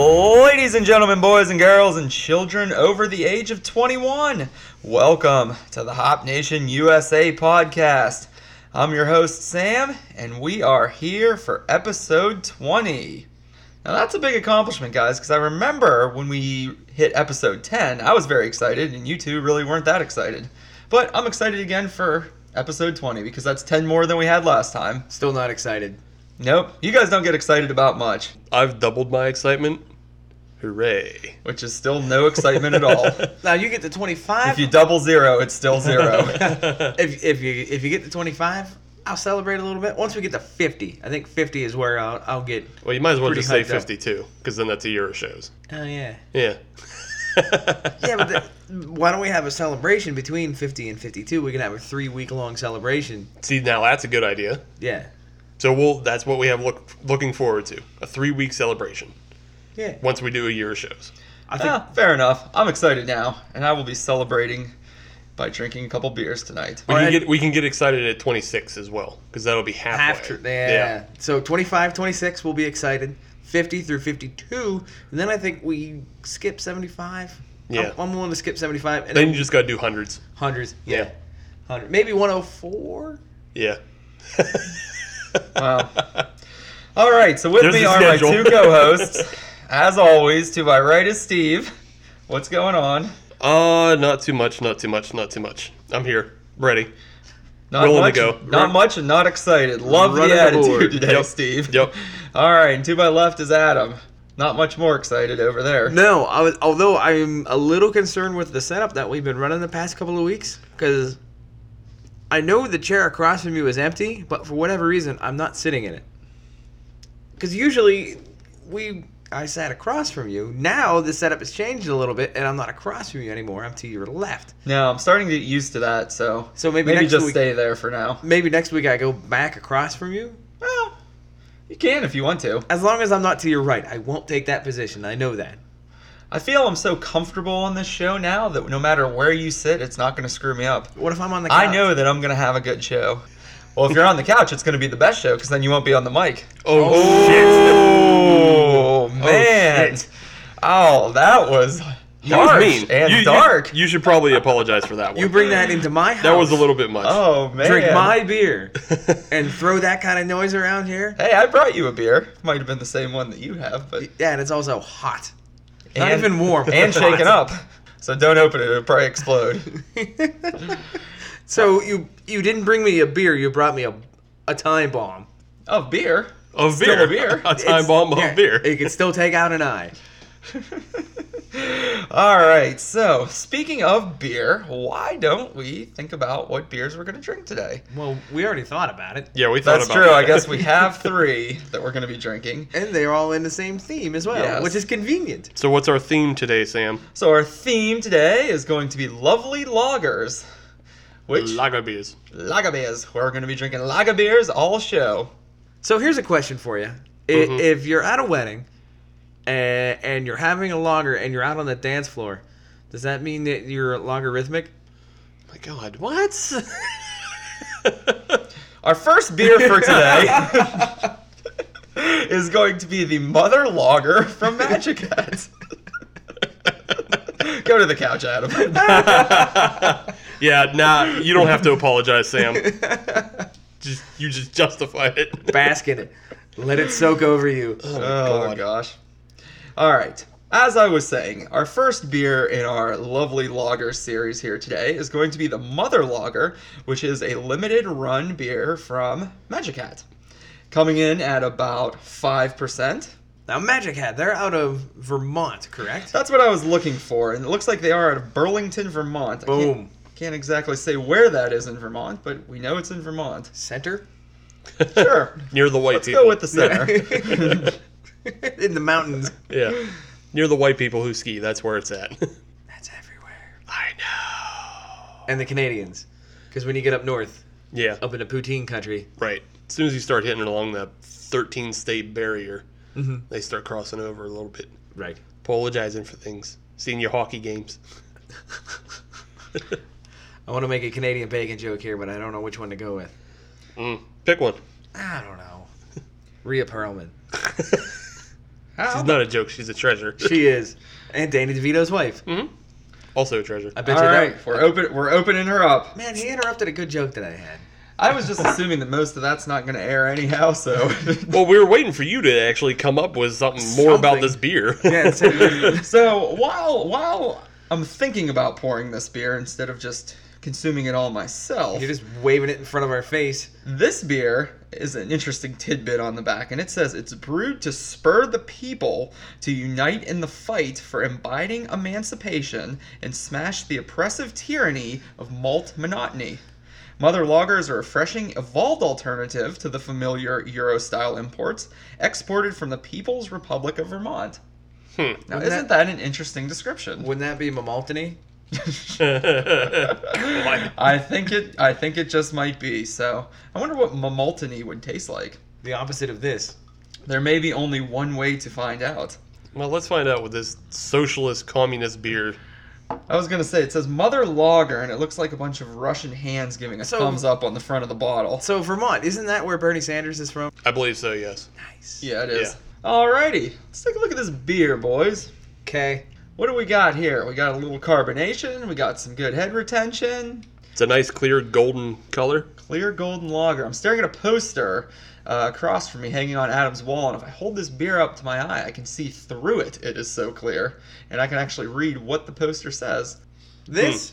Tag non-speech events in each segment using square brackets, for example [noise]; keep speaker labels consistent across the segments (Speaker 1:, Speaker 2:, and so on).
Speaker 1: Ladies and gentlemen, boys and girls, and children over the age of 21, welcome to the Hop Nation USA podcast. I'm your host, Sam, and we are here for episode 20. Now, that's a big accomplishment, guys, because I remember when we hit episode 10, I was very excited, and you two really weren't that excited. But I'm excited again for episode 20 because that's 10 more than we had last time.
Speaker 2: Still not excited.
Speaker 1: Nope, you guys don't get excited about much,
Speaker 3: I've doubled my excitement. Hooray.
Speaker 1: which is still no excitement at
Speaker 3: [laughs]
Speaker 1: all.
Speaker 2: Now you get to
Speaker 1: If
Speaker 2: 25.
Speaker 1: you double zero, it's still
Speaker 3: [laughs]
Speaker 1: zero.
Speaker 2: if, if you if you get to 25, I'll celebrate a little bit. Once we get to 50, I think 50 is where I'll, I'll get.
Speaker 3: Well, you might as well
Speaker 2: Pretty
Speaker 3: just say
Speaker 2: hyped up.
Speaker 3: 52, because then that's a year of shows.
Speaker 2: Oh yeah.
Speaker 3: Yeah.
Speaker 2: [laughs] Yeah, but the, why don't we have a celebration between 50 and 52? We can have a three week long celebration.
Speaker 3: [laughs] See, now that's a good idea.
Speaker 2: Yeah.
Speaker 3: So we'll that's what we have look, looking forward to a three week celebration
Speaker 2: Yeah.
Speaker 3: once we do a year of shows.
Speaker 2: I think.
Speaker 3: Oh.
Speaker 1: Ah, fair enough. I'm excited now, and I will be celebrating by drinking a couple beers tonight.
Speaker 3: We
Speaker 2: Alright.
Speaker 3: can get we can get excited at 26 as well because that'll be halfway.
Speaker 2: After, yeah. So 25, 26, we'll be excited. 50 through 52, and then I think we skip 75.
Speaker 3: Yeah.
Speaker 2: I'm, I'm willing to skip 75 and
Speaker 3: Then you just got to do hundreds.
Speaker 2: hundreds.
Speaker 3: Yeah.
Speaker 2: yeah. 100. Maybe 104?
Speaker 3: Yeah. [laughs]
Speaker 1: Wow. All right, so with
Speaker 3: There's
Speaker 1: me
Speaker 3: the
Speaker 1: are my
Speaker 3: schedule.
Speaker 1: two co-hosts. As always, to my right is Steve. What's going on?
Speaker 3: Uh, not too much, not too much, not too much. I'm here. Ready.
Speaker 1: Not
Speaker 3: Rolling to
Speaker 1: much,
Speaker 3: go.
Speaker 1: not
Speaker 3: Run-
Speaker 1: much, and not excited. Love
Speaker 3: Running
Speaker 1: the
Speaker 3: the
Speaker 1: attitude
Speaker 3: board.
Speaker 1: today,
Speaker 3: Yep.
Speaker 1: Steve.
Speaker 3: Yep.
Speaker 1: All right, and to my left is Adam. Not much more excited over there.
Speaker 2: No, I was, although I'm a little concerned with the setup that we've been running the past couple of weeks because I know the chair across from you is empty, but for whatever reason, I'm not sitting in it. Because usually we I sat across from you. Now the setup has changed a little bit, and I'm not across from you anymore. I'm to your left.
Speaker 1: No, I'm starting to get used to that, so
Speaker 2: So maybe next
Speaker 1: just
Speaker 2: week-
Speaker 1: stay there for now.
Speaker 2: Maybe next week I go back across from you.
Speaker 1: Well, you can if you want to.
Speaker 2: As long as I'm not to your right, I won't take that position. I know that.
Speaker 1: I feel I'm so comfortable on this show now that no matter where you sit, it's not going to screw me up.
Speaker 2: What if I'm on the? Couch?
Speaker 1: I know that I'm going to have a good show. Well, if you're on the couch, it's going to be the best show because then you won't be on the mic.
Speaker 3: Oh,
Speaker 1: Oh, man.
Speaker 3: shit.
Speaker 1: Oh, that was
Speaker 3: That was
Speaker 1: harsh
Speaker 3: mean.
Speaker 1: and
Speaker 3: You- you-
Speaker 1: dark.
Speaker 3: You, should probably apologize for that one.
Speaker 2: You bring that into my house.
Speaker 3: that was a little bit much. [laughs]
Speaker 1: oh, man.
Speaker 2: drink my beer and throw that kind of noise around here.
Speaker 1: Hey, I brought you a beer. Might have been the same one that you have, but
Speaker 2: Yeah, and it's also hot. Not
Speaker 1: and-
Speaker 2: even warm.
Speaker 1: [laughs]
Speaker 3: [laughs]
Speaker 1: and shaken up. So don't open it; it'll probably explode.
Speaker 2: [laughs] so you you didn't bring me a beer. You brought me a a time bomb.
Speaker 1: Oh, beer.
Speaker 3: Of
Speaker 1: Still a
Speaker 3: beer.
Speaker 1: beer.
Speaker 3: A time
Speaker 2: It's-
Speaker 3: bomb of
Speaker 2: yeah,
Speaker 3: beer.
Speaker 2: It can still take out an eye.
Speaker 1: [laughs] All right, so speaking of beer, why don't we think about what beers we're going to drink today?
Speaker 2: Well, we already thought about it,
Speaker 3: Yeah, we thought
Speaker 1: That's
Speaker 3: about
Speaker 1: true.
Speaker 3: that.
Speaker 1: I guess
Speaker 3: [laughs]
Speaker 1: we have three that we're going to be drinking.
Speaker 2: and they're all in the same theme as well,
Speaker 1: Yes.
Speaker 2: which is convenient.
Speaker 3: so what's our theme today, Sam?
Speaker 1: So our theme today is going to be lovely lagers, which
Speaker 3: Lager beers.
Speaker 1: lager beers. We're going to be drinking lager beers all show.
Speaker 2: So here's a question for you: I
Speaker 3: Mhm.
Speaker 2: If you're at a wedding and, and you're having a lager and you're out on the dance floor, does that mean that you're logarithmic?
Speaker 3: Oh My God, what? [laughs]
Speaker 1: Our first beer
Speaker 3: [laughs]
Speaker 1: for today [laughs]
Speaker 2: [laughs]
Speaker 1: is going to be the Mother Lager from Magic Hat. [laughs] Go to the couch, Adam.
Speaker 3: [laughs] yeah, nah, you don't have to
Speaker 1: [laughs]
Speaker 3: apologize, Sam. Just you just justify it.
Speaker 2: Bask in it. Let it soak over you.
Speaker 1: Oh my gosh. All right. As I was saying, our first beer in our lovely lager series here today is going to be the Mother Lager, which is a limited run beer from Magic Hat. Coming in at about 5%.
Speaker 2: Now, Magic Hat, they're out of Vermont, correct?
Speaker 1: That's what I was looking for, and it looks like they are out of Burlington, Vermont. I can't-
Speaker 2: Boom.
Speaker 1: can't exactly say where that is in Vermont, but we know it's in Vermont.
Speaker 2: [laughs] Center?
Speaker 1: Sure.
Speaker 3: Near the white
Speaker 1: Let's
Speaker 3: people.
Speaker 1: go with the center.
Speaker 2: In the mountains.
Speaker 3: yeah, near the white people who ski. That's where it's at. [laughs]
Speaker 2: That's everywhere.
Speaker 3: I know.
Speaker 2: And the Canadians. Because when you get up north,
Speaker 3: Yeah,
Speaker 2: up into poutine country,
Speaker 3: right. As soon as you start hitting along that 13 state barrier,
Speaker 2: Mhm.
Speaker 3: they start crossing over a little bit,
Speaker 2: right.
Speaker 3: apologizing for things, seeing your hockey
Speaker 2: [laughs]
Speaker 3: games.
Speaker 2: I want to make a Canadian bacon joke here, but I don't know which one to go with.
Speaker 3: Mm, pick one. [laughs]
Speaker 2: I don't know. Rhea Perlman.
Speaker 1: How?
Speaker 3: She's not a joke. She's a treasure.
Speaker 2: She is. And Danny DeVito's wife.
Speaker 3: hmm Also a treasure.
Speaker 2: Mm-hmm. I bet
Speaker 1: All
Speaker 2: you
Speaker 1: right,
Speaker 2: that.
Speaker 1: we're open. We're opening her up.
Speaker 2: Man, he interrupted a good joke that I had.
Speaker 1: I was just assuming that most of that's not going to air anyhow. So,
Speaker 3: Well, we were waiting for you to actually come up with something, more about
Speaker 2: Something.
Speaker 3: this beer.
Speaker 2: Yeah,
Speaker 3: [laughs]
Speaker 2: it's
Speaker 1: [laughs]
Speaker 2: a-
Speaker 1: so while while I'm thinking about pouring this beer instead of just consuming it all myself,
Speaker 2: You're just waving it in front of our face.
Speaker 1: This beer is an interesting tidbit on the back, and it says it's brewed to spur the people to unite in the fight for imbibing emancipation and smash the oppressive tyranny of malt monotony. Mother lagers are a refreshing, evolved alternative to the familiar Euro style imports exported from the People's Republic of Vermont.
Speaker 3: Hmm. [laughs]
Speaker 1: Now,
Speaker 2: Wouldn't
Speaker 1: isn't that, an interesting description?
Speaker 2: Wouldn't that be Mamaltony?
Speaker 1: [laughs]
Speaker 3: [laughs] Why?
Speaker 1: I think it. I think it just might be. So, I wonder what mamaltony would taste like.
Speaker 2: The opposite of this.
Speaker 1: There may be only one way to find out.
Speaker 3: well, let's find out what this socialist communist beer.
Speaker 1: I was gonna say it says Mother Lager, and it looks like a bunch of Russian hands giving a
Speaker 2: So-
Speaker 1: thumbs up on the front of the bottle.
Speaker 2: So Vermont, isn't that where Bernie Sanders is from?
Speaker 3: I believe so. Yes.
Speaker 2: Nice.
Speaker 1: Yeah, it is. Alrighty, let's take a look at this beer, boys.
Speaker 2: Okay.
Speaker 1: What do we got here? We got a little carbonation. We got some good head retention.
Speaker 3: It's a nice clear golden color.
Speaker 1: Clear golden lager. I'm staring at a poster uh, across from me hanging on Adam's wall, and if I hold this beer up to my eye, I can see through it. It is so clear, and I can actually read what the poster says.
Speaker 2: This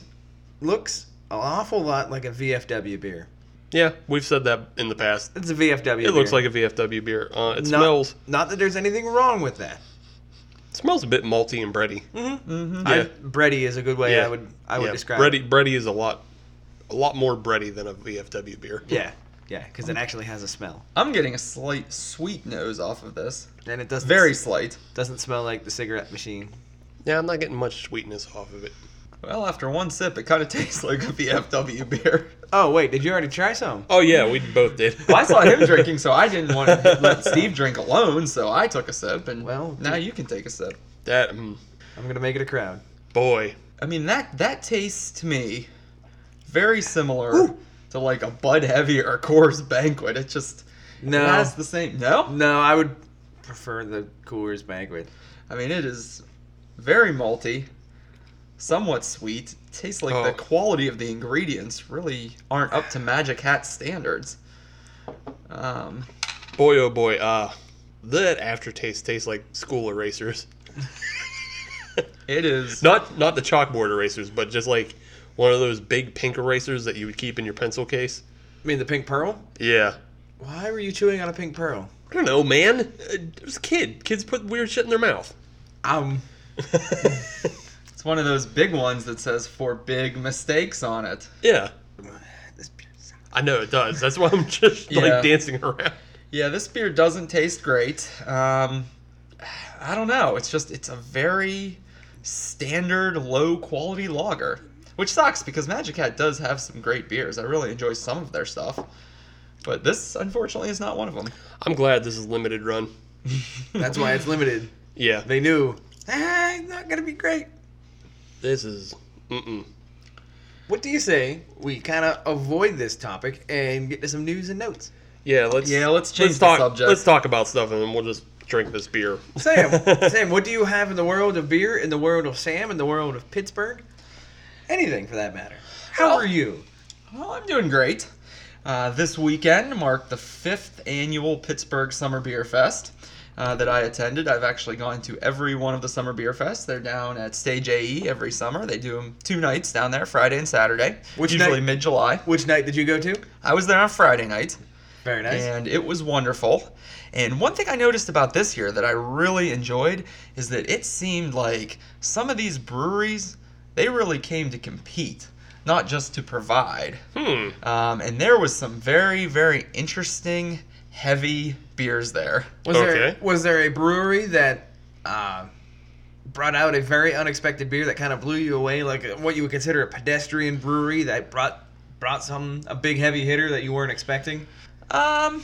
Speaker 3: Hmm.
Speaker 2: looks an awful lot like a VFW beer.
Speaker 3: Yeah, we've said that in the past.
Speaker 2: It's a VFW.
Speaker 3: It looks like a VFW beer. Uh,
Speaker 2: not,
Speaker 3: it smells
Speaker 2: Not that there's anything wrong with that.
Speaker 3: it smells a bit malty and bready.
Speaker 2: Mm-hmm.
Speaker 1: Mm-hmm.
Speaker 3: Yeah.
Speaker 2: bready is a good way
Speaker 3: Yeah.
Speaker 2: I would I would
Speaker 3: yeah,
Speaker 2: describe.
Speaker 3: bready.
Speaker 2: It.
Speaker 3: Bready is a lot, a lot more bready than a VFW beer.
Speaker 2: Yeah. Yeah, because it actually has a smell,
Speaker 1: I'm getting a slight sweet nose off of this.
Speaker 2: and it doesn't
Speaker 1: Very slight.
Speaker 2: doesn't smell like the cigarette machine.
Speaker 3: Yeah, I'm not getting much sweetness off of it.
Speaker 1: Well, after one sip, it kind of [laughs] tastes like a VFW beer.
Speaker 2: Oh wait, did you already try some?
Speaker 3: Oh yeah, we both did.
Speaker 1: Well, I saw him drinking, so I didn't want to let Steve drink alone, so I took a sip, and
Speaker 2: Well,
Speaker 1: now you can take a sip.
Speaker 3: [laughs] That mm,
Speaker 2: I'm gonna make it a crowd.
Speaker 3: boy.
Speaker 1: I mean, that that tastes to me very similar
Speaker 2: Ooh.
Speaker 1: to like a Bud Heavy or a Coors Banquet. It just
Speaker 2: No,
Speaker 1: has the same. No,
Speaker 2: no, I would prefer the Coors Banquet.
Speaker 1: I mean it is very malty, somewhat sweet. Tastes like the
Speaker 3: Oh.
Speaker 1: quality of the ingredients really aren't up to Magic Hat standards. Um,
Speaker 3: Boy, oh boy, ah, that aftertaste tastes like school erasers.
Speaker 1: it is
Speaker 3: Not not the chalkboard erasers, but just like one of those big pink erasers that you would keep in your pencil case.
Speaker 2: I mean, the Pink Pearl.
Speaker 3: Yeah,
Speaker 2: Why were you chewing on a Pink Pearl?
Speaker 3: I don't know, man. It was a kid. Kids put weird shit in their mouth. [laughs]
Speaker 2: Um,
Speaker 1: It's one of those big ones that says for big mistakes on it.
Speaker 3: yeah,
Speaker 2: this beer sucks.
Speaker 3: I know it does. That's why I'm just
Speaker 1: Yeah.
Speaker 3: like dancing around.
Speaker 1: Yeah, this beer doesn't taste great. Um, I don't know. It's just it's a very standard low quality lager, which sucks because Magic Hat does have some great beers. I really enjoy some of their stuff, but this unfortunately is not one of them.
Speaker 3: I'm glad this is limited run.
Speaker 2: That's why it's limited.
Speaker 3: Yeah,
Speaker 2: They knew. Ah, it's not gonna be great.
Speaker 3: this is. Mm-mm.
Speaker 2: What do you say we kind of avoid this topic and get to some news and notes?
Speaker 3: Yeah, let's
Speaker 1: Yeah, let's change the
Speaker 3: talk,
Speaker 1: subject.
Speaker 3: Let's talk about stuff, and then we'll just drink this beer.
Speaker 2: [laughs]
Speaker 3: [laughs]
Speaker 2: Sam, Sam, what do you have in the world of beer, in the world of Sam, in the world of Pittsburgh? Anything for that matter. How
Speaker 1: Well-
Speaker 2: are you?
Speaker 1: Well, Oh, I'm doing great. Uh, this weekend marked the fifth annual Pittsburgh Summer Beer Fest uh, that I attended. I've actually gone to every one of the Summer Beer Fests. They're down at Stage AE every summer. They do them two nights down there, Friday and Saturday,
Speaker 2: Which
Speaker 1: usually
Speaker 2: night-
Speaker 1: mid July.
Speaker 2: Which night did you go to?
Speaker 1: I was there on Friday night
Speaker 2: Very nice.
Speaker 1: and it was wonderful. And one thing I noticed about this year that I really enjoyed is that it seemed like some of these breweries they really came to compete, not just to provide.
Speaker 3: Hmm.
Speaker 1: Um, and there was some very, very interesting, heavy beers there.
Speaker 2: Was there
Speaker 3: Okay.
Speaker 2: was there a brewery that uh, brought out a very unexpected beer that kind of blew you away, like a- what you would consider a pedestrian brewery that brought brought some a big heavy hitter that you weren't expecting?
Speaker 1: Um,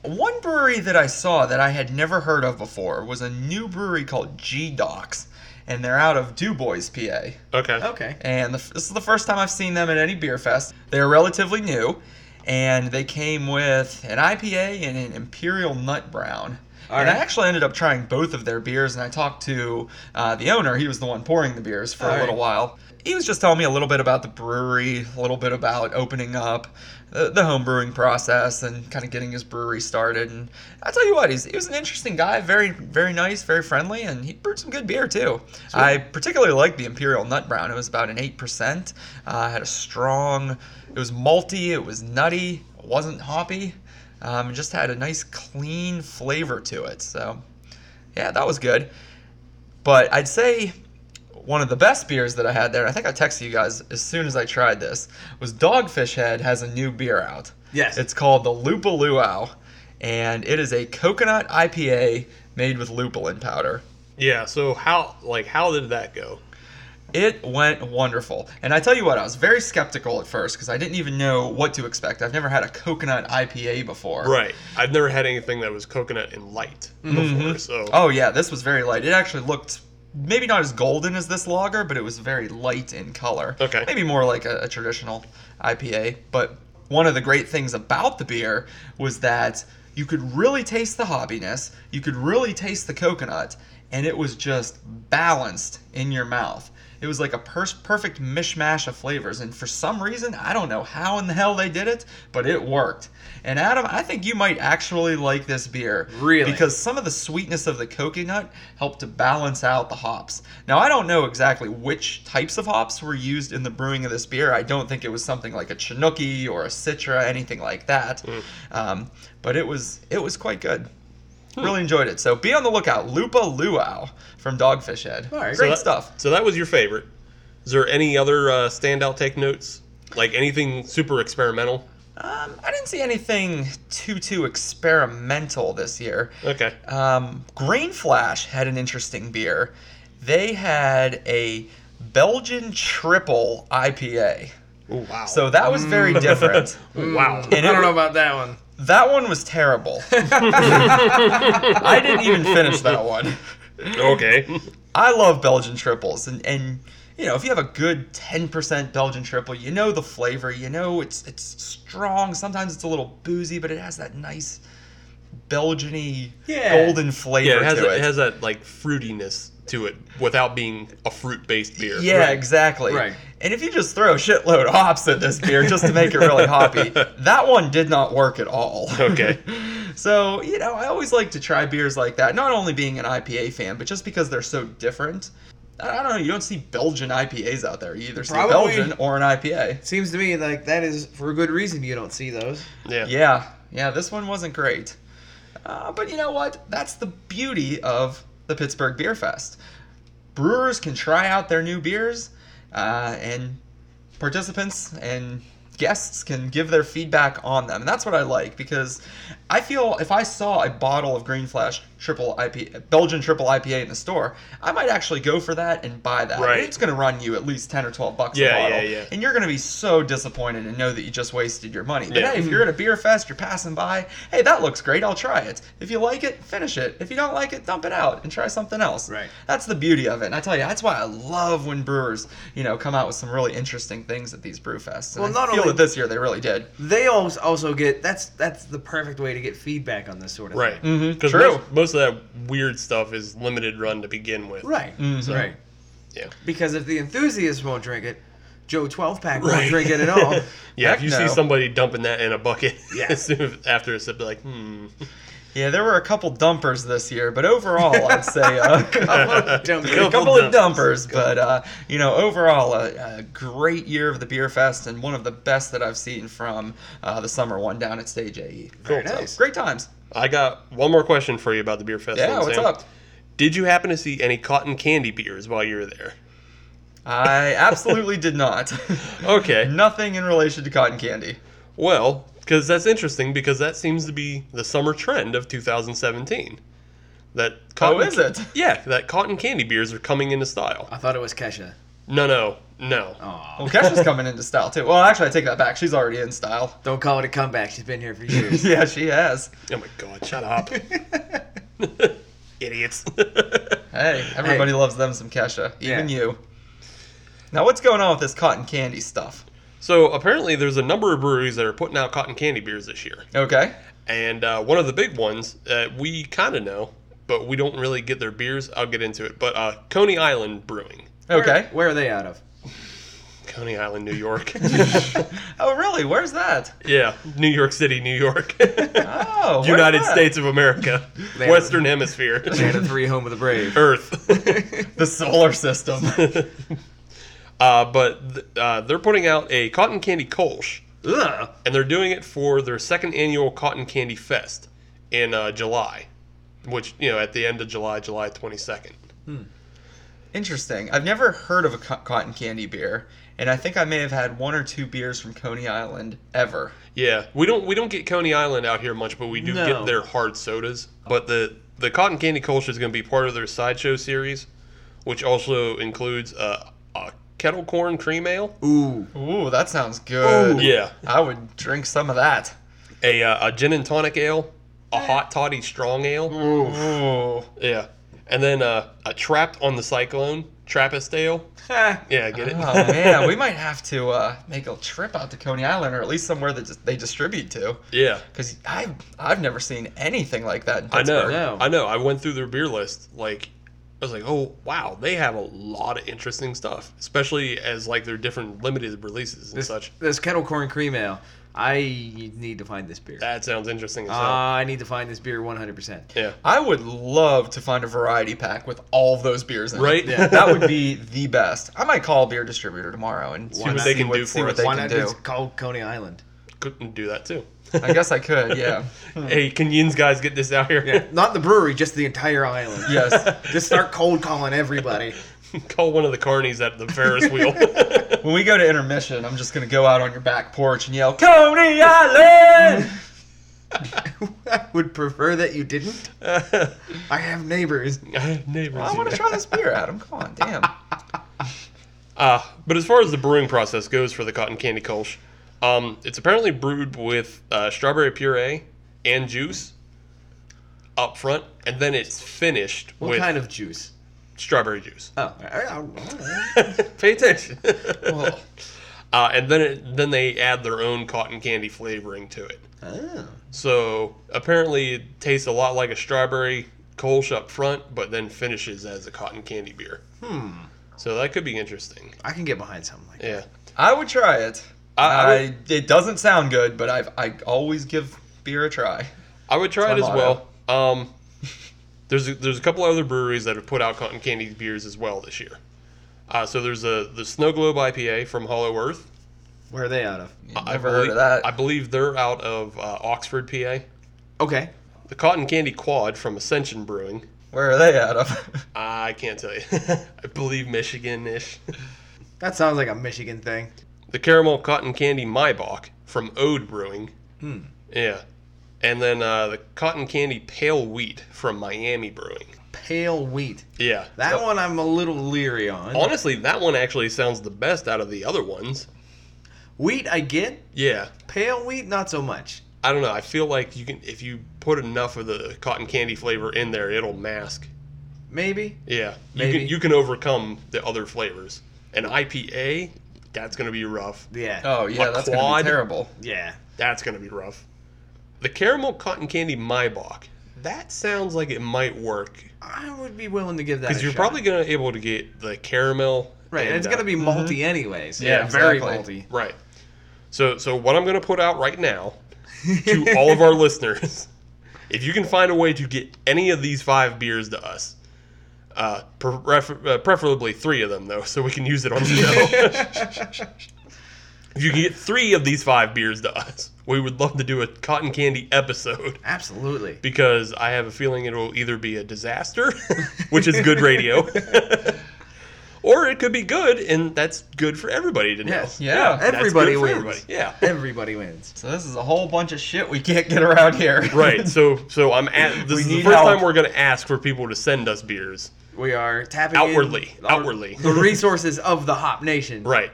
Speaker 1: one brewery that I saw that I had never heard of before was a new brewery called G Docs, and they're out of Dubois, PA.
Speaker 3: Okay.
Speaker 2: Okay.
Speaker 1: And the, this is the first time I've seen them at any beer fest. They're relatively new, and they came with an IPA and an Imperial Nut Brown.
Speaker 2: All
Speaker 1: and I
Speaker 2: right.
Speaker 1: actually ended up trying both of their beers, and I talked to uh, the owner. He was the one pouring the beers for
Speaker 2: All
Speaker 1: a
Speaker 2: right.
Speaker 1: little while. He was just telling me a little bit about the brewery, a little bit about opening up, the, the home brewing process, and kind of getting his brewery started. And I tell you what, he's, he was an interesting guy, very very nice, very friendly, and he brewed some good beer too. I particularly liked the Imperial Nut Brown. It was about an eight percent. Uh, had a strong. It was malty. It was nutty. It wasn't hoppy um, and just had a nice clean flavor to it. So, yeah, that was good. But I'd say one of the best beers that I had there, and I think I texted you guys as soon as I tried this, was Dogfish Head has a new beer out.
Speaker 2: Yes.
Speaker 1: It's called the Lupa Luau, and it is a coconut IPA made with lupulin powder.
Speaker 3: Yeah. So how like how did that go?
Speaker 1: It went wonderful. And I tell you what, I was very skeptical at first because I didn't even know what to expect. I've never had a coconut IPA before.
Speaker 3: Right. I've never had anything that was coconut and light before. So
Speaker 1: Oh yeah, this was very light. It actually looked maybe not as golden as this lager, but it was very light in color.
Speaker 3: Okay.
Speaker 1: Maybe more like a, a traditional IPA. But one of the great things about the beer was that you could really taste the hoppiness, you could really taste the coconut, and it was just balanced in your mouth. It was like a pers- perfect mishmash of flavors, and for some reason, I don't know how in the hell they did it, but it worked. And Adam, I think you might actually like this beer.
Speaker 2: Really?
Speaker 1: Because because some of the sweetness of the coconut helped to balance out the hops. Now, I don't know exactly which types of hops were used in the brewing of this beer. I don't think it was something like a Chinooki or a Citra, anything like that.
Speaker 2: Hmm.
Speaker 1: Um, but it was it was quite good.
Speaker 2: Hmm.
Speaker 1: Really enjoyed it. So be on the lookout. Lupa Luau from Dogfish Head.
Speaker 2: All right.
Speaker 1: Great
Speaker 3: that-
Speaker 1: stuff.
Speaker 3: So that was your favorite. Is there any other uh, standout take notes? Like anything super experimental?
Speaker 1: Um, I didn't see anything too too experimental this year.
Speaker 3: Okay.
Speaker 1: um, Grain Flash had an interesting beer. They had a Belgian triple IPA.
Speaker 3: wow.
Speaker 1: So that was very
Speaker 3: Mm. [laughs]
Speaker 1: different.
Speaker 2: [laughs]
Speaker 3: wow.
Speaker 2: Mm. I
Speaker 1: it-
Speaker 2: don't know about that one.
Speaker 1: that one was terrible. I didn't even finish that one.
Speaker 3: okay.
Speaker 1: I love Belgian triples, and and you know if you have a good ten percent Belgian triple, you know the flavor, you know it's it's strong. Sometimes it's a little boozy, but it has that nice Belgiany
Speaker 2: Yeah.
Speaker 1: golden flavor
Speaker 3: Yeah, it has,
Speaker 1: to
Speaker 3: it has that like fruitiness to it without being a fruit based beer.
Speaker 1: Yeah, exactly.
Speaker 2: Right.
Speaker 1: And if you just throw a shitload of hops at this beer just to make it really
Speaker 3: [laughs]
Speaker 1: hoppy, that one did not work at all.
Speaker 3: Okay.
Speaker 1: [laughs] so, you know, I always like to try beers like that, not only being an IPA fan, but just because they're so different. I I don't know, you don't see Belgian IPAs out there. You either see
Speaker 2: Probably-
Speaker 1: Belgian or an IPA.
Speaker 2: [laughs] Seems to me like that is for a good reason you don't see those.
Speaker 3: Yeah.
Speaker 1: Yeah, yeah, this one wasn't great. Uh, but you know what? That's the beauty of the Pittsburgh Beer Fest. Brewers can try out their new beers, uh, and participants and guests can give their feedback on them. And that's what I like because I feel if I saw a bottle of Green Flash triple IP Belgian triple IPA in the store, I might actually go for that and buy that.
Speaker 3: Right.
Speaker 1: It's going to run you at least 10 or 12 bucks
Speaker 3: Yeah,
Speaker 1: a bottle.
Speaker 3: yeah, yeah.
Speaker 1: And you're going to be so disappointed and know that you just wasted your money. But
Speaker 3: Yeah.
Speaker 1: hey, if you're at a beer fest, you're passing by, hey, that looks great. I'll try it. If you like it, finish it. If you don't like it, dump it out and try something else.
Speaker 2: Right.
Speaker 1: That's the beauty of it. And I tell you, that's why I love when brewers, you know, come out with some really interesting things at these brew fests. And
Speaker 2: Well,
Speaker 1: I
Speaker 2: not
Speaker 1: feel
Speaker 2: only-
Speaker 1: that this year they really did.
Speaker 2: They also also get that's that's the perfect way to get feedback on this sort of
Speaker 3: Right.
Speaker 2: thing.
Speaker 1: Mhm,
Speaker 3: Because
Speaker 1: true.
Speaker 3: most, most of that weird stuff is limited run to begin with.
Speaker 2: Right.
Speaker 1: Mhm.
Speaker 2: Right.
Speaker 3: Yeah.
Speaker 2: Because if the enthusiast won't drink it, Joe 12 pack
Speaker 3: Right.
Speaker 2: won't drink
Speaker 3: [laughs]
Speaker 2: it at all.
Speaker 3: Yeah,
Speaker 1: Heck
Speaker 3: if you
Speaker 1: no.
Speaker 3: see somebody dumping that in a bucket [laughs]
Speaker 2: Yeah.
Speaker 3: as soon as after a sip, be like, hmm.
Speaker 1: Yeah, there were a couple dumpers this year, but overall, I'd say
Speaker 2: [laughs]
Speaker 1: uh, [laughs]
Speaker 2: Don't
Speaker 1: a
Speaker 2: get it.
Speaker 1: couple of dumpers,
Speaker 3: dumpers.
Speaker 1: but uh, you know, overall, a, a great year of the beer fest and one of the best that I've seen from uh, the summer one down at Stage AE.
Speaker 2: Very
Speaker 1: So,
Speaker 2: nice.
Speaker 1: great times.
Speaker 3: I got one more question for you about the beer fest.
Speaker 1: yeah,
Speaker 3: thing,
Speaker 1: what's
Speaker 3: Sam.
Speaker 1: up?
Speaker 3: Did you happen to see any cotton candy beers while you were there?
Speaker 1: I absolutely did not.
Speaker 3: Okay.
Speaker 1: Nothing in relation to cotton candy.
Speaker 3: Well, because that's interesting because that seems to be the summer trend of 2017. That cotton,
Speaker 1: Oh, is it?
Speaker 3: Yeah, that cotton candy beers are coming into style.
Speaker 2: I thought it was Kesha.
Speaker 3: No, no, no.
Speaker 2: Oh.
Speaker 1: Well, Kesha's coming into style too. Well, actually, I take that back. She's already in style.
Speaker 2: Don't call it a comeback. She's been here for
Speaker 1: [laughs]
Speaker 2: years.
Speaker 1: Yeah, she has.
Speaker 3: Oh my God! Shut up, [laughs] idiots. [laughs]
Speaker 1: Hey, everybody loves them some Kesha, even
Speaker 2: Yeah.
Speaker 1: you. Now, what's going on with this cotton candy stuff?
Speaker 3: so apparently, there's a number of breweries that are putting out cotton candy beers this year.
Speaker 1: Okay.
Speaker 3: And uh, one of the big ones uh, we kind of know, but we don't really get their beers. I'll get into it. But uh, Coney Island Brewing,
Speaker 1: Okay.
Speaker 2: Where, [laughs] where are they out of?
Speaker 3: Coney Island, New York.
Speaker 1: oh, really? Where's that?
Speaker 3: [laughs] yeah, New York City, New [laughs] York, Ah,
Speaker 1: Oh, where's
Speaker 3: United
Speaker 1: that?
Speaker 3: States of America,
Speaker 2: Man.
Speaker 3: Western [laughs] Hemisphere,
Speaker 2: Land of Three, Home of the Brave.
Speaker 3: Earth. [laughs]
Speaker 1: The solar system.
Speaker 3: uh, but th- uh, they're putting out a cotton candy Kolsch,
Speaker 2: Ugh.
Speaker 3: and they're doing it for their second annual Cotton Candy Fest in uh, July, which you know at the end of July, July twenty second.
Speaker 1: Interesting. I've never heard of a co- cotton candy beer, and I think I may have had one or two beers from Coney Island ever.
Speaker 3: Yeah, we don't we don't get Coney Island out here much, but we do
Speaker 2: No.
Speaker 3: get their hard sodas. But the the cotton candy culture is going to be part of their sideshow series, which also includes uh, a kettle corn cream ale.
Speaker 2: Ooh.
Speaker 1: Ooh, that sounds good.
Speaker 2: Ooh.
Speaker 3: Yeah,
Speaker 1: I would drink some of that.
Speaker 3: a uh, a gin and tonic ale, a hot toddy strong ale.
Speaker 2: Ooh.
Speaker 1: Ooh.
Speaker 3: Yeah, and then uh, a trapped on the cyclone Trappist ale.
Speaker 2: Ha.
Speaker 3: Yeah, get it?
Speaker 1: Oh man, we might have to uh, make a trip out to Coney Island, or at least somewhere that dis- they distribute to,
Speaker 3: [laughs] yeah.
Speaker 1: because I've I've never seen anything like that. In
Speaker 3: I
Speaker 1: Pittsburgh.
Speaker 3: know.
Speaker 2: No.
Speaker 3: I know. I went through their beer list. Like, I was like, oh wow, they have a lot of interesting stuff, especially as like their different limited releases and
Speaker 2: This,
Speaker 3: such.
Speaker 2: this kettle corn cream ale. I need to find this beer.
Speaker 3: That sounds interesting as
Speaker 2: Uh,
Speaker 3: hell.
Speaker 2: I need to find this beer 100%.
Speaker 3: yeah.
Speaker 1: I would love to find a variety pack with all those beers in
Speaker 3: Right?
Speaker 1: it. that would be the best. I might call a beer distributor tomorrow and see
Speaker 2: Why
Speaker 1: what
Speaker 2: not?
Speaker 1: they
Speaker 2: See
Speaker 1: can
Speaker 3: what-
Speaker 1: do
Speaker 3: see
Speaker 1: for
Speaker 3: what
Speaker 1: us.
Speaker 3: they
Speaker 2: Why
Speaker 1: Why
Speaker 2: not
Speaker 1: not do.
Speaker 2: just call Coney Island?
Speaker 3: Couldn't do that too.
Speaker 1: I guess I could, [laughs] yeah.
Speaker 3: [laughs] hey, can Yin's guys get this out here?
Speaker 2: Yeah, [laughs] not the brewery, just the entire island.
Speaker 1: yes.
Speaker 2: Just start cold calling everybody. [laughs]
Speaker 3: [laughs] Call one of the carnies at the Ferris wheel. [laughs]
Speaker 1: When we go to intermission, I'm just gonna go out on your back porch and yell, [laughs] Coney [laughs] Island!
Speaker 2: I would prefer that you didn't. I have neighbors.
Speaker 3: I have neighbors.
Speaker 1: I want to try this beer, Adam. Come on, [laughs] damn.
Speaker 3: Uh, but as far as the brewing process goes for the cotton candy kolsch, um, it's apparently brewed with uh, strawberry puree and juice up front, and then it's finished
Speaker 2: What
Speaker 3: with
Speaker 2: kind of juice?
Speaker 3: strawberry juice. [laughs]
Speaker 2: Oh, I- I- I-
Speaker 3: Pay attention.
Speaker 1: Well,
Speaker 3: [laughs] uh, and then it, then they add their own cotton candy flavoring to it.
Speaker 2: oh.
Speaker 3: So apparently it tastes a lot like a strawberry kolsch up front, but then finishes as a cotton candy beer.
Speaker 2: Hmm.
Speaker 3: So that could be interesting.
Speaker 2: I can get behind something like that.
Speaker 3: Yeah.
Speaker 1: I would try it. I,
Speaker 3: I- I
Speaker 1: it doesn't sound good, but I've I always give beer a try.
Speaker 3: I would try it
Speaker 1: That's
Speaker 3: as
Speaker 1: my
Speaker 3: well. Um, [laughs] there's a, there's a couple other breweries that have put out cotton candy beers as well this year. Uh, so there's a the Snow Globe IPA from Hollow Earth.
Speaker 2: Where are they out of?
Speaker 1: You
Speaker 3: I- I
Speaker 1: Never heard
Speaker 3: believe,
Speaker 1: of that.
Speaker 3: I believe they're out of uh, Oxford, PA.
Speaker 2: Okay.
Speaker 3: The Cotton Candy Quad from Ascension Brewing.
Speaker 1: Where are they out of?
Speaker 3: I can't tell you. [laughs] I believe Michigan ish.
Speaker 2: That sounds like a Michigan thing.
Speaker 3: The Caramel Cotton Candy Maibach from Ode Brewing.
Speaker 2: Hmm.
Speaker 3: Yeah. And then uh, the Cotton Candy Pale Wheat from Miami Brewing.
Speaker 2: Pale wheat.
Speaker 3: Yeah.
Speaker 2: That
Speaker 3: So-
Speaker 2: one I'm a little leery on.
Speaker 3: Honestly, that one actually sounds the best out of the other ones.
Speaker 2: Wheat I get.
Speaker 3: Yeah.
Speaker 2: Pale wheat not so much.
Speaker 3: I don't know. I feel like you can if you put enough of the cotton candy flavor in there, it'll mask.
Speaker 2: Maybe.
Speaker 3: Yeah. You
Speaker 2: Maybe.
Speaker 3: can you can overcome the other flavors. An IPA, that's going to be rough.
Speaker 2: Yeah.
Speaker 1: [laughs] Oh yeah,
Speaker 3: A
Speaker 1: that's gonna
Speaker 3: quad?
Speaker 1: be terrible.
Speaker 2: Yeah.
Speaker 3: That's going to be rough. The caramel cotton candy Maybach. That sounds like it might work
Speaker 2: I would be willing to give that.
Speaker 3: because
Speaker 2: a
Speaker 3: you're
Speaker 2: shot.
Speaker 3: probably going to able to get the caramel
Speaker 2: right. And it's
Speaker 3: uh,
Speaker 2: gonna be malty anyways.
Speaker 1: Yeah,
Speaker 2: very
Speaker 1: exactly.
Speaker 2: malty.
Speaker 3: Right. So so what I'm going to put out right now to all of
Speaker 2: [laughs]
Speaker 3: our listeners, if you can find a way to get any of these five beers to us, uh, prefer- uh, preferably three of them though, so we can use it on the
Speaker 2: [laughs]
Speaker 3: show. if you can get three of these five beers to us, we would love to do a cotton candy episode
Speaker 2: Absolutely.
Speaker 3: because I have a feeling it will either be a disaster, [laughs] which is
Speaker 2: [laughs]
Speaker 3: good radio. Or it could be good, and that's good for everybody to know.
Speaker 2: Yes.
Speaker 1: Yeah.
Speaker 3: That's
Speaker 2: Everybody
Speaker 3: good for
Speaker 2: wins.
Speaker 3: everybody. Yeah.
Speaker 2: Everybody wins.
Speaker 1: So this is a whole bunch of shit we can't get around here.
Speaker 3: [laughs] Right. So so
Speaker 1: [laughs]
Speaker 3: I'm at this
Speaker 1: We
Speaker 3: is the
Speaker 1: need
Speaker 3: first
Speaker 1: help.
Speaker 3: time we're gonna ask for people to send us beers.
Speaker 2: We are tapping
Speaker 3: Outwardly.
Speaker 2: in
Speaker 3: Outwardly.
Speaker 2: the resources of the Hop Nation.
Speaker 3: Right.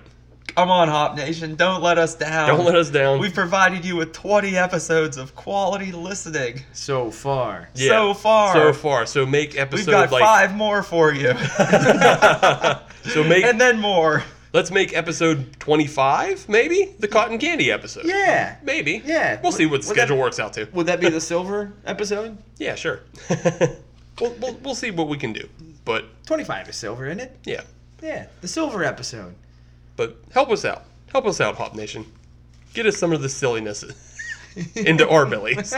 Speaker 1: Come on, Hop Nation, don't let us down.
Speaker 3: Don't let us down.
Speaker 1: Um, We've provided you with 20 episodes of quality listening
Speaker 2: So far.
Speaker 3: Yeah.
Speaker 1: so far.
Speaker 3: So far. So make
Speaker 1: We've
Speaker 3: episode
Speaker 1: got [laughs]
Speaker 3: like
Speaker 1: five more for you,
Speaker 3: [laughs] so make
Speaker 1: and then more.
Speaker 3: Let's make episode 25, maybe? The cotton candy episode.
Speaker 2: Yeah.
Speaker 3: Maybe.
Speaker 2: Yeah.
Speaker 3: We'll see what the
Speaker 2: Would that-
Speaker 3: schedule works out to.
Speaker 2: Would that be the silver episode?
Speaker 3: Yeah, sure. [laughs] we'll, we'll, we'll see what we can do. But,
Speaker 2: 25 is silver, isn't it?
Speaker 3: yeah.
Speaker 2: Yeah, the silver episode.
Speaker 3: But help us out. Help us out, Hop Nation. Get us some of the silliness [laughs]
Speaker 2: [laughs]
Speaker 3: into
Speaker 1: [laughs]
Speaker 3: our bellies.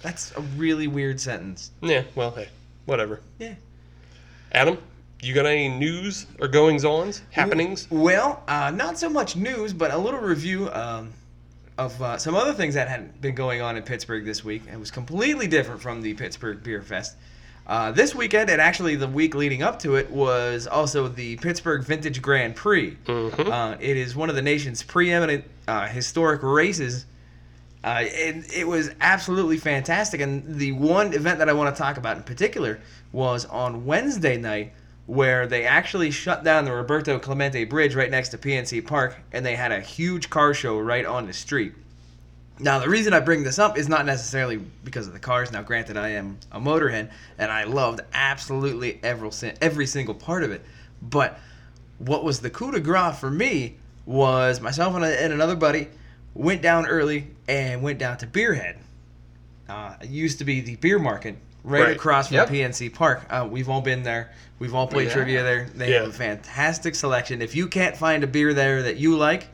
Speaker 2: That's a really weird sentence.
Speaker 3: yeah, well, hey, whatever.
Speaker 2: Yeah.
Speaker 3: Adam, you got any news or goings ons, happenings?
Speaker 2: Well, uh, not so much news, but a little review um, of uh, some other things that had been going on in Pittsburgh this week. It was completely different from the Pittsburgh Beer Fest. Uh, this weekend, and actually the week leading up to it, was also the Pittsburgh Vintage Grand Prix.
Speaker 3: Mhm.
Speaker 2: Uh, it is one of the nation's preeminent uh, historic races. Uh, and it was absolutely fantastic. And the one event that I want to talk about in particular was on Wednesday night, where they actually shut down the Roberto Clemente Bridge right next to PNC Park, and they had a huge car show right on the street. Now, the reason I bring this up is not necessarily because of the cars. Now, granted, I am a motorhead, and I loved absolutely every, sin- every single part of it. But what was the coup de grace for me was myself and, a, and another buddy went down early and went down to Beerhead. Uh, it used to be the beer market right,
Speaker 3: Right.
Speaker 2: across from
Speaker 1: Yep.
Speaker 2: PNC Park. Uh, we've all been there. We've all played
Speaker 1: Yeah.
Speaker 2: trivia there. They have a
Speaker 3: Yeah.
Speaker 2: fantastic selection. If you can't find a beer there that you like,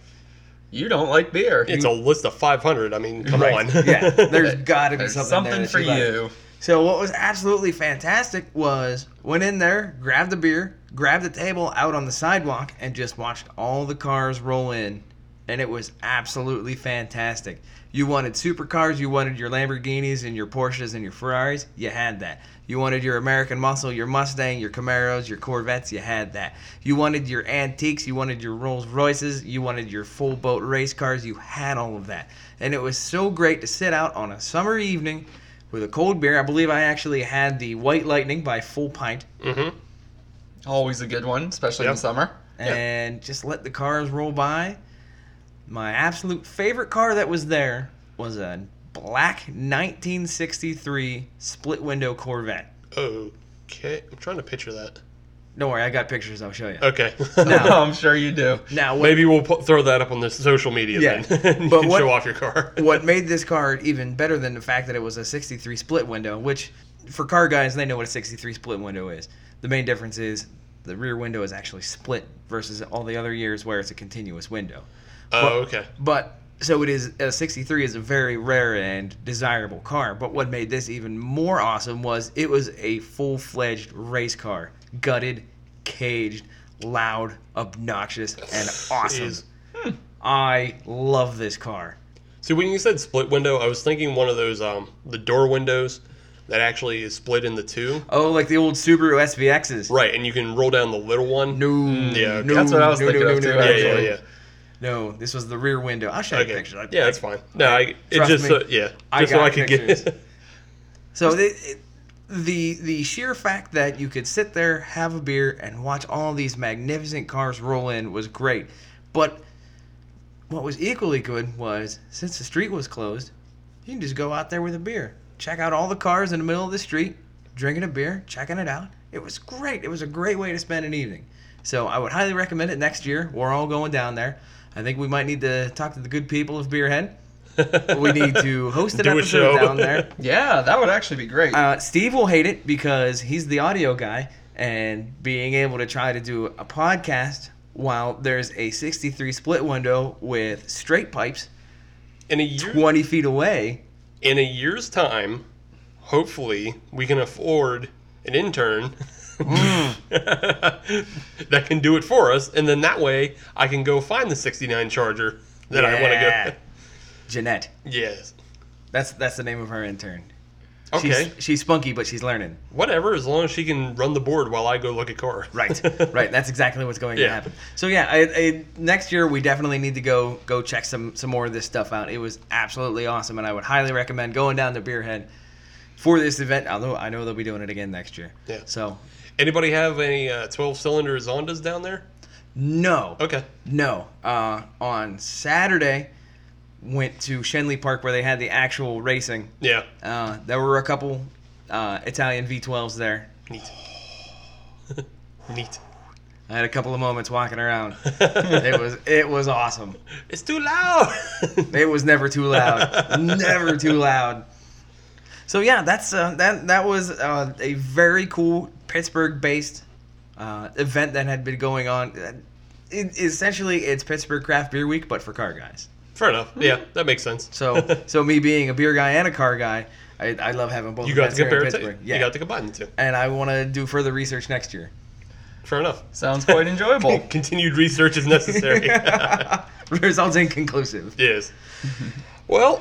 Speaker 1: You don't like beer.
Speaker 3: It's a list of 500. I mean, come
Speaker 2: Right.
Speaker 3: on.
Speaker 2: [laughs] Yeah, there's got to be
Speaker 1: There's
Speaker 2: something,
Speaker 1: something,
Speaker 2: there that
Speaker 1: for
Speaker 2: like.
Speaker 1: you.
Speaker 2: So what was absolutely fantastic was went in there, grabbed a beer, grabbed a table out on the sidewalk, and just watched all the cars roll in, and it was absolutely fantastic. You wanted supercars, you wanted your Lamborghinis and your Porsches and your Ferraris, you had that. You wanted your American Muscle, your Mustang, your Camaros, your Corvettes, you had that. You wanted your antiques, you wanted your Rolls Royces, you wanted your full boat race cars, you had all of that. And it was so great to sit out on a summer evening with a cold beer. I believe I actually had the White Lightning by Full Pint
Speaker 3: [laughs] Mm-hmm.
Speaker 1: Always a good one, especially in
Speaker 3: Yep.
Speaker 1: the summer.
Speaker 3: [laughs] Yeah.
Speaker 2: and just let the cars roll by. My absolute favorite car that was there was a black 1963 split window Corvette.
Speaker 3: Okay. I'm trying to picture that.
Speaker 2: Don't worry, I got pictures I'll show you.
Speaker 3: Okay. [laughs]
Speaker 1: [laughs]
Speaker 2: Now-
Speaker 1: I'm sure you do.
Speaker 2: Now, what,
Speaker 3: Maybe we'll put, throw that up on the social media
Speaker 2: Yeah.
Speaker 3: then. [laughs] you
Speaker 2: But
Speaker 3: can
Speaker 2: what-
Speaker 3: show off your car.
Speaker 2: [laughs]
Speaker 3: [laughs]
Speaker 2: what made this car even better than the fact that it was a 63 split window, which for car guys, they know what a 63 split window is. The main difference is the rear window is actually split versus all the other years where it's a continuous window.
Speaker 3: Oh, okay.
Speaker 2: But so it is a 63 is a very rare and desirable car. But what made this even more awesome was it was a full-fledged race car, gutted, caged, loud, obnoxious, and awesome.
Speaker 3: Jeez. Hmm.
Speaker 2: I love this car.
Speaker 3: See, when you said split window, I was thinking one of those, um, the door windows that actually is split into two.
Speaker 2: Oh, like the old Subaru SVXs.
Speaker 3: Right, and you can roll down the little one.
Speaker 2: No,
Speaker 3: yeah, okay.
Speaker 2: no,
Speaker 1: That's what I was
Speaker 2: no,
Speaker 1: thinking
Speaker 2: no,
Speaker 1: of
Speaker 2: no,
Speaker 1: too,
Speaker 2: no,
Speaker 3: Yeah,
Speaker 1: actually.
Speaker 3: yeah,
Speaker 2: no.
Speaker 3: yeah.
Speaker 2: No, this was the rear window. I'll show you
Speaker 3: Okay.
Speaker 2: pictures. I-
Speaker 3: Yeah, that's fine. No, I, it
Speaker 2: Trust
Speaker 3: just,
Speaker 2: me.
Speaker 3: so, yeah,
Speaker 2: I
Speaker 3: just so
Speaker 2: got
Speaker 3: I could
Speaker 2: pictures.
Speaker 3: get.
Speaker 2: So the, it, the the sheer fact that you could sit there, have a beer, and watch all these magnificent cars roll in was great. But what was equally good was since the street was closed, you can just go out there with a beer, check out all the cars in the middle of the street, drinking a beer, checking it out. It was great. It was a great way to spend an evening. So I would highly recommend it next year. We're all going down there. I think we might need to talk to the good people of Beerhead.
Speaker 3: [laughs]
Speaker 2: We need to host an
Speaker 3: Do a
Speaker 2: episode
Speaker 3: show.
Speaker 2: down there.
Speaker 1: Yeah, that would actually be great.
Speaker 2: Uh, Steve will hate it because he's the audio guy, and being able to try to do a podcast while there's a 63 split window with straight pipes
Speaker 3: in a year,
Speaker 2: 20 feet away.
Speaker 3: in a year's time, hopefully, we can afford an intern [laughs] that can do it for us, and then that way I can go find the '69 Charger that I
Speaker 2: Yeah.
Speaker 3: want
Speaker 2: Jeanette,
Speaker 3: to go. [laughs] yes.
Speaker 2: that's that's the name of her intern.
Speaker 3: Okay.
Speaker 2: She's, she's spunky, but she's learning.
Speaker 3: Whatever, as long as she can run the board while I go look at car.
Speaker 2: Right, right. That's exactly what's going to
Speaker 3: Yeah.
Speaker 2: happen. So yeah, I, I, next year we definitely need to go go check some some more of this stuff out. It was absolutely awesome, and I would highly recommend going down to Beerhead for this event. Although I know they'll be doing it again next year.
Speaker 3: Yeah.
Speaker 2: So
Speaker 3: [laughs] Anybody have any uh, 12 cylinder Zondas down there?
Speaker 2: no,
Speaker 3: Okay.
Speaker 2: no. Uh, on Saturday, went to Shenley Park where they had the actual racing.
Speaker 3: Yeah.
Speaker 2: Uh, there were a couple uh, Italian V12s there.
Speaker 3: [laughs] Neat. Neat.
Speaker 2: I had a couple of moments walking
Speaker 3: [laughs]
Speaker 2: around. it was it was awesome.
Speaker 3: It's too loud. [laughs]
Speaker 2: It was never too loud. never too loud. So yeah, that's uh, that. That was uh, a very cool Pittsburgh-based uh, event that had been going on. It, essentially, it's Pittsburgh Craft Beer Week, but for car guys.
Speaker 3: Fair enough. Yeah, that makes sense. [laughs]
Speaker 2: So, so me being a beer guy and a car guy, I, I love having both.
Speaker 3: you got
Speaker 2: events
Speaker 3: to
Speaker 2: here in
Speaker 3: compare it to.
Speaker 2: Pittsburgh.
Speaker 3: You
Speaker 2: Yeah,
Speaker 3: got to combine the two.
Speaker 2: and I want to do further research next year.
Speaker 3: Fair enough.
Speaker 1: Sounds quite [laughs] enjoyable.
Speaker 3: Continued research
Speaker 2: [laughs]
Speaker 3: is necessary.
Speaker 2: Results inconclusive.
Speaker 3: [laughs] yes. Well,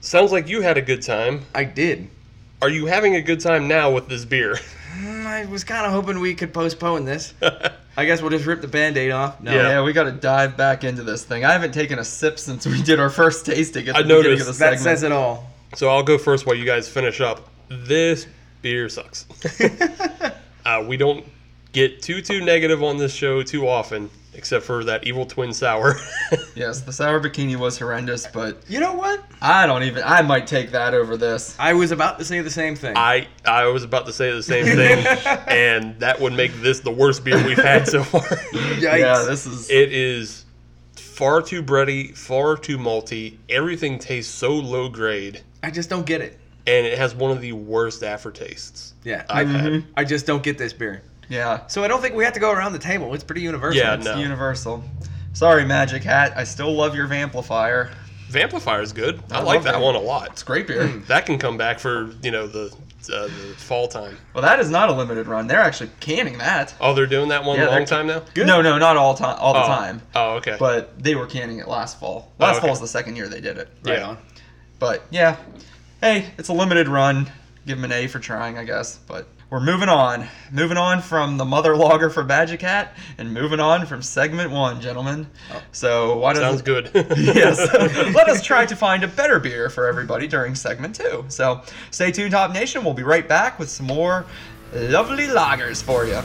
Speaker 3: sounds like you had a good time.
Speaker 2: I did.
Speaker 3: Are you having a good time now with this beer? [laughs]
Speaker 2: Mm, I was kind of hoping we could postpone this. I guess we'll just rip the band-aid off. No,
Speaker 3: [laughs] Yeah.
Speaker 1: Yeah, we got to dive back into this thing. I haven't taken a sip since we did our first tasting at the
Speaker 3: I
Speaker 1: beginning
Speaker 3: noticed.
Speaker 1: of the
Speaker 2: that
Speaker 1: segment.
Speaker 2: says it all.
Speaker 3: So I'll go first while you guys finish up. This beer sucks. uh, we don't get too too negative on this show too often, except for that evil twin sour. [laughs]
Speaker 1: yes, the sour bikini was horrendous, but
Speaker 2: You know what?
Speaker 1: I don't even. I might take that over this.
Speaker 2: I was about to say the same thing. [laughs]
Speaker 3: I I was about to say the same thing, and that would make this the worst beer we've had so far.
Speaker 2: Yikes.
Speaker 1: Yeah, this is.
Speaker 3: It is far too bready, far too malty. Everything tastes so low grade,
Speaker 2: I just don't get it.
Speaker 3: and it has one of the worst aftertastes
Speaker 2: Yeah, I,
Speaker 3: I've had.
Speaker 2: I just don't get this beer.
Speaker 1: yeah,
Speaker 2: So I don't think we have to go around the table. It's pretty universal.
Speaker 3: Yeah,
Speaker 1: it's
Speaker 3: no.
Speaker 1: universal. Sorry, Magic Hat. I still love your Vamplifier.
Speaker 3: Vamplifier is good. I,
Speaker 1: I
Speaker 3: like
Speaker 1: love
Speaker 3: that
Speaker 1: it.
Speaker 3: one a lot.
Speaker 1: It's great beer.
Speaker 3: That can come back for you know the uh, the fall time.
Speaker 1: well, that is not a limited run. They're actually canning that.
Speaker 3: Oh, they're doing that one
Speaker 1: Yeah,
Speaker 3: a long
Speaker 1: they're-
Speaker 3: time now.
Speaker 1: Good. No, no, not all time. All the
Speaker 3: oh.
Speaker 1: time.
Speaker 3: Oh, okay.
Speaker 1: But they were canning it last fall. Last
Speaker 3: okay.
Speaker 1: fall's the second year they did it.
Speaker 2: Right
Speaker 3: Yeah.
Speaker 2: on.
Speaker 1: But yeah, hey, it's a limited run. Give him an A for trying, I guess. But we're moving on. Moving on from the mother logger for Badger Cat and moving on from segment one, gentlemen. So why
Speaker 3: Sounds
Speaker 1: does
Speaker 3: good.
Speaker 1: [laughs]
Speaker 3: [laughs]
Speaker 1: yes. Let us try to find a better beer for everybody during segment two. So stay tuned, Top Nation. We'll be right back with some more lovely lagers for you.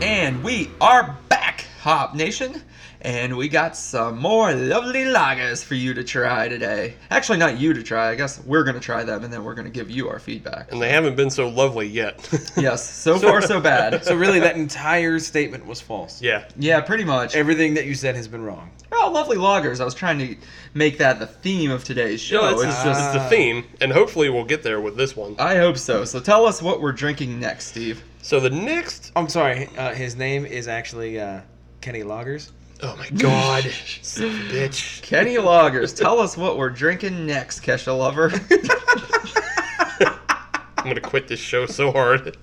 Speaker 1: And we are back, Hop Nation, and we got some more lovely lagers for you to try today. Actually, not you to try. I guess we're gonna try them, and then we're gonna give you our feedback.
Speaker 3: and they haven't been so lovely yet. [laughs]
Speaker 1: Yes, so far so bad.
Speaker 2: So really, that entire statement was false.
Speaker 3: yeah.
Speaker 1: yeah, pretty much.
Speaker 2: Everything that you said has been wrong.
Speaker 1: Oh, lovely lagers. I was trying to make that the theme of today's show.
Speaker 3: No, it's,
Speaker 1: It's
Speaker 3: it's,
Speaker 1: just- Uh,
Speaker 3: the theme, and hopefully we'll get there with this one.
Speaker 1: I hope so. So tell us what we're drinking next, Steve.
Speaker 3: So the next,
Speaker 2: I'm sorry. Uh, his name is actually uh, Kenny Loggers.
Speaker 3: oh my god, son of a bitch.
Speaker 1: Kenny Loggers, tell us what we're drinking next, Kesha Lover. [laughs]
Speaker 3: I'm gonna quit this show so hard.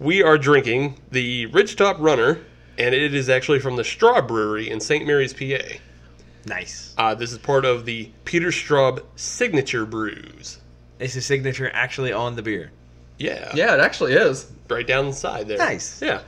Speaker 3: We are drinking the Ridgetop Runner, and it is actually from the Straw Brewery in St. Mary's, PA.
Speaker 2: Nice.
Speaker 3: Uh, this is part of the Peter Straub Signature Brews.
Speaker 2: It's his signature actually on the beer.
Speaker 3: Yeah,
Speaker 1: yeah, it actually is.
Speaker 3: right down the side there.
Speaker 2: Nice.
Speaker 3: Yeah,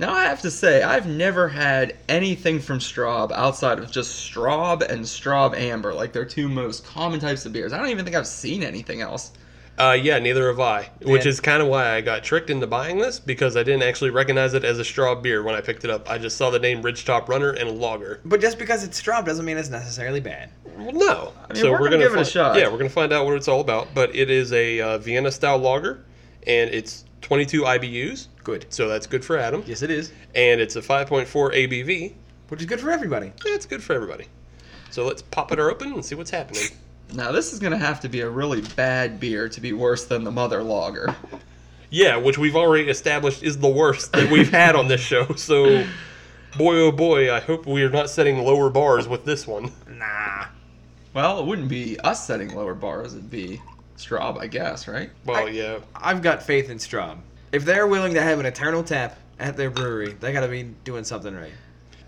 Speaker 1: Now I have to say, I've never had anything from Straub outside of just Straub and Straub Amber, like they're two most common types of beers. I don't even think I've seen anything else.
Speaker 3: uh, yeah. Neither have I, which
Speaker 2: Yeah.
Speaker 3: is kind of why I got tricked into buying this because I didn't actually recognize it as a straw beer when I picked it up. I just saw the name Ridgetop Runner and a lager.
Speaker 2: But just because it's straw doesn't mean it's necessarily bad.
Speaker 3: Well, no.
Speaker 1: I mean, we're gonna give it a
Speaker 3: find,
Speaker 1: shot.
Speaker 3: Yeah, we're gonna find out what it's all about. But it is a uh, Vienna style lager, and it's 22 IBUs,
Speaker 2: Good.
Speaker 3: so that's good for Adam.
Speaker 2: Yes, it is.
Speaker 3: And it's a 5.4 ABV.
Speaker 2: Which is good for everybody.
Speaker 3: That's good for everybody. So let's pop it open and see
Speaker 1: [laughs]
Speaker 3: what's happening.
Speaker 1: Now this is gonna have to be a really bad beer to be worse than the Mother Lager.
Speaker 3: Yeah, which we've already established is the worst that we've had on this show. [laughs] So, boy oh boy, I hope we are not setting lower bars with this one.
Speaker 2: Nah.
Speaker 1: Well, it wouldn't be us setting lower bars; it'd be Straub, I guess, right?
Speaker 3: Well,
Speaker 2: I-
Speaker 3: yeah,
Speaker 2: I've got faith in Straub. If they're willing to have an eternal tap at their brewery, they got to be doing something right.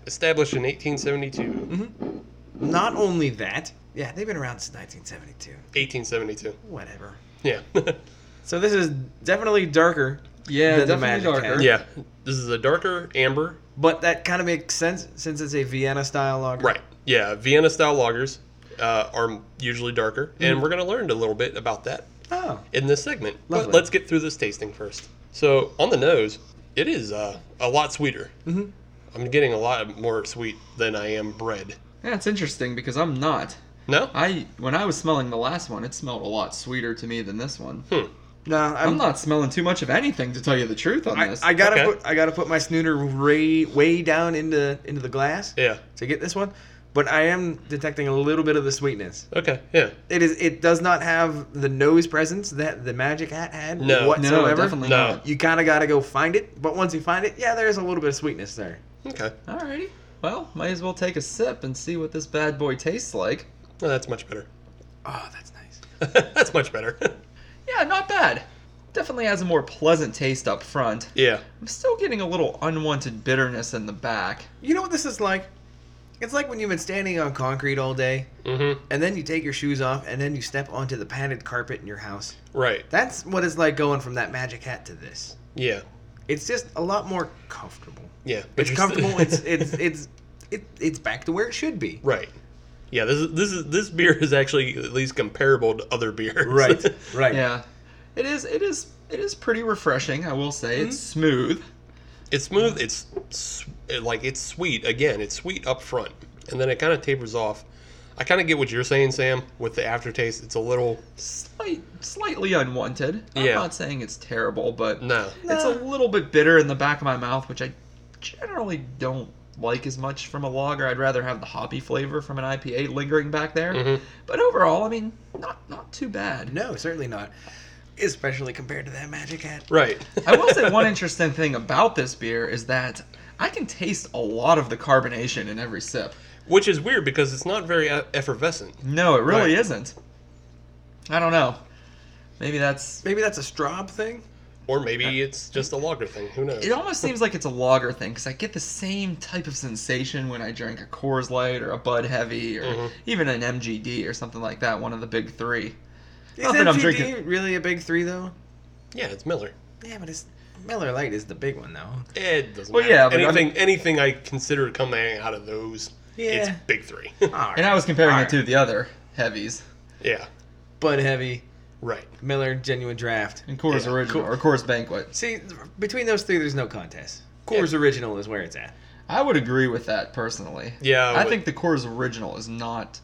Speaker 3: established in 1872,
Speaker 2: Not only that, yeah, they've been around since 1972.
Speaker 3: 1872.
Speaker 2: Whatever.
Speaker 3: Yeah, [laughs]
Speaker 2: So this is definitely darker,
Speaker 1: Yeah,
Speaker 2: Then the magic hat.
Speaker 3: yeah. This is a darker amber,
Speaker 2: but that kind of makes sense since it's a Vienna style lager.
Speaker 3: right? yeah, Vienna style lagers uh, are usually darker, and
Speaker 2: Mm.
Speaker 3: we're going to learn a little bit about that
Speaker 2: Oh.
Speaker 3: in this segment.
Speaker 2: Lovely.
Speaker 3: But let's get through this tasting first. So on the nose, it is uh, a lot sweeter. Mm-hmm. I'm getting a lot more sweet than I am bread.
Speaker 1: Yeah, it's interesting because I'm not.
Speaker 3: No,
Speaker 2: Uh.
Speaker 1: I when I was smelling the last one, it smelled a lot sweeter to me than this one.
Speaker 3: Hmm,
Speaker 2: No, I'm,
Speaker 1: I'm not smelling too much of anything to tell you the truth on
Speaker 2: I,
Speaker 1: this.
Speaker 2: I gotta
Speaker 3: Okay.
Speaker 2: put I gotta put my snooter way way down into into the glass
Speaker 3: yeah,
Speaker 2: to get this one, but I am detecting a little bit of the sweetness.
Speaker 3: okay, yeah,
Speaker 2: It is it does not have the nose presence that the magic hat had
Speaker 3: No. No,
Speaker 1: no,
Speaker 2: whatsoever.
Speaker 1: definitely
Speaker 3: No.
Speaker 1: not.
Speaker 2: You kind of gotta go find it, but once you find it, yeah, there's a little bit of sweetness there.
Speaker 3: okay.
Speaker 1: Alrighty. Well, might as well take a sip and see what this bad boy tastes like.
Speaker 3: Well, that's much better. [laughs]
Speaker 2: Oh, that's nice.
Speaker 3: that's much better. [laughs]
Speaker 1: Yeah, not bad. Definitely has a more pleasant taste up front.
Speaker 3: yeah,
Speaker 1: I'm still getting a little unwanted bitterness in the back.
Speaker 2: You know what this is like? It's like when you've been standing on concrete all day,
Speaker 3: mm-hmm.
Speaker 2: and then you take your shoes off, and then you step onto the padded carpet in your house.
Speaker 3: right.
Speaker 2: That's what it's like going from that magic hat to this.
Speaker 3: Yeah,
Speaker 2: It's just a lot more comfortable.
Speaker 3: yeah. But
Speaker 2: It's
Speaker 3: you're
Speaker 2: comfortable.
Speaker 3: still- [laughs]
Speaker 2: [laughs] it's it's it's it, it's back to where it should be.
Speaker 3: right. Yeah, this is this is this beer is actually at least comparable to other
Speaker 2: [laughs]
Speaker 3: beers. [laughs]
Speaker 2: Right.
Speaker 1: Yeah. It is it is it is pretty refreshing, I will say. It's
Speaker 3: Mm-hmm.
Speaker 1: smooth.
Speaker 3: It's smooth. It's s- like it's sweet. Again, it's sweet up front, and then it kind of tapers off. I kind of get what you're saying, Sam, with the aftertaste. It's a little
Speaker 1: Slight, slightly unwanted. I'm
Speaker 3: Yeah.
Speaker 1: not saying it's terrible, but
Speaker 3: no.
Speaker 1: it's a little bit bitter in the back of my mouth, which I generally don't like as much from a lager. I'd rather have the hoppy flavor from an IPA lingering back there.
Speaker 3: Mhm.
Speaker 1: But overall, I mean, not not too bad.
Speaker 2: No, certainly not. Especially compared to that magic hat.
Speaker 3: Right. [laughs]
Speaker 1: I will say one interesting thing about this beer is that I can taste a lot of the carbonation in every sip.
Speaker 3: Which is weird because it's not very e- effervescent.
Speaker 1: No, it really
Speaker 2: Right.
Speaker 1: isn't. I don't know. Maybe that's.
Speaker 2: Maybe that's a Straub thing.
Speaker 3: Or maybe it's just a lager thing. Who knows?
Speaker 1: It almost seems like it's a lager thing because I get the same type of sensation when I drink a Coors Light or a Bud Heavy or
Speaker 3: Mhm.
Speaker 1: even an MGD or something like that, one of the big three.
Speaker 2: Is
Speaker 1: Not that I'm
Speaker 2: MGD
Speaker 1: drinking-
Speaker 2: really a big three though?
Speaker 3: Yeah, it's Miller.
Speaker 2: Yeah, but it's Miller Lite is the big one though.
Speaker 3: It doesn't
Speaker 1: Well,
Speaker 3: matter.
Speaker 1: yeah, but I'm-
Speaker 3: anything anything I consider coming out of those, it's
Speaker 2: Yeah.
Speaker 3: big three. [laughs]
Speaker 2: All
Speaker 1: And I was comparing
Speaker 2: All
Speaker 1: it to the other heavies
Speaker 3: yeah.
Speaker 2: Bud Heavy,
Speaker 3: Right.
Speaker 2: Miller Genuine Draft.
Speaker 1: and Coors
Speaker 3: Yeah,
Speaker 1: Original or Coors Banquet.
Speaker 2: See, between those three, there's no contest.
Speaker 3: Yeah.
Speaker 2: Coors Original is where it's at.
Speaker 1: I would agree with that personally.
Speaker 3: Yeah.
Speaker 1: I
Speaker 3: but
Speaker 1: think the Coors Original is not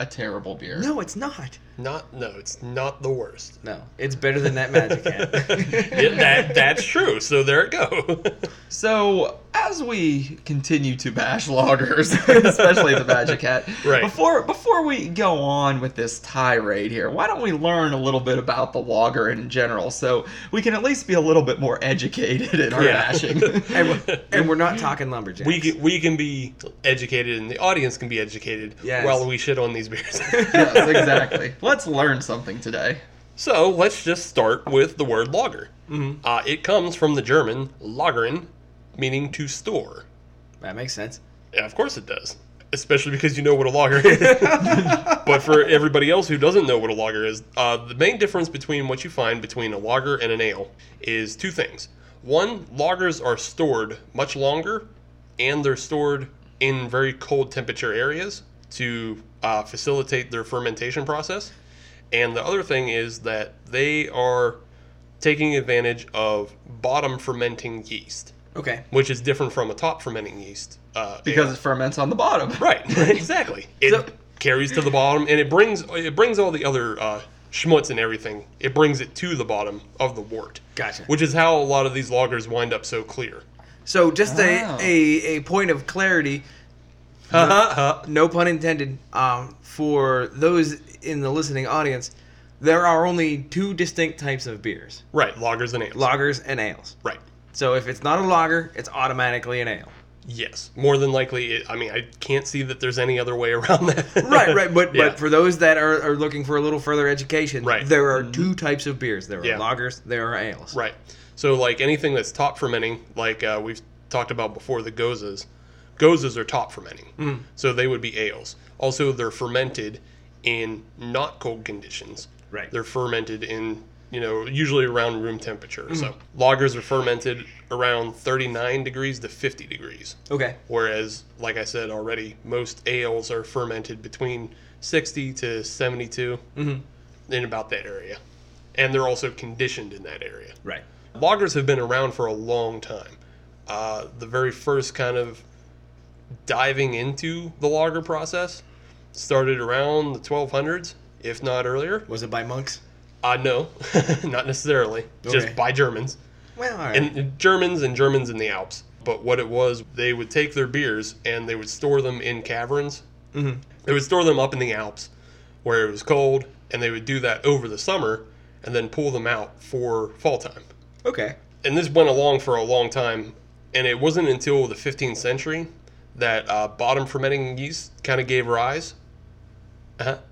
Speaker 1: a terrible beer.
Speaker 2: No, it's not.
Speaker 3: not. No, it's not the worst.
Speaker 2: No, it's better than that magic hat.
Speaker 3: [laughs] Yeah, that that's true. So there it [laughs] go.
Speaker 1: So, as we continue to bash [laughs] loggers, especially the Magic Hat,
Speaker 3: Right.
Speaker 1: before before we go on with this tirade here, why don't we learn a little bit about the logger in general so we can at least be a little bit more educated in our
Speaker 3: Yeah.
Speaker 1: bashing?
Speaker 2: [laughs]
Speaker 1: [laughs]
Speaker 2: and, we're, and we're not talking lumberjacks.
Speaker 3: we can, we can be educated and the audience can be educated
Speaker 2: Yes.
Speaker 3: while we shit on these beers.
Speaker 1: yes, exactly. Let's learn something today.
Speaker 3: so let's just start with the word lager.
Speaker 2: Mhm.
Speaker 3: Uh, it comes from the German lagern, meaning to store.
Speaker 2: That makes sense.
Speaker 3: Yeah, of course it does, especially because you know what a lager is. but for everybody else who doesn't know what a lager is, uh, the main difference between what you find between a lager and an ale is two things. One, lagers are stored much longer, and they're stored in very cold temperature areas to uh, facilitate their fermentation process. And the other thing is that they are taking advantage of bottom fermenting yeast,
Speaker 2: Okay.
Speaker 3: which is different from a top fermenting yeast. Uh,
Speaker 1: Because it ferments on the bottom.
Speaker 3: [laughs] Right, exactly. It
Speaker 1: So-
Speaker 3: carries to the bottom, and it brings it brings all the other uh, schmutz and everything. It brings it to the bottom of the wort,
Speaker 2: Gotcha.
Speaker 3: which is how a lot of these loggers wind up so
Speaker 2: [laughs]
Speaker 3: clear.
Speaker 2: So just
Speaker 1: Oh.
Speaker 2: a, a a point of clarity, no pun intended. Um, for those in the listening audience, there are only two distinct types of beers:
Speaker 3: right, loggers and ales.
Speaker 2: lagers and ales.
Speaker 3: right.
Speaker 2: So if it's not a lager, it's automatically an ale.
Speaker 3: Yes, more than likely. It, I mean, I can't see that there's any other way [laughs] around that.
Speaker 2: Right, right. But
Speaker 3: [laughs] Yeah.
Speaker 2: but for those that are, are looking for a little further education,
Speaker 3: Right. Mm-hmm.
Speaker 2: there are two types of beers: there are
Speaker 3: Yeah.
Speaker 2: lagers, there are ales.
Speaker 3: Right. So like anything that's top fermenting, like uh, we've talked about before, the gozas, gozas are top fermenting. So they would be ales. Also, they're fermented in not cold conditions.
Speaker 2: Right.
Speaker 3: They're fermented in you know, usually around room temperature. So lagers are fermented around 39 degrees to 50 degrees.
Speaker 2: Okay.
Speaker 3: Whereas, like I said already, most ales are fermented between 60 to 72 in about that area. And they're also conditioned in that area.
Speaker 2: Right.
Speaker 3: Lagers have been around for a long time. Uh, the very first kind of diving into the lager process started around the 1200s, if not earlier.
Speaker 2: Was it by monks?
Speaker 3: Uh, no, [laughs] not necessarily,
Speaker 2: Okay.
Speaker 3: just by Germans
Speaker 2: Well, all right.
Speaker 3: and Germans and Germans in the Alps. But what it was, they would take their beers and they would store them in caverns.
Speaker 2: Mhm.
Speaker 3: They would store them up in the Alps where it was cold, and they would do that over the summer and then pull them out for fall time.
Speaker 2: okay.
Speaker 3: And this went along for a long time, and it wasn't until the 15th century that uh, bottom fermenting yeast kind of gave rise. Uh-huh. [laughs]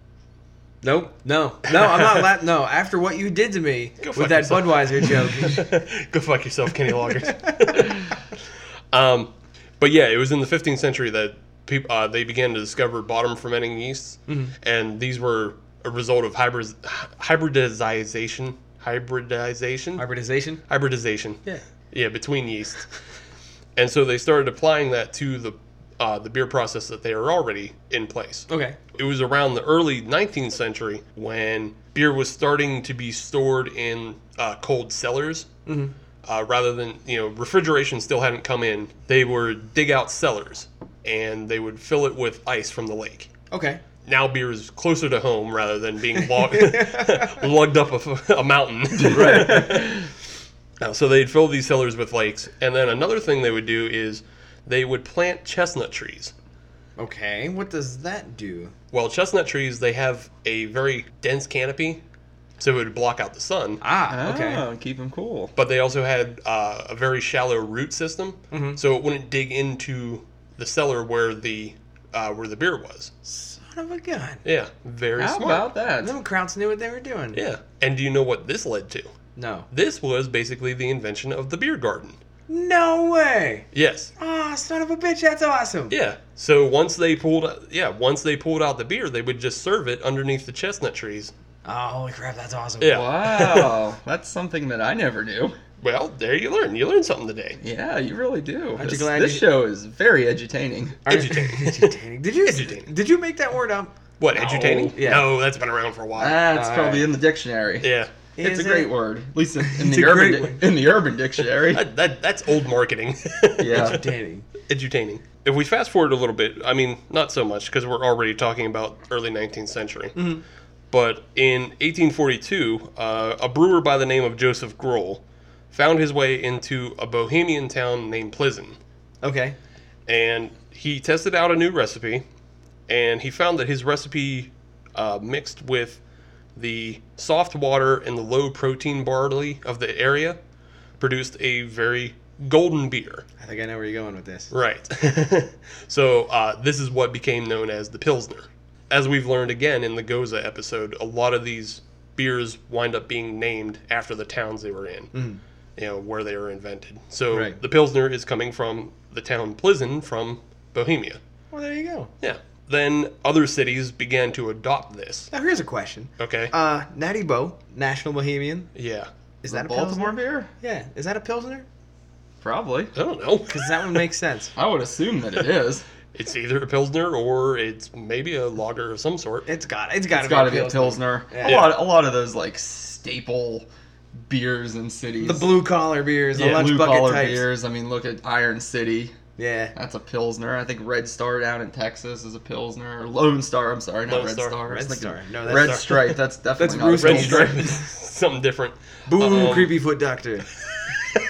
Speaker 2: Nope. No. No, I'm not. La- no. After what you did to me
Speaker 3: Go
Speaker 2: with
Speaker 3: fuck
Speaker 2: that
Speaker 3: yourself.
Speaker 2: Budweiser
Speaker 3: [laughs]
Speaker 2: joke.
Speaker 3: Go fuck yourself, Kenny Loggers. [laughs] um, but yeah, it was in the 15th century that peop- uh, they began to discover bottom fermenting yeasts, and these were a result of hybrid- hybridization. Hybridization?
Speaker 2: Hybridization.
Speaker 3: hybridization.
Speaker 2: Yeah.
Speaker 3: Yeah, between yeasts. and so they started applying that to the uh, the beer process that they were already in place
Speaker 2: Okay.
Speaker 3: it was around the early 19th century when beer was starting to be stored in uh, cold cellars uh, rather than you know refrigeration still hadn't come in they were dig out cellars and they would fill it with ice from the lake
Speaker 2: Okay.
Speaker 3: now beer is closer to home rather than being log- [laughs] lugged up a, f- a mountain
Speaker 1: [laughs]
Speaker 3: Uh, so they'd fill these cellars with lakes and then another thing they would do is they would plant chestnut trees
Speaker 2: Okay. What does that do?
Speaker 3: well, chestnut trees they have a very dense canopy, so it would block out the sun.
Speaker 2: Ah. Okay.
Speaker 1: Ah, keep them cool.
Speaker 3: But they also had uh, a very shallow root system,
Speaker 2: Mm-hmm.
Speaker 3: so it wouldn't dig into the cellar where the uh, where the beer was.
Speaker 2: Son of a gun.
Speaker 3: Yeah, very
Speaker 1: How
Speaker 3: smart.
Speaker 1: about that?
Speaker 2: Them Krauts knew what they were doing.
Speaker 3: Yeah, and do you know what this led to?
Speaker 2: No.
Speaker 3: This was basically the invention of the beer garden.
Speaker 2: No way.
Speaker 3: Yes.
Speaker 2: Ah, son of a bitch. That's awesome.
Speaker 3: Yeah. So once they pulled, yeah, once they pulled out the beer, they would just serve it underneath the chestnut trees.
Speaker 2: Oh, holy crap. That's
Speaker 1: [laughs]
Speaker 2: awesome.
Speaker 3: Yeah.
Speaker 1: Wow, that's something that I never knew.
Speaker 3: Well, there you learn. You learn something today.
Speaker 1: Yeah, you really do.
Speaker 2: you
Speaker 1: This,
Speaker 2: glad
Speaker 1: this
Speaker 2: you-
Speaker 1: show is very edutaining.
Speaker 2: Are-
Speaker 3: Edutaining.
Speaker 2: edutaining. Did you
Speaker 3: Edutaining.
Speaker 2: did you make that word up?
Speaker 3: What, edutaining?
Speaker 2: Yeah.
Speaker 3: No, that's been around for a while.
Speaker 1: Ah, it's
Speaker 2: All
Speaker 1: probably
Speaker 2: right.
Speaker 1: in the dictionary.
Speaker 3: yeah.
Speaker 1: It's
Speaker 2: Is
Speaker 1: a great
Speaker 2: [laughs] it?
Speaker 1: word, at least in, in
Speaker 2: It's
Speaker 1: the
Speaker 2: a
Speaker 1: urban
Speaker 2: great
Speaker 1: di-
Speaker 2: word.
Speaker 1: in the urban
Speaker 2: [laughs]
Speaker 1: dictionary.
Speaker 3: That, that, that's old marketing.
Speaker 1: yeah,
Speaker 2: Edutaining.
Speaker 3: edutaining. If we fast forward a little bit, I mean, not so much because we're already talking about early 19th century. But in 1842, uh, a brewer by the name of Joseph Grohl found his way into a Bohemian town named Plizen.
Speaker 2: Okay.
Speaker 3: And he tested out a new recipe, and he found that his recipe uh, mixed with the soft water and the low protein barley of the area produced a very golden beer.
Speaker 2: I think I know where you're going with this.
Speaker 3: Right. [laughs] so uh, this is what became known as the Pilsner. As we've learned again in the Goza episode, a lot of these beers wind up being named after the towns they were in, you know, where they were invented. So
Speaker 2: Mm. Right.
Speaker 3: the Pilsner is coming from the town Plizen from Bohemia.
Speaker 2: Well, there you go.
Speaker 3: Yeah. Then other cities began to adopt this.
Speaker 2: Now here's a question.
Speaker 3: Okay.
Speaker 2: Uh, Natty Bo, National Bohemian.
Speaker 3: yeah.
Speaker 2: Is
Speaker 1: The
Speaker 2: that a
Speaker 1: Baltimore
Speaker 2: Pilsner?
Speaker 1: beer?
Speaker 2: Yeah. Is that a Pilsner?
Speaker 1: Probably.
Speaker 3: I don't know. [laughs]
Speaker 2: Because that would make sense.
Speaker 1: I would assume that
Speaker 2: [laughs]
Speaker 1: it is.
Speaker 3: It's either a Pilsner or it's maybe a lager of some sort.
Speaker 2: It's got. It's got
Speaker 1: It's got to be a Pilsner. A
Speaker 2: Yeah.
Speaker 1: lot, a lot of those like staple beers in cities.
Speaker 2: The blue collar beers, the
Speaker 1: yeah,
Speaker 2: lunch
Speaker 1: blue
Speaker 2: bucket
Speaker 1: collar
Speaker 2: types.
Speaker 1: beers. I mean, look at Iron City.
Speaker 2: Yeah.
Speaker 1: That's a Pilsner. I think Red Star down in Texas is a Pilsner. Or Lone Star, I'm sorry, not
Speaker 3: Lone
Speaker 1: Red
Speaker 3: Star.
Speaker 1: Star. I was thinking
Speaker 2: Red Star. No, [laughs] that's
Speaker 1: Red
Speaker 2: Star.
Speaker 1: Stripe, that's definitely not a
Speaker 2: Rooster
Speaker 3: Red
Speaker 1: Pilsner.
Speaker 3: Stripe is [laughs] something different.
Speaker 2: Boo,
Speaker 3: Um,
Speaker 2: creepy
Speaker 1: [laughs]
Speaker 2: foot doctor.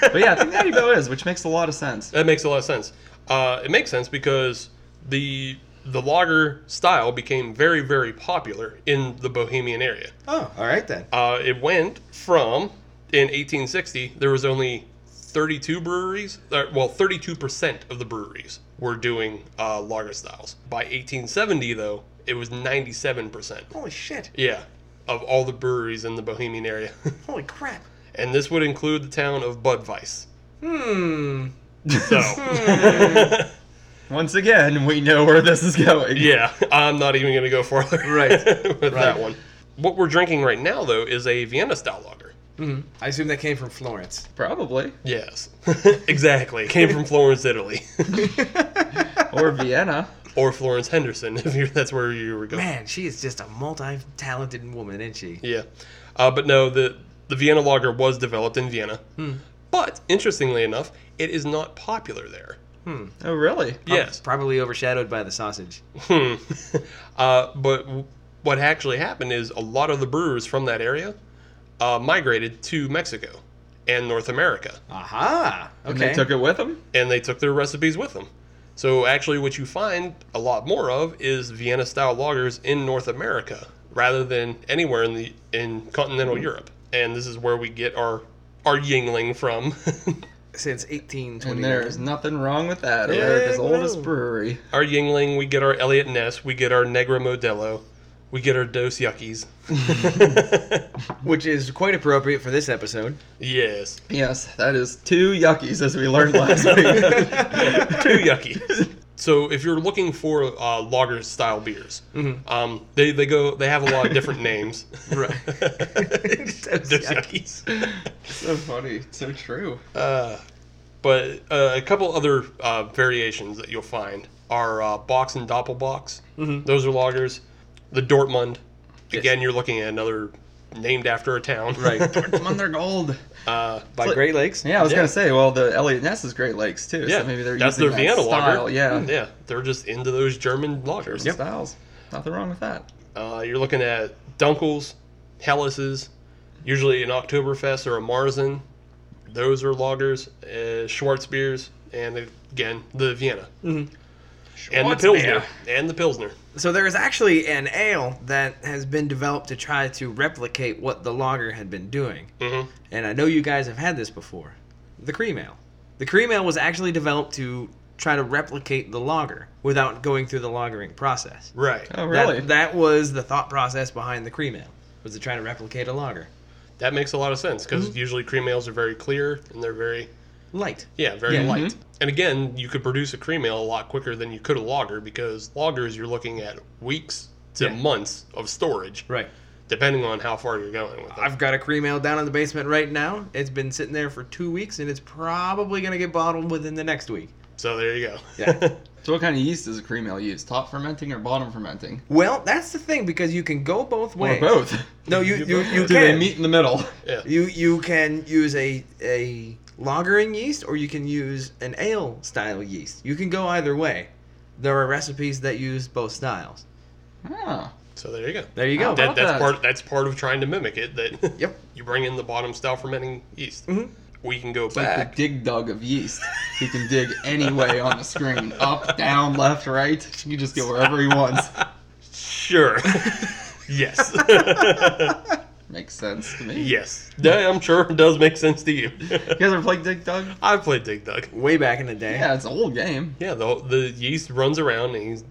Speaker 1: But yeah, I think Natty Bo is, which makes a lot of
Speaker 2: [laughs]
Speaker 1: sense.
Speaker 3: [laughs] That makes a lot of sense. Uh, it makes sense because the the lager style became very very popular in the Bohemian area.
Speaker 2: Oh, all right then.
Speaker 3: Uh, it went from in 1860 there was only 32 breweries. Uh, well, 32 percent of the breweries were doing uh, lager styles. By 1870 though, it was 97 percent.
Speaker 2: Holy shit.
Speaker 3: Yeah, of all the breweries in the Bohemian area, [laughs]
Speaker 2: Holy crap.
Speaker 3: and this would include the town of Budweiss.
Speaker 2: Hmm. [laughs]
Speaker 3: So.
Speaker 1: Once again, we know where this is going.
Speaker 3: [laughs] Yeah, I'm not even going to go farther [laughs]
Speaker 2: Right,
Speaker 3: with
Speaker 2: right.
Speaker 3: that one. What we're drinking right now, though, is a Vienna style lager.
Speaker 2: Mm-hmm. I assume that came from Florence.
Speaker 1: Probably.
Speaker 3: Yes, [laughs] exactly. It came from Florence, Italy, [laughs]
Speaker 1: Or Vienna.
Speaker 3: or Florence Henderson, [laughs] if you're, that's where you were going.
Speaker 2: Man, she is just a multi-talented woman, isn't she?
Speaker 3: Yeah, uh, but no, the the Vienna lager was developed in Vienna, but interestingly enough, it is not popular there.
Speaker 1: [laughs] Oh, really?
Speaker 3: Yes,
Speaker 2: Probably overshadowed by the sausage.
Speaker 3: Hmm. uh, but w- what actually happened is a lot of the brewers from that area uh, migrated to Mexico and North America,
Speaker 2: Aha!
Speaker 1: And
Speaker 2: Okay.
Speaker 1: they took it with them?
Speaker 3: and they took their recipes with them. So actually, what you find a lot more of is Vienna style lagers in North America rather than anywhere in the in continental Europe. And this is where we get our our Yingling from. [laughs]
Speaker 2: Since 1829.
Speaker 1: And there is nothing wrong with that.
Speaker 3: Yeah,
Speaker 1: America's
Speaker 3: no.
Speaker 1: oldest brewery.
Speaker 3: our Yingling, we get our Elliot Ness, we get our Negra Modelo, we get our Dos Yuckies.
Speaker 2: Which is quite appropriate for
Speaker 1: [laughs]
Speaker 2: this episode.
Speaker 3: [laughs]
Speaker 2: [laughs]
Speaker 3: yes. [laughs]
Speaker 1: Yes, that is two yuckies, as we learned [laughs] last week.
Speaker 3: too yucky. So if you're looking for uh, lager style beers, um, they, they go they have a lot of different names.
Speaker 2: Right.
Speaker 3: [laughs] Those [laughs] yuckies.
Speaker 1: so funny. So true.
Speaker 3: Uh, but uh, a couple other uh, variations that you'll find are uh, Box and Doppelbox.
Speaker 1: Mm-hmm.
Speaker 3: Those are lagers. The Dortmund. Again, you're looking at another named after a town.
Speaker 2: Right.
Speaker 1: Come on, they're gold.
Speaker 3: [laughs] uh,
Speaker 2: [laughs] By
Speaker 1: So-
Speaker 2: Great Lakes.
Speaker 1: Yeah, I was
Speaker 3: Yeah.
Speaker 1: gonna say. Well, the Elliot Ness is Great Lakes too.
Speaker 3: yeah,
Speaker 1: so maybe they're
Speaker 3: that's
Speaker 1: using
Speaker 3: their
Speaker 1: that
Speaker 3: Vienna
Speaker 1: style.
Speaker 3: lager.
Speaker 1: Yeah,
Speaker 3: yeah, they're just into those German lagers.
Speaker 1: styles. Nothing wrong with that.
Speaker 3: Uh, you're looking at Dunkels, Hellas's, usually an Oktoberfest or a Marzen. Those are lagers, uh, Schwarzbiers, and again, the Vienna. And the Pilsner. And the Pilsner.
Speaker 2: So there is actually an ale that has been developed to try to replicate what the lager had been doing.
Speaker 3: Mhm.
Speaker 2: And I know you guys have had this before. The cream ale. The cream ale was actually developed to try to replicate the lager without going through the lagering process.
Speaker 3: Right.
Speaker 1: Oh,
Speaker 2: That-
Speaker 1: really?
Speaker 2: That, was the thought process behind the cream ale, was to try to replicate a lager.
Speaker 3: That makes a lot of sense because
Speaker 2: Mm-hmm.
Speaker 3: usually cream ales are very clear and they're very,
Speaker 2: Light.
Speaker 3: yeah, very
Speaker 2: Yeah. Mm-hmm.
Speaker 3: light. And again, you could produce a cream ale a lot quicker than you could a lager because lagers you're looking at weeks to
Speaker 2: Yeah.
Speaker 3: months of storage,
Speaker 2: Right.
Speaker 3: depending on how far you're going with it.
Speaker 2: I've got a cream ale down in the basement right now. It's been sitting there for two weeks, and it's probably going to get bottled within the next week.
Speaker 3: So there you go.
Speaker 2: Yeah.
Speaker 1: So, what kind of yeast does a cream ale use? Top fermenting or bottom fermenting?
Speaker 2: Well, that's the thing because you can go both
Speaker 1: Or
Speaker 2: ways.
Speaker 1: both?
Speaker 2: No, you you, you
Speaker 1: [laughs] Do they
Speaker 2: can
Speaker 1: meet in the middle?
Speaker 3: yeah.
Speaker 2: you you can use a a lagering yeast or you can use an ale style yeast. You can go either way. There are recipes that use both styles. Oh,
Speaker 1: Ah.
Speaker 3: [laughs] So there you go.
Speaker 2: There you go.
Speaker 1: How
Speaker 3: That,
Speaker 1: about
Speaker 3: that's
Speaker 1: that?
Speaker 3: part. That's part of trying to mimic it. That [laughs]
Speaker 2: Yep.
Speaker 3: you bring in the bottom style fermenting yeast.
Speaker 2: Mhm.
Speaker 3: We can go
Speaker 1: Like the
Speaker 3: back.
Speaker 1: dig dug of yeast. He can dig any way on the screen. Up, down, left, right. He can just go wherever he
Speaker 3: [laughs]
Speaker 1: wants.
Speaker 2: [laughs]
Speaker 3: Sure. [laughs] yes.
Speaker 1: Makes sense to me.
Speaker 3: yes. Yeah, I'm sure it does make sense to you. [laughs]
Speaker 1: You guys ever played dig dug?
Speaker 3: I played Dig Dug.
Speaker 2: Way back in the day.
Speaker 1: Yeah, it's an old game.
Speaker 3: Yeah. The the yeast runs around and he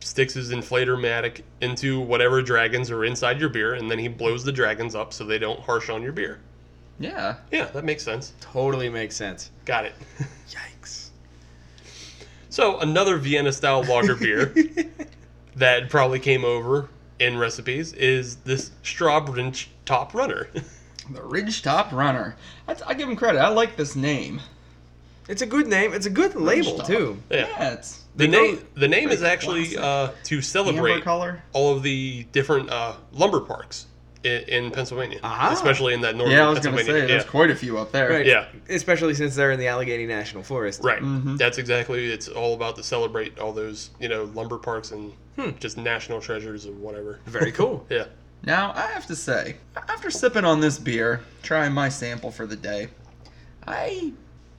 Speaker 3: sticks his inflator-matic into whatever dragons are inside your beer, and then he blows the dragons up so they don't harsh on your beer.
Speaker 1: Yeah.
Speaker 3: Yeah, that makes sense.
Speaker 2: Totally makes sense.
Speaker 3: Got it. [laughs]
Speaker 2: Yikes.
Speaker 3: So another Vienna style
Speaker 2: [laughs]
Speaker 3: lager beer that probably came over in recipes is this Strawbridge Top Runner. [laughs]
Speaker 1: The Ridgetop Runner. I, I give him credit. I like this name.
Speaker 2: It's a good name. It's a good label
Speaker 1: Stop.
Speaker 2: too.
Speaker 3: Yeah.
Speaker 1: Yeah, it's
Speaker 3: The
Speaker 2: go-
Speaker 3: name the name is actually
Speaker 1: classic.
Speaker 3: uh, to
Speaker 1: amber
Speaker 3: celebrate
Speaker 1: color.
Speaker 3: all of the different uh, lumber parks in, in Pennsylvania,
Speaker 2: Ah.
Speaker 3: especially in that northern
Speaker 1: Yeah, I was gonna
Speaker 3: Pennsylvania.
Speaker 1: say there's
Speaker 3: yeah.
Speaker 1: quite a few up there.
Speaker 2: Right.
Speaker 3: Yeah.
Speaker 2: Especially since they're in the Allegheny National Forest.
Speaker 3: Right.
Speaker 1: Mhm.
Speaker 3: That's exactly it's all about to celebrate all those, you know, lumber parks and hmm, just national treasures or whatever.
Speaker 2: Very [laughs] cool.
Speaker 3: Yeah.
Speaker 1: Now I have to say, after sipping on this beer, trying my sample for the day, I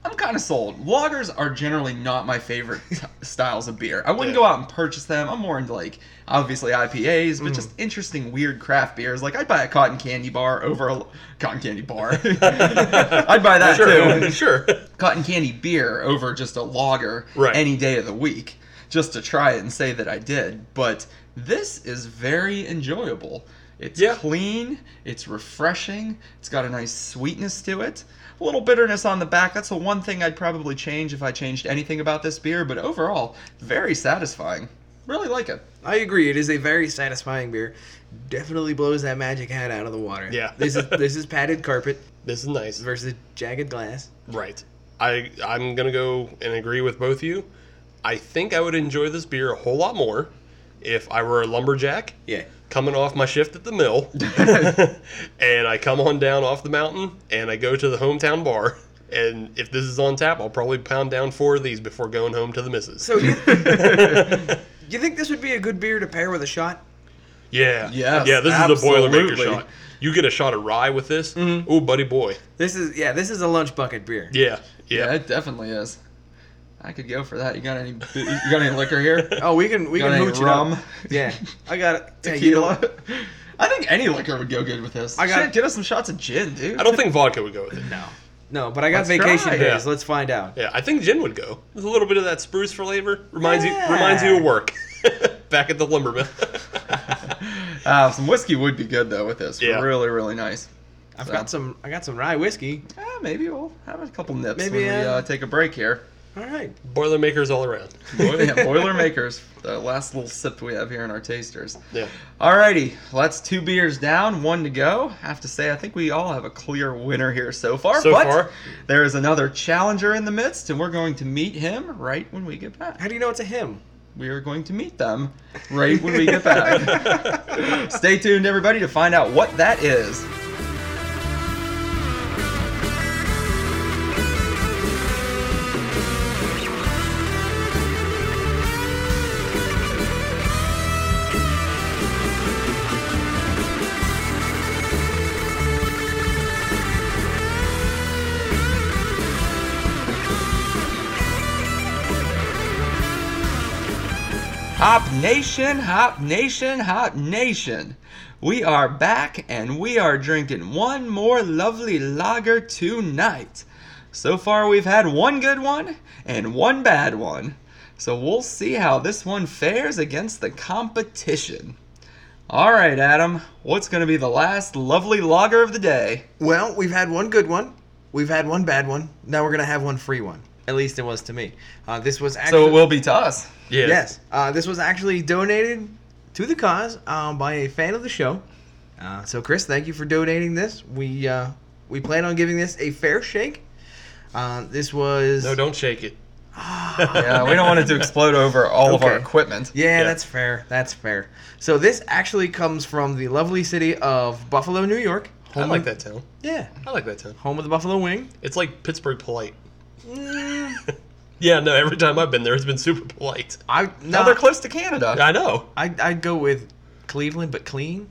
Speaker 1: I'm kind of sold. Lagers are generally not my favorite [laughs] t- styles of beer. I wouldn't
Speaker 3: Yeah.
Speaker 1: go out and purchase them. I'm more into like obviously IPAs,
Speaker 3: Mm.
Speaker 1: but just interesting weird craft beers. Like I'd buy a cotton candy bar over a l- cotton candy
Speaker 3: [laughs]
Speaker 1: bar. [laughs] [laughs] I'd buy that too.
Speaker 3: Sure. [laughs] sure.
Speaker 1: cotton candy beer over just a lager
Speaker 3: Right.
Speaker 1: any day of the week just to try it and say that I did. But this is very enjoyable. It's
Speaker 3: Yeah.
Speaker 1: clean, it's refreshing, it's got a nice sweetness to it. A little bitterness on the back. That's the one thing I'd probably change if I changed anything about this beer, but overall, very satisfying. Really like it.
Speaker 2: I agree. It is a very satisfying beer. Definitely blows that magic hat out of the water.
Speaker 3: Yeah.
Speaker 2: this is this is padded carpet
Speaker 3: This is nice.
Speaker 2: versus jagged glass.
Speaker 3: Right. I I'm gonna go and agree with both of you. I think I would enjoy this beer a whole lot more if I were a lumberjack
Speaker 2: Yeah.
Speaker 3: coming off my shift at
Speaker 1: [laughs]
Speaker 3: the mill, [laughs] and I come on down off the mountain and I go to the hometown bar. And if this is on tap, I'll probably pound down four of these before going home to the missus.
Speaker 2: So [laughs] do you, you think this would be a good beer to pair with a shot?
Speaker 3: [laughs] yeah,
Speaker 1: Yes,
Speaker 3: yeah. This is the
Speaker 1: absolutely. Mm-hmm.
Speaker 3: boilermaker shot. You get a shot of rye with this. Oh, buddy boy.
Speaker 2: This is yeah. This is a lunch bucket beer.
Speaker 3: Yeah,
Speaker 1: Yeah.
Speaker 3: yeah.
Speaker 1: it definitely is. I could go for that. You got any? You got any liquor
Speaker 3: [laughs]
Speaker 1: here?
Speaker 2: Oh, we can we
Speaker 1: Got
Speaker 2: can
Speaker 1: any
Speaker 2: mooch it
Speaker 1: rum?
Speaker 2: up. [laughs] Yeah, I got it.
Speaker 1: Tequila. I think any liquor would go good with this.
Speaker 2: I got-
Speaker 1: Shit, get us some shots of gin, dude.
Speaker 3: I don't think vodka would go with it. No.
Speaker 2: No, but I got
Speaker 1: Let's
Speaker 2: vacation
Speaker 1: try.
Speaker 2: days.
Speaker 3: Yeah.
Speaker 2: Let's find out.
Speaker 3: Yeah, I think gin would go. With a little bit of that spruce flavor reminds
Speaker 2: Yeah.
Speaker 3: you reminds you of work [laughs] back at the lumber mill.
Speaker 1: [laughs]
Speaker 3: [laughs]
Speaker 1: Uh, some whiskey would be good though with this.
Speaker 3: Yeah.
Speaker 1: Really, really nice.
Speaker 2: I've
Speaker 1: So.
Speaker 2: got some. I got some rye whiskey.
Speaker 1: Ah, maybe we'll have a couple nips
Speaker 2: Maybe,
Speaker 1: when we
Speaker 2: uh,
Speaker 1: uh, take a break here.
Speaker 2: All right.
Speaker 3: Boilermakers all around.
Speaker 1: Boil- yeah, Boiler makers. The last little sip we have here in our tasters. [laughs]
Speaker 3: Yeah.
Speaker 1: Alrighty, well, that's two beers down, one to go. I have to say, I think we all have a clear winner here so far.
Speaker 3: So
Speaker 1: but
Speaker 3: far.
Speaker 1: there is another challenger in the midst, and we're going to meet him right when we get back.
Speaker 2: How do you know it's a him?
Speaker 1: We are going to meet them right when we get
Speaker 2: [laughs]
Speaker 1: back. Stay tuned, everybody, to find out what that is. Hop Nation, Hop Nation, Hop Nation. We are back and we are drinking one more lovely lager tonight. So far, we've had one good one and one bad one. So we'll see how this one fares against the competition. All right, Adam, what's going to be the last lovely lager of the day?
Speaker 2: Well, we've had one good one. We've had one bad one. Now we're gonna have one free one. At least it was to me. Uh, this was actually
Speaker 1: So it will be to us.
Speaker 3: Yeah.
Speaker 2: Yes. Uh, this was actually donated to the cause um, by a fan of the show. Uh, so, Chris, thank you for donating this. We uh, we plan on giving this a fair shake. Uh, this was.
Speaker 3: No, don't shake it. Ah.
Speaker 1: Yeah, we don't want it to explode over all of our
Speaker 2: Okay.
Speaker 1: equipment.
Speaker 2: Yeah,
Speaker 3: Yeah.
Speaker 2: that's fair. That's fair. So, this actually comes from the lovely city of Buffalo, New York.
Speaker 3: [laughs] I like that town.
Speaker 2: Yeah.
Speaker 3: I like that town.
Speaker 2: Home of the Buffalo Wing.
Speaker 3: It's like Pittsburgh polite.
Speaker 2: Mm,
Speaker 3: [laughs] Yeah, no, every time I've been there it's been super polite.
Speaker 2: I,
Speaker 1: Now
Speaker 2: no,
Speaker 1: they're close to Canada.
Speaker 3: I know.
Speaker 2: I, I'd go with Cleveland, but clean.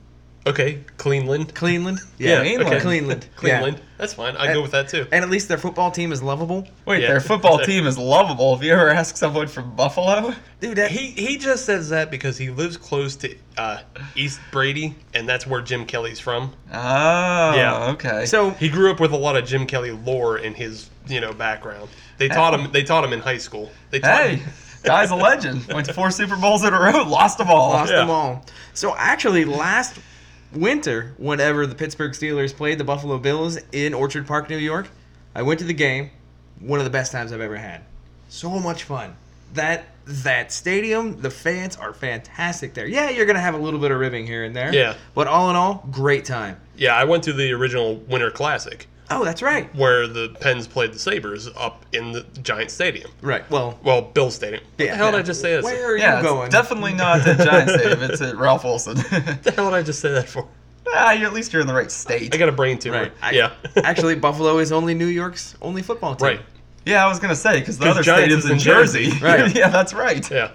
Speaker 3: Okay, Cleanland.
Speaker 2: Cleanland?
Speaker 3: Yeah,
Speaker 1: okay.
Speaker 2: Cleanland.
Speaker 3: Cleanland.
Speaker 2: Yeah.
Speaker 3: That's fine. I go with that too.
Speaker 2: And at least their football team is lovable.
Speaker 1: Wait,
Speaker 3: Yeah.
Speaker 1: their football team is lovable. If you ever ask someone from Buffalo,
Speaker 2: Dude, that,
Speaker 3: He he just says that because he lives close to uh, East Brady and that's where Jim Kelly's from.
Speaker 1: oh,
Speaker 3: Yeah.
Speaker 1: okay.
Speaker 2: So
Speaker 3: He grew up with a lot of Jim Kelly lore in his, you know, background. They taught him. They taught him in high school. They taught [laughs]
Speaker 1: hey,
Speaker 3: him-
Speaker 1: guy's a legend. Went to four Super Bowls in a row, lost them all.
Speaker 2: lost
Speaker 3: Yeah.
Speaker 2: them all. So actually, last winter, whenever the Pittsburgh Steelers played the Buffalo Bills in Orchard Park, New York, I went to the game. One of the best times I've ever had. So much fun. That that stadium, the fans are fantastic there. Yeah, you're gonna have a little bit of ribbing here and there.
Speaker 3: Yeah.
Speaker 2: But all in all, great time.
Speaker 3: Yeah, I went to the original Winter Classic
Speaker 2: Oh, that's right.
Speaker 3: where the Pens played the Sabers up in the Giant Stadium.
Speaker 2: Right. Well,
Speaker 3: Well, Bill Stadium. What
Speaker 2: Yeah.
Speaker 3: the hell did I just say that?
Speaker 2: where are
Speaker 1: yeah,
Speaker 2: you
Speaker 1: it's
Speaker 2: going?
Speaker 1: definitely not at Giants Stadium. It's at Ralph Wilson.
Speaker 3: What the hell did I just say that for?
Speaker 1: [laughs] ah, you at least you're in the right state.
Speaker 3: I got a brain tumor.
Speaker 2: Right. I-
Speaker 3: yeah.
Speaker 2: [laughs] actually, Buffalo is only New York's only football team.
Speaker 3: [laughs] right.
Speaker 1: yeah, I was gonna say because the other
Speaker 3: Giants
Speaker 1: stadium's
Speaker 3: is
Speaker 1: in
Speaker 3: in
Speaker 1: Jersey.
Speaker 3: Jersey. [laughs]
Speaker 1: [laughs]
Speaker 2: Right.
Speaker 1: yeah, that's right.
Speaker 3: Yeah.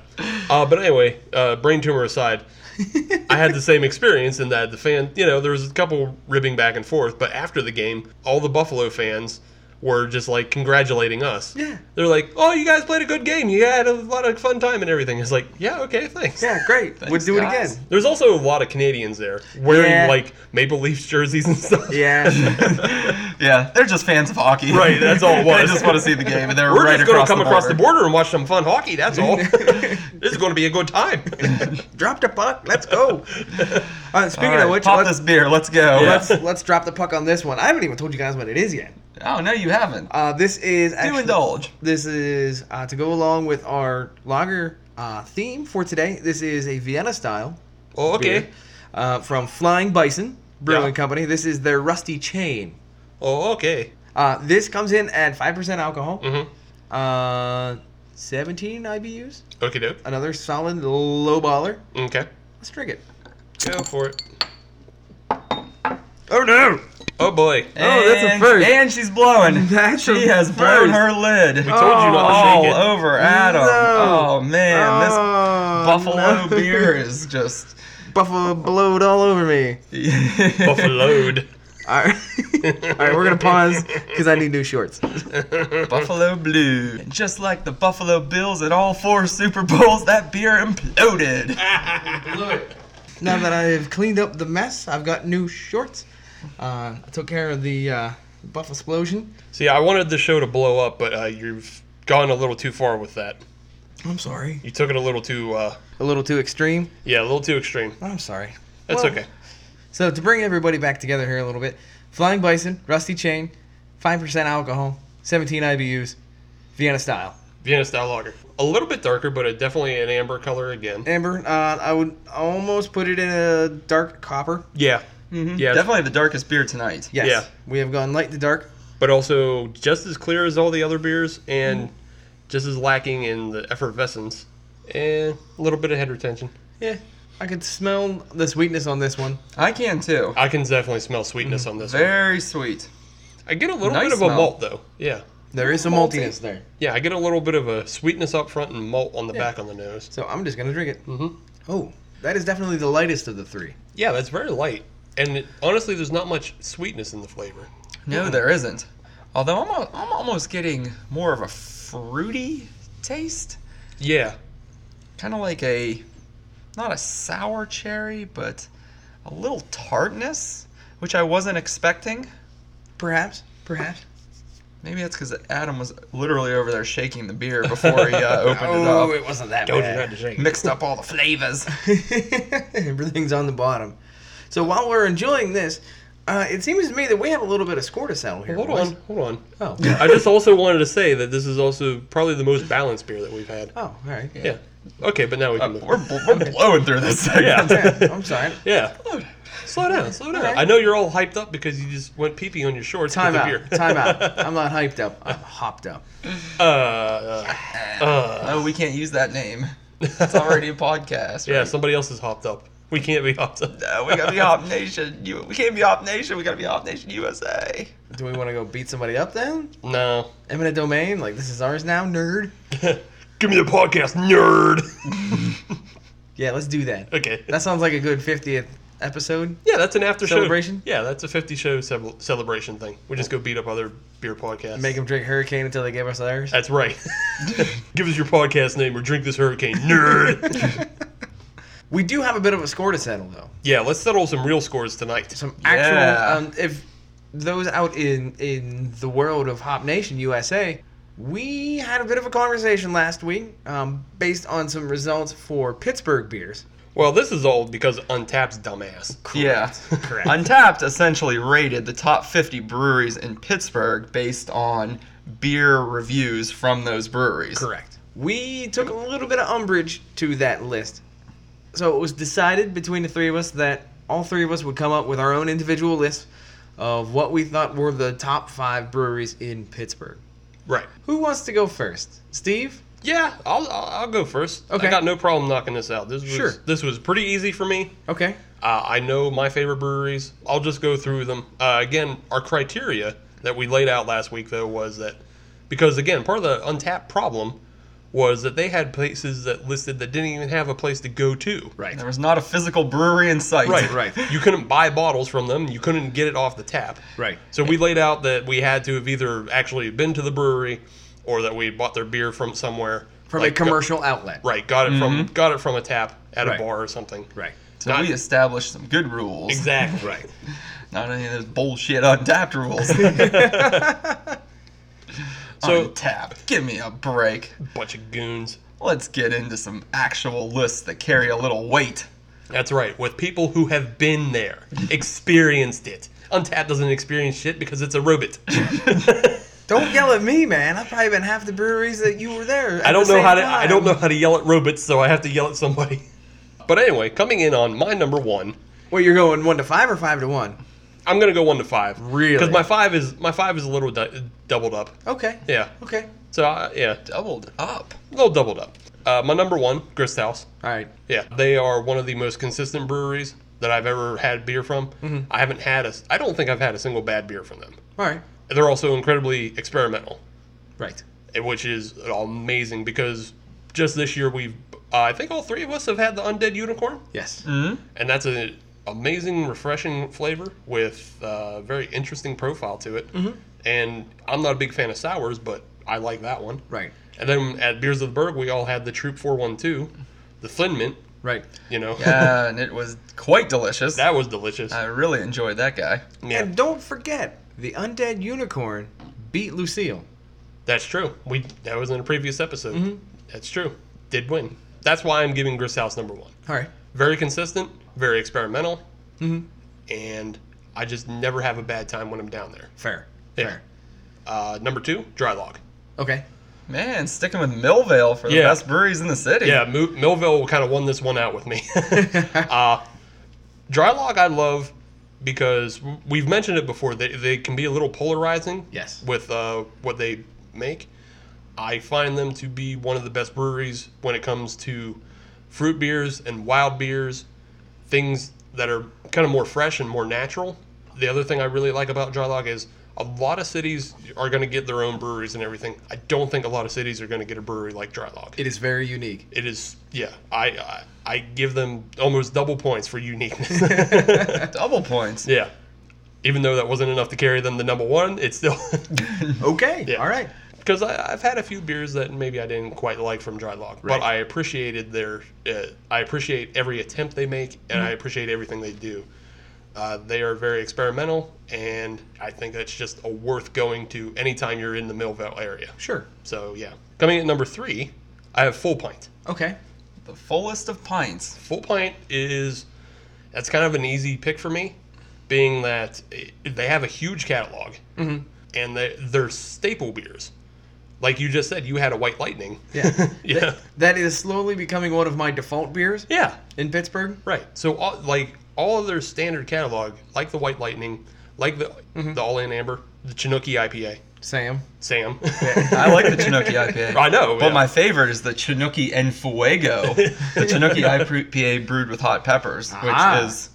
Speaker 3: Uh, but anyway, uh, brain tumor
Speaker 2: [laughs]
Speaker 3: aside, I had the same experience in that the fan, you know, there was a couple ribbing back and forth, but after the game, all the Buffalo fans were just like congratulating us.
Speaker 2: Yeah.
Speaker 3: They're like, "Oh, you guys played a good game. You had a lot of fun time and everything." It's like, "Yeah, okay, thanks."
Speaker 2: Yeah, great. We'd do
Speaker 1: guys.
Speaker 2: it again.
Speaker 3: There's also a lot of Canadians there wearing
Speaker 2: Yeah.
Speaker 3: like Maple Leafs jerseys and stuff. [laughs]
Speaker 2: Yeah.
Speaker 1: [laughs] yeah, they're just fans of hockey.
Speaker 3: Right, that's all
Speaker 1: [laughs]
Speaker 3: it
Speaker 1: they
Speaker 3: was.
Speaker 1: just want to see the game, and they're
Speaker 3: We're
Speaker 1: right
Speaker 3: just going to
Speaker 1: across,
Speaker 3: come
Speaker 1: the
Speaker 3: across the border and watch some fun hockey. That's all. this is going to be a good time.
Speaker 2: drop the puck. Let's go. Uh,
Speaker 1: All
Speaker 2: speaking
Speaker 1: right,
Speaker 2: of which,
Speaker 1: pop
Speaker 2: let's,
Speaker 1: this beer. Let's go.
Speaker 2: let's [laughs] let's drop the puck on this one. I haven't even told you guys what it is yet.
Speaker 1: Oh no, you haven't.
Speaker 2: Uh, this is
Speaker 1: Do
Speaker 2: actually,
Speaker 1: indulge.
Speaker 2: This is uh, to go along with our lager uh, theme for today. This is a Vienna style.
Speaker 3: Oh, okay.
Speaker 2: beer, uh, from Flying Bison Brewing
Speaker 3: Yeah.
Speaker 2: Company. This is their Rusty Chain.
Speaker 3: Oh, okay.
Speaker 2: Uh, this comes in at 5% alcohol,
Speaker 3: Mm-hmm.
Speaker 2: uh, 17 IBUs.
Speaker 3: Okay, doke.
Speaker 2: Another solid low baller.
Speaker 3: Okay.
Speaker 2: Let's drink it.
Speaker 3: Go for it.
Speaker 2: Oh no!
Speaker 3: Oh boy.
Speaker 2: Oh, that's a
Speaker 1: And-
Speaker 2: first.
Speaker 1: And she's blowing.
Speaker 2: That's
Speaker 1: she
Speaker 2: a
Speaker 1: has blown
Speaker 2: first.
Speaker 1: her lid.
Speaker 3: We told you not
Speaker 1: all
Speaker 3: to shake it.
Speaker 1: over Adam.
Speaker 2: No.
Speaker 1: Oh man, this buffalo
Speaker 2: no.
Speaker 1: [laughs] beer is just
Speaker 2: buffalo blowed all over me.
Speaker 3: Buffaloed.
Speaker 2: All right, [laughs] all right we're gonna pause because I need new shorts.
Speaker 1: Buffalo Blue. And just like the Buffalo Bills at all four Super Bowls, that beer imploded.
Speaker 2: Now that I've cleaned up the mess, I've got new shorts. Uh, I took care of the uh, buff explosion.
Speaker 3: See, I wanted the show to blow up, but uh, you've gone a little too far with that.
Speaker 2: I'm sorry.
Speaker 3: You took it a little too, uh,
Speaker 2: A little too extreme.
Speaker 3: yeah, a little too extreme.
Speaker 2: I'm sorry.
Speaker 3: That's
Speaker 2: Well,
Speaker 3: okay.
Speaker 2: So to bring everybody back together here a little bit, Flying Bison, Rusty Chain, 5% alcohol, 17 IBUs, Vienna style.
Speaker 3: Vienna style lager. A little bit darker, but a, definitely an amber color again.
Speaker 2: Amber, uh, I would almost put it in a dark copper.
Speaker 3: Yeah. Yeah.
Speaker 1: Definitely the darkest beer tonight.
Speaker 2: Yes.
Speaker 3: Yeah.
Speaker 2: We have gone light to dark.
Speaker 3: But also just as clear as all the other beers and just as lacking in the effervescence and a little bit of head retention.
Speaker 2: Yeah. I could smell the sweetness on this one.
Speaker 1: I can too.
Speaker 3: I can definitely smell sweetness on this one.
Speaker 1: Very sweet.
Speaker 3: I get a little
Speaker 1: nice
Speaker 3: bit of a
Speaker 1: smell.
Speaker 3: malt though. Yeah.
Speaker 2: There is some
Speaker 1: Malty.
Speaker 2: maltiness there.
Speaker 3: Yeah, I get a little bit of a sweetness up front and malt on the back on the nose.
Speaker 2: So I'm just going to drink it.
Speaker 3: Mhm.
Speaker 2: Oh, that is definitely the lightest of the three.
Speaker 3: Yeah, that's very light. And it, honestly, there's not much sweetness in the flavor.
Speaker 1: No, there isn't. Although I'm, al- I'm almost getting more of a fruity taste.
Speaker 3: Yeah.
Speaker 1: Kind of like a, not a sour cherry, but a little tartness, which I wasn't expecting.
Speaker 2: Perhaps. Perhaps.
Speaker 1: Maybe that's because Adam was literally over there shaking the beer before he uh, opened it up.
Speaker 2: Oh, it wasn't that
Speaker 3: Told you not to shake it.
Speaker 1: Mixed up all the flavors.
Speaker 2: [laughs] Everything's on the bottom. So while we're enjoying this, uh, it seems to me that we have a little bit of score to settle here.
Speaker 3: Hold
Speaker 2: boys.
Speaker 3: on, hold on.
Speaker 2: Oh.
Speaker 3: [laughs] I just also wanted to say that this is also probably the most balanced beer that we've had.
Speaker 2: Oh, all right.
Speaker 3: Yeah. Okay, but now we can move.
Speaker 1: Uh, We're, bl- we're blowing through this [laughs] segment.
Speaker 3: Yeah.
Speaker 2: Yeah, I'm sorry.
Speaker 3: Yeah. Slow down, slow down.
Speaker 2: Alright.
Speaker 3: I know you're all hyped up because you just went pee pee on your shorts.
Speaker 2: Time
Speaker 3: with
Speaker 2: out.
Speaker 3: the beer.
Speaker 2: Time [laughs]
Speaker 3: [laughs]
Speaker 2: out. I'm not hyped up. I'm hopped up.
Speaker 3: Uh, uh, uh,
Speaker 1: No, Oh, we can't use that name. [laughs] It's already a podcast.
Speaker 3: [laughs] yeah,
Speaker 1: right?
Speaker 3: somebody else is hopped up. We can't be hopped up.
Speaker 1: No, we gotta be Hop Nation. You, we can't be Hop Nation. We gotta be Hop Nation USA.
Speaker 2: Do we want to go beat somebody up then?
Speaker 3: [laughs] No.
Speaker 2: Eminent domain? Like, this is ours now, nerd?
Speaker 3: Give me the podcast, nerd.
Speaker 2: Yeah, let's do that.
Speaker 3: okay.
Speaker 2: That sounds like a good 50th episode.
Speaker 3: yeah, that's an after show
Speaker 2: Celebration?
Speaker 3: Yeah, that's a 50 show ce- celebration thing. We just go beat up other beer podcasts.
Speaker 2: Make them drink Hurricane until they give us theirs.
Speaker 3: That's right. [laughs] Give us your podcast name or drink this hurricane, nerd.
Speaker 2: [laughs] we do have a bit of a score to settle, though.
Speaker 3: yeah, let's settle some real scores tonight.
Speaker 2: some actual
Speaker 1: Yeah.
Speaker 2: um, if those out in in the world of hop nation usa we had a bit of a conversation last week um, based on some results for pittsburgh beers
Speaker 3: Well, this is all because Untapp's dumbass.
Speaker 1: Yeah.
Speaker 3: [laughs]
Speaker 2: Correct.
Speaker 1: Untapped essentially rated the top 50 breweries in Pittsburgh based on beer reviews from those breweries.
Speaker 3: Correct.
Speaker 2: we took a little bit of umbrage to that list so it was decided between the three of us that all three of us would come up with our own individual list of what we thought were the top five breweries in pittsburgh
Speaker 3: Right.
Speaker 2: who wants to go first steve
Speaker 3: Yeah, I'll, I'll I'll go first.
Speaker 2: Okay.
Speaker 3: I got no problem knocking this out. This was
Speaker 2: Sure.
Speaker 3: this was pretty easy for me.
Speaker 2: okay
Speaker 3: Uh, I know my favorite breweries. I'll just go through them. Uh, again, our criteria that we laid out last week though was that because again part of the untapped problem was that they had places that listed that didn't even have a place to go to.
Speaker 2: right
Speaker 1: There was not a physical brewery in sight.
Speaker 3: Right,
Speaker 2: Right.
Speaker 3: You couldn't buy bottles from them. You couldn't get it off the tap.
Speaker 2: Right.
Speaker 3: So we laid out that we had to have either actually been to the brewery, or that we had bought their beer from somewhere
Speaker 2: from
Speaker 3: like,
Speaker 2: a commercial outlet
Speaker 3: Right, got it from got it from a tap at
Speaker 2: Right.
Speaker 3: a bar or something.
Speaker 2: right
Speaker 1: So
Speaker 3: Not-
Speaker 1: we established some good rules.
Speaker 3: Exactly. right.
Speaker 1: Not any of those bullshit untapped
Speaker 3: [laughs]
Speaker 1: rules.
Speaker 3: So-
Speaker 1: untapped. Give me a break.
Speaker 3: Bunch of goons.
Speaker 1: Let's get into some actual lists that carry a little weight.
Speaker 3: That's right. With people who have
Speaker 2: [laughs]
Speaker 3: been there, experienced it. Untap doesn't experience shit because it's a robot.
Speaker 2: Don't yell at me, man. I've probably been half the breweries that you were there.
Speaker 3: I don't know how to. I don't know how to yell at robots, so I have to yell at somebody. [laughs] But anyway, coming in on my number one,
Speaker 2: Well, you're going one to five or five to one.
Speaker 3: I'm gonna go one to five.
Speaker 2: Really?
Speaker 3: Because my five is my five is a little du- doubled up.
Speaker 2: Okay.
Speaker 3: Yeah.
Speaker 2: Okay.
Speaker 3: So uh, yeah,
Speaker 2: Doubled up.
Speaker 3: a little doubled up. Uh, my number one, Grist House.
Speaker 2: All right.
Speaker 3: Yeah, they are one of the most consistent breweries that I've ever had beer from. I haven't had a. I don't think I've had a single bad beer from them.
Speaker 2: All right.
Speaker 3: They're also incredibly experimental.
Speaker 2: Right.
Speaker 3: eh, which is amazing because just this year we've uh, I think all three of us have had the undead unicorn,
Speaker 2: Yes.
Speaker 3: and that's an amazing, refreshing flavor with uh, very interesting profile to it. And I'm not a big fan of sours, but I like that one.
Speaker 2: Right.
Speaker 3: And then at Beers of the Berg, we all had the Troop 412, the Flynn Mint.
Speaker 2: Right.
Speaker 3: You know,
Speaker 1: Yeah, and it was quite delicious.
Speaker 3: [laughs] that was delicious.
Speaker 1: I really enjoyed that guy.
Speaker 3: yeah,
Speaker 2: And don't forget, the undead unicorn beat Lucille.
Speaker 3: that's true. We that was in a previous episode.
Speaker 2: Mm-hmm.
Speaker 3: That's true. Did win. That's why I'm giving Grist House number one.
Speaker 2: All right.
Speaker 3: very consistent, very experimental,
Speaker 2: Mhm.
Speaker 3: and I just never have a bad time when I'm down there.
Speaker 2: Fair.
Speaker 3: Yeah.
Speaker 2: Fair.
Speaker 3: Uh, number two, Dry Log.
Speaker 2: Okay. [laughs]
Speaker 1: Man, sticking with Millvale for the
Speaker 3: Yeah.
Speaker 1: best breweries in the city.
Speaker 3: Yeah, Mo- Millville kind of won this one out with me. [laughs] uh, Dry Log, I love because w- we've mentioned it before. They, they can be a little polarizing
Speaker 2: Yes.
Speaker 3: with uh, what they make. I find them to be one of the best breweries when it comes to fruit beers and wild beers, things that are kind of more fresh and more natural. The other thing I really like about Dry Log is a lot of cities are going to get their own breweries and everything. I don't think a lot of cities are going to get a brewery like Dry Log.
Speaker 2: It is very
Speaker 3: [laughs]
Speaker 2: unique.
Speaker 3: It is, yeah. I, I I give them almost double points for uniqueness.
Speaker 1: Double points.
Speaker 3: yeah, even though that wasn't enough to carry them to number one, it's still [laughs]
Speaker 2: Okay.
Speaker 3: Yeah.
Speaker 2: All right.
Speaker 3: because I've had a few beers that maybe I didn't quite like from Dry Log,
Speaker 2: Right.
Speaker 3: but I appreciated their. Uh, I appreciate every attempt they make, and I appreciate everything they do. Uh, they are very experimental, and I think that's just a worth going to anytime you're in the Millville area.
Speaker 2: Sure.
Speaker 3: So yeah, coming at number three, I have Full Pint.
Speaker 2: Okay.
Speaker 1: The fullest of pints.
Speaker 3: Full pint is that's kind of an easy pick for me, being that it, they have a huge catalog
Speaker 1: Mm-hmm.
Speaker 3: and they, they're staple beers. Like you just said, you had a White Lightning. [laughs]
Speaker 2: [laughs] Yeah.
Speaker 3: yeah,
Speaker 2: that is slowly becoming one of my default beers
Speaker 3: yeah,
Speaker 2: in Pittsburgh.
Speaker 3: right. So all, like all of their standard catalog, like the White Lightning, like the
Speaker 1: Mm-hmm.
Speaker 3: the All In Amber, the E Chinooki IPA,
Speaker 2: Sam.
Speaker 3: Sam.
Speaker 1: I like
Speaker 3: [laughs]
Speaker 1: the Chinooki IPA.
Speaker 3: I know,
Speaker 1: But
Speaker 3: yeah.
Speaker 1: my favorite is the Chinooki En
Speaker 3: [laughs]
Speaker 1: Fuego. the Chinooki IPA brewed with hot peppers, which
Speaker 2: Ah.
Speaker 1: is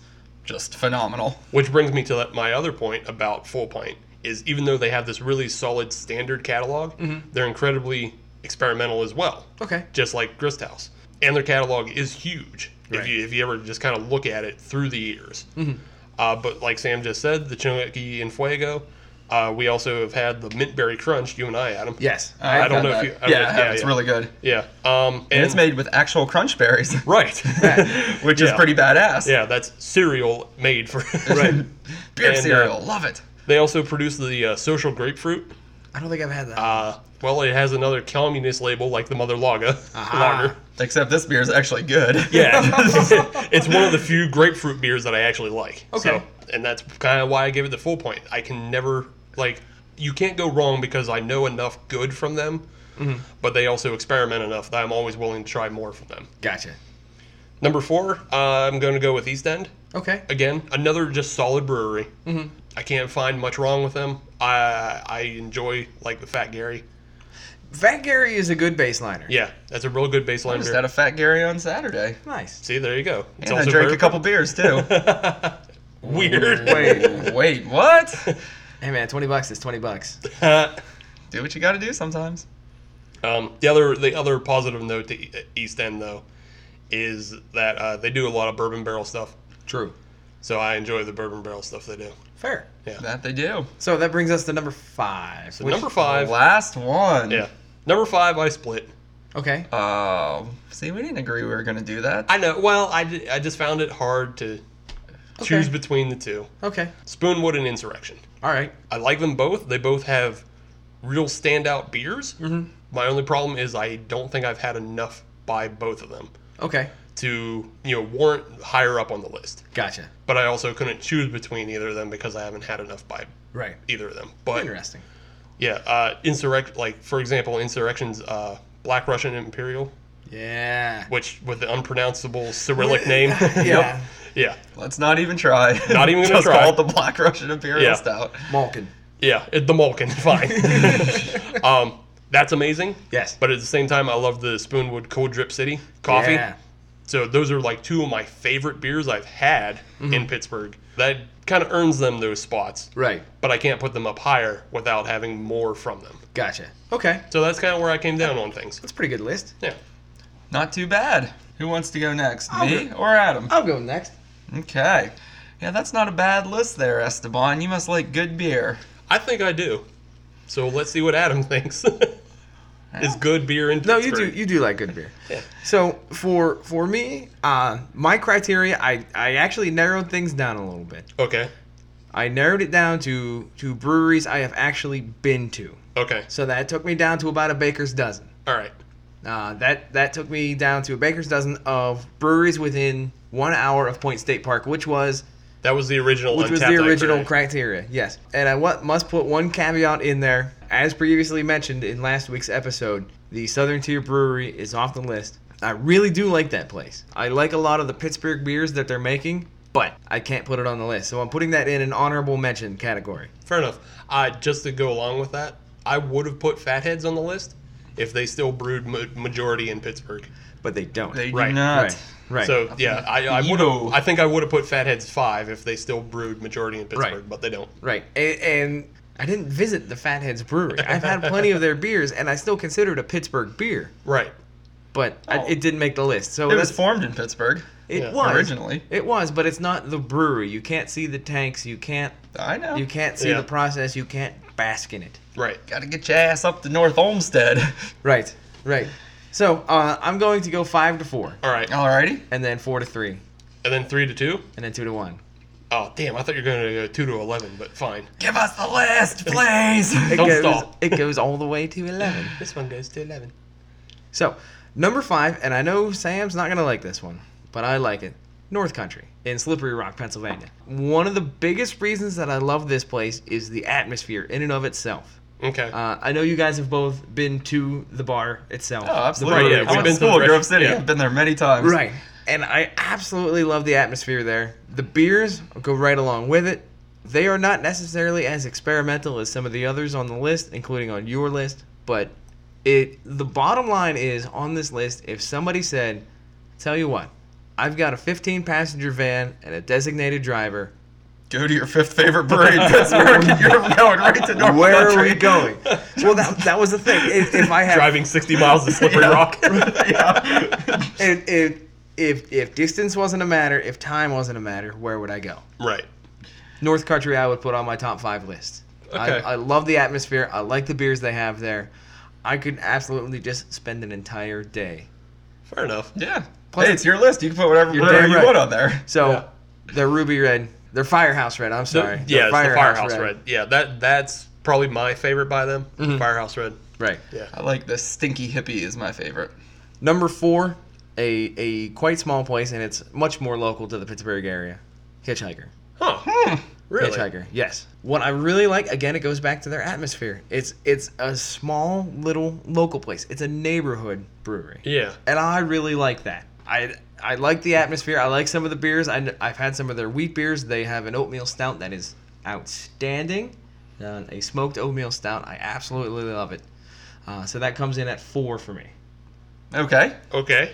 Speaker 1: just phenomenal.
Speaker 3: Which brings me to that, my other point about Full Pint is even though they have this really solid standard catalog,
Speaker 1: Mm-hmm.
Speaker 3: they're incredibly experimental as well.
Speaker 2: Okay.
Speaker 3: just like Grist House. And their catalog is huge
Speaker 2: Right.
Speaker 3: if, you, if you ever just kind of look at it through the years.
Speaker 1: Mm-hmm.
Speaker 3: Uh, but like Sam just said, the Chinooki and Fuego. Uh, we also have had the Mint Berry Crunch, you and I, Adam.
Speaker 2: Yes.
Speaker 1: I've
Speaker 3: I
Speaker 1: had
Speaker 3: don't know if
Speaker 1: that.
Speaker 3: you- I don't
Speaker 1: yeah,
Speaker 3: know-
Speaker 1: I have.
Speaker 3: yeah,
Speaker 1: it's
Speaker 3: yeah.
Speaker 1: really good.
Speaker 3: Yeah. Um, and,
Speaker 1: And it's made with actual crunch berries,
Speaker 3: [laughs] Right.
Speaker 1: [laughs] which is
Speaker 3: Yeah.
Speaker 1: pretty badass.
Speaker 3: [laughs] yeah, that's cereal made for.
Speaker 1: [laughs] Beer
Speaker 3: And, uh,
Speaker 1: cereal, love it.
Speaker 3: [laughs] They also produce the uh, Social Grapefruit.
Speaker 2: I don't think I've had that.
Speaker 3: Uh, well, it has another communist label like the Mother Lager.
Speaker 2: Aha.
Speaker 3: [laughs] Lager.
Speaker 1: Except this beer is actually good.
Speaker 3: [laughs] Yeah,
Speaker 1: [laughs]
Speaker 3: it's one of the few grapefruit beers that I actually like.
Speaker 2: Okay.
Speaker 3: So, and that's kind of why I give it the full point. I can never like you can't go wrong because I know enough good from them, but they also experiment enough that I'm always willing to try more from them.
Speaker 2: gotcha.
Speaker 3: Number four, uh, I'm going to go with East End
Speaker 2: Okay.
Speaker 3: again. Another just solid brewery. I can't find much wrong with them. I I enjoy like the Fat Gary.
Speaker 2: Fat Gary is a good baseliner.
Speaker 3: Yeah, that's a real good baseline
Speaker 1: Just
Speaker 3: beer.
Speaker 1: had a Fat Gary on Saturday.
Speaker 2: Nice.
Speaker 3: See, there you go. It's
Speaker 1: And I
Speaker 3: also
Speaker 1: drank
Speaker 3: very
Speaker 1: a couple beers too.
Speaker 3: [laughs] weird.
Speaker 2: Wait.
Speaker 1: Wait, what?
Speaker 2: hey man, twenty bucks is twenty bucks.
Speaker 1: Do what you got to do sometimes.
Speaker 3: [laughs] Um, the other the other positive note to E- East End though is that uh, they do a lot of bourbon barrel stuff,
Speaker 2: True.
Speaker 3: so I enjoy the bourbon barrel stuff they do.
Speaker 2: Fair.
Speaker 1: That they do.
Speaker 2: So that brings us to number five.
Speaker 3: So
Speaker 2: which-
Speaker 3: number five,
Speaker 1: Last one.
Speaker 3: yeah, number five, I split.
Speaker 2: Okay.
Speaker 1: Oh, see, we didn't agree we were gonna do that.
Speaker 3: I know. Well, I, ju- I just found it hard to choose between the two.
Speaker 2: Okay.
Speaker 3: Spoonwood and Insurrection.
Speaker 2: All right.
Speaker 3: I like them both. They both have real standout beers. Mm-hmm. My only problem is I don't think I've had enough by both of them
Speaker 2: Okay.
Speaker 3: to you know warrant higher up on the list.
Speaker 2: Gotcha.
Speaker 3: but I also couldn't choose between either of them because I haven't had enough by
Speaker 2: Right.
Speaker 3: either of them. But
Speaker 2: Interesting.
Speaker 3: Yeah, uh, insurrect like for example, insurrections, uh, Black Russian Imperial,
Speaker 2: Yeah.
Speaker 3: which with the unpronounceable Cyrillic
Speaker 2: [laughs]
Speaker 3: name. [laughs]
Speaker 2: Yeah.
Speaker 3: yeah,
Speaker 1: Let's not even try.
Speaker 3: Not
Speaker 1: [laughs]
Speaker 3: even gonna
Speaker 1: Just
Speaker 3: try.
Speaker 1: call it the Black Russian Imperial
Speaker 3: Yeah.
Speaker 1: Stout.
Speaker 2: Malkin.
Speaker 3: yeah, it, the
Speaker 2: [laughs]
Speaker 3: Malkin, [laughs] fine. um, that's amazing.
Speaker 2: Yes.
Speaker 3: But at the same time, I love the Spoonwood Cold Drip City coffee.
Speaker 2: Yeah.
Speaker 3: So those are like two of my favorite beers I've had
Speaker 2: Mm-hmm.
Speaker 3: in Pittsburgh. That kind of earns them those spots,
Speaker 2: Right.
Speaker 3: but I can't put them up higher without having more from them.
Speaker 2: Gotcha. Okay.
Speaker 3: So that's kind of where I came down on things.
Speaker 2: That's a pretty good list.
Speaker 3: Yeah.
Speaker 1: Not too bad. Who wants to go next,
Speaker 2: I'll
Speaker 1: me
Speaker 2: go.
Speaker 1: or Adam?
Speaker 2: I'll go next.
Speaker 1: Okay. Yeah, that's not a bad list there, Esteban. You must like good beer.
Speaker 3: I think I do. So let's see what Adam [laughs] thinks. Is good beer in
Speaker 2: No,
Speaker 3: Pittsburgh?
Speaker 2: you do. You do like good beer.
Speaker 3: Yeah.
Speaker 2: So for for me, uh, my criteria, I I actually narrowed things down a little bit.
Speaker 3: Okay.
Speaker 2: I narrowed it down to to breweries I have actually been to.
Speaker 3: Okay.
Speaker 2: So that took me down to about a baker's dozen.
Speaker 3: All right.
Speaker 2: Uh, that that took me down to a baker's dozen of breweries within one hour of Point State Park, which was
Speaker 3: That was the original.
Speaker 2: which was the
Speaker 3: Untappd
Speaker 2: original
Speaker 3: IPA.
Speaker 2: criteria. Yes, and I wa- must put one caveat in there. As previously mentioned in last week's episode, the Southern Tier Brewery is off the list. I really do like that place. I like a lot of the Pittsburgh beers that they're making, but I can't put it on the list. So I'm putting that in an honorable mention category.
Speaker 3: Fair enough. Uh, just to go along with that, I would have put Fatheads on the list if they still brewed ma- majority in Pittsburgh.
Speaker 2: But they don't.
Speaker 1: They do
Speaker 3: Right,
Speaker 1: not.
Speaker 2: right. Right.
Speaker 3: So yeah, I, I would
Speaker 1: Yo.
Speaker 3: have. I think I would have put Fatheads five if they still brewed majority in Pittsburgh, but they don't.
Speaker 2: Right. And, and I didn't visit the Fatheads Brewery. I've had plenty of their beers, and I still consider it a Pittsburgh beer,
Speaker 3: Right.
Speaker 2: but I,
Speaker 1: Oh.
Speaker 2: it didn't make the list. So
Speaker 1: It was
Speaker 2: that's,
Speaker 1: formed in Pittsburgh
Speaker 2: it
Speaker 3: yeah,
Speaker 2: was
Speaker 1: originally.
Speaker 2: It was, but it's not the brewery. You can't see the tanks. You can't.
Speaker 1: I know.
Speaker 2: You can't see
Speaker 3: Oh. Yeah.
Speaker 2: the process. You can't bask in it.
Speaker 3: Right.
Speaker 1: Gotta get your ass up to North Olmsted. [laughs]
Speaker 2: Right. Right. So uh, I'm going to go five to four,
Speaker 3: All right.
Speaker 1: Alrighty.
Speaker 2: and then four to three,
Speaker 3: And then three to two.
Speaker 2: and then two to one.
Speaker 3: Oh damn! I thought you were going to go two to eleven, but fine.
Speaker 1: Give us the list, please.
Speaker 2: It
Speaker 3: Don't
Speaker 2: goes,
Speaker 3: stop.
Speaker 2: It goes all the way to
Speaker 3: [laughs]
Speaker 2: eleven.
Speaker 3: This one goes to eleven.
Speaker 2: So, number five, and I know Sam's not going to like this one, but I like it. North Country in Slippery Rock, Pennsylvania. One of the biggest reasons that I love this place is the atmosphere in and of itself.
Speaker 3: Okay.
Speaker 2: Uh, I know you guys have both been to the bar itself.
Speaker 1: oh,
Speaker 3: Right,
Speaker 1: absolutely.
Speaker 3: yeah,
Speaker 1: I
Speaker 3: we've
Speaker 1: went
Speaker 3: been
Speaker 1: to
Speaker 3: to
Speaker 1: school
Speaker 3: the
Speaker 1: at Grove
Speaker 3: rest-
Speaker 1: City.
Speaker 3: yeah.
Speaker 1: I've been there many times.
Speaker 2: Right. And I absolutely love the atmosphere there. The beers go right along with it. They are not necessarily as experimental as some of the others on the list, including on your list, but it the bottom line is on this list if somebody said, "Tell you what, I've got a 15 passenger van and a designated driver.
Speaker 1: Go to your fifth favorite
Speaker 2: [laughs]
Speaker 1: brewery in Pittsburgh. and You're going right to North
Speaker 2: Where are
Speaker 1: Country. [laughs]
Speaker 2: we going?" well, that, that was the thing. If, if I had
Speaker 3: Driving [laughs] sixty miles to
Speaker 1: [laughs]
Speaker 3: Slippery
Speaker 1: Yeah.
Speaker 3: Rock.
Speaker 1: yeah.
Speaker 2: if, if if if distance wasn't a matter, if time wasn't a matter, where would I go?
Speaker 3: Right.
Speaker 2: North Country I would put on my top five list.
Speaker 3: Okay.
Speaker 2: I, I love the atmosphere. I like the beers they have there. I could absolutely just spend an entire day.
Speaker 3: Fair enough.
Speaker 1: Yeah.
Speaker 2: Plus-
Speaker 1: hey, it's your list. You can put whatever
Speaker 2: You're
Speaker 1: brewery
Speaker 2: damn
Speaker 1: you
Speaker 2: right.
Speaker 1: want on there.
Speaker 2: So
Speaker 3: Yeah.
Speaker 2: they're ruby red. They're firehouse red. I'm
Speaker 3: The-
Speaker 2: sorry. They're
Speaker 3: yeah, it's the Firehouse Red. Yeah, that that's probably my favorite by them.
Speaker 2: Mm-hmm.
Speaker 3: Firehouse Red.
Speaker 2: Right.
Speaker 3: Yeah.
Speaker 1: I like the stinky hippie is my favorite.
Speaker 2: Number four, a a quite small place, and it's much more local to the Pittsburgh area. Hitchhiker.
Speaker 3: Huh.
Speaker 1: Hmm.
Speaker 3: Really?
Speaker 2: Hitchhiker. Yes. What I really like, again, it goes back to their atmosphere. It's it's a small little local place. It's a neighborhood brewery.
Speaker 3: Yeah.
Speaker 2: and I really like that. I I like the atmosphere. I like some of the beers. I, have had some of their wheat beers. They have an oatmeal stout that is outstanding. Uh, a smoked oatmeal stout. I absolutely love it. Uh, so that comes in at four for me.
Speaker 1: Okay.
Speaker 3: Okay.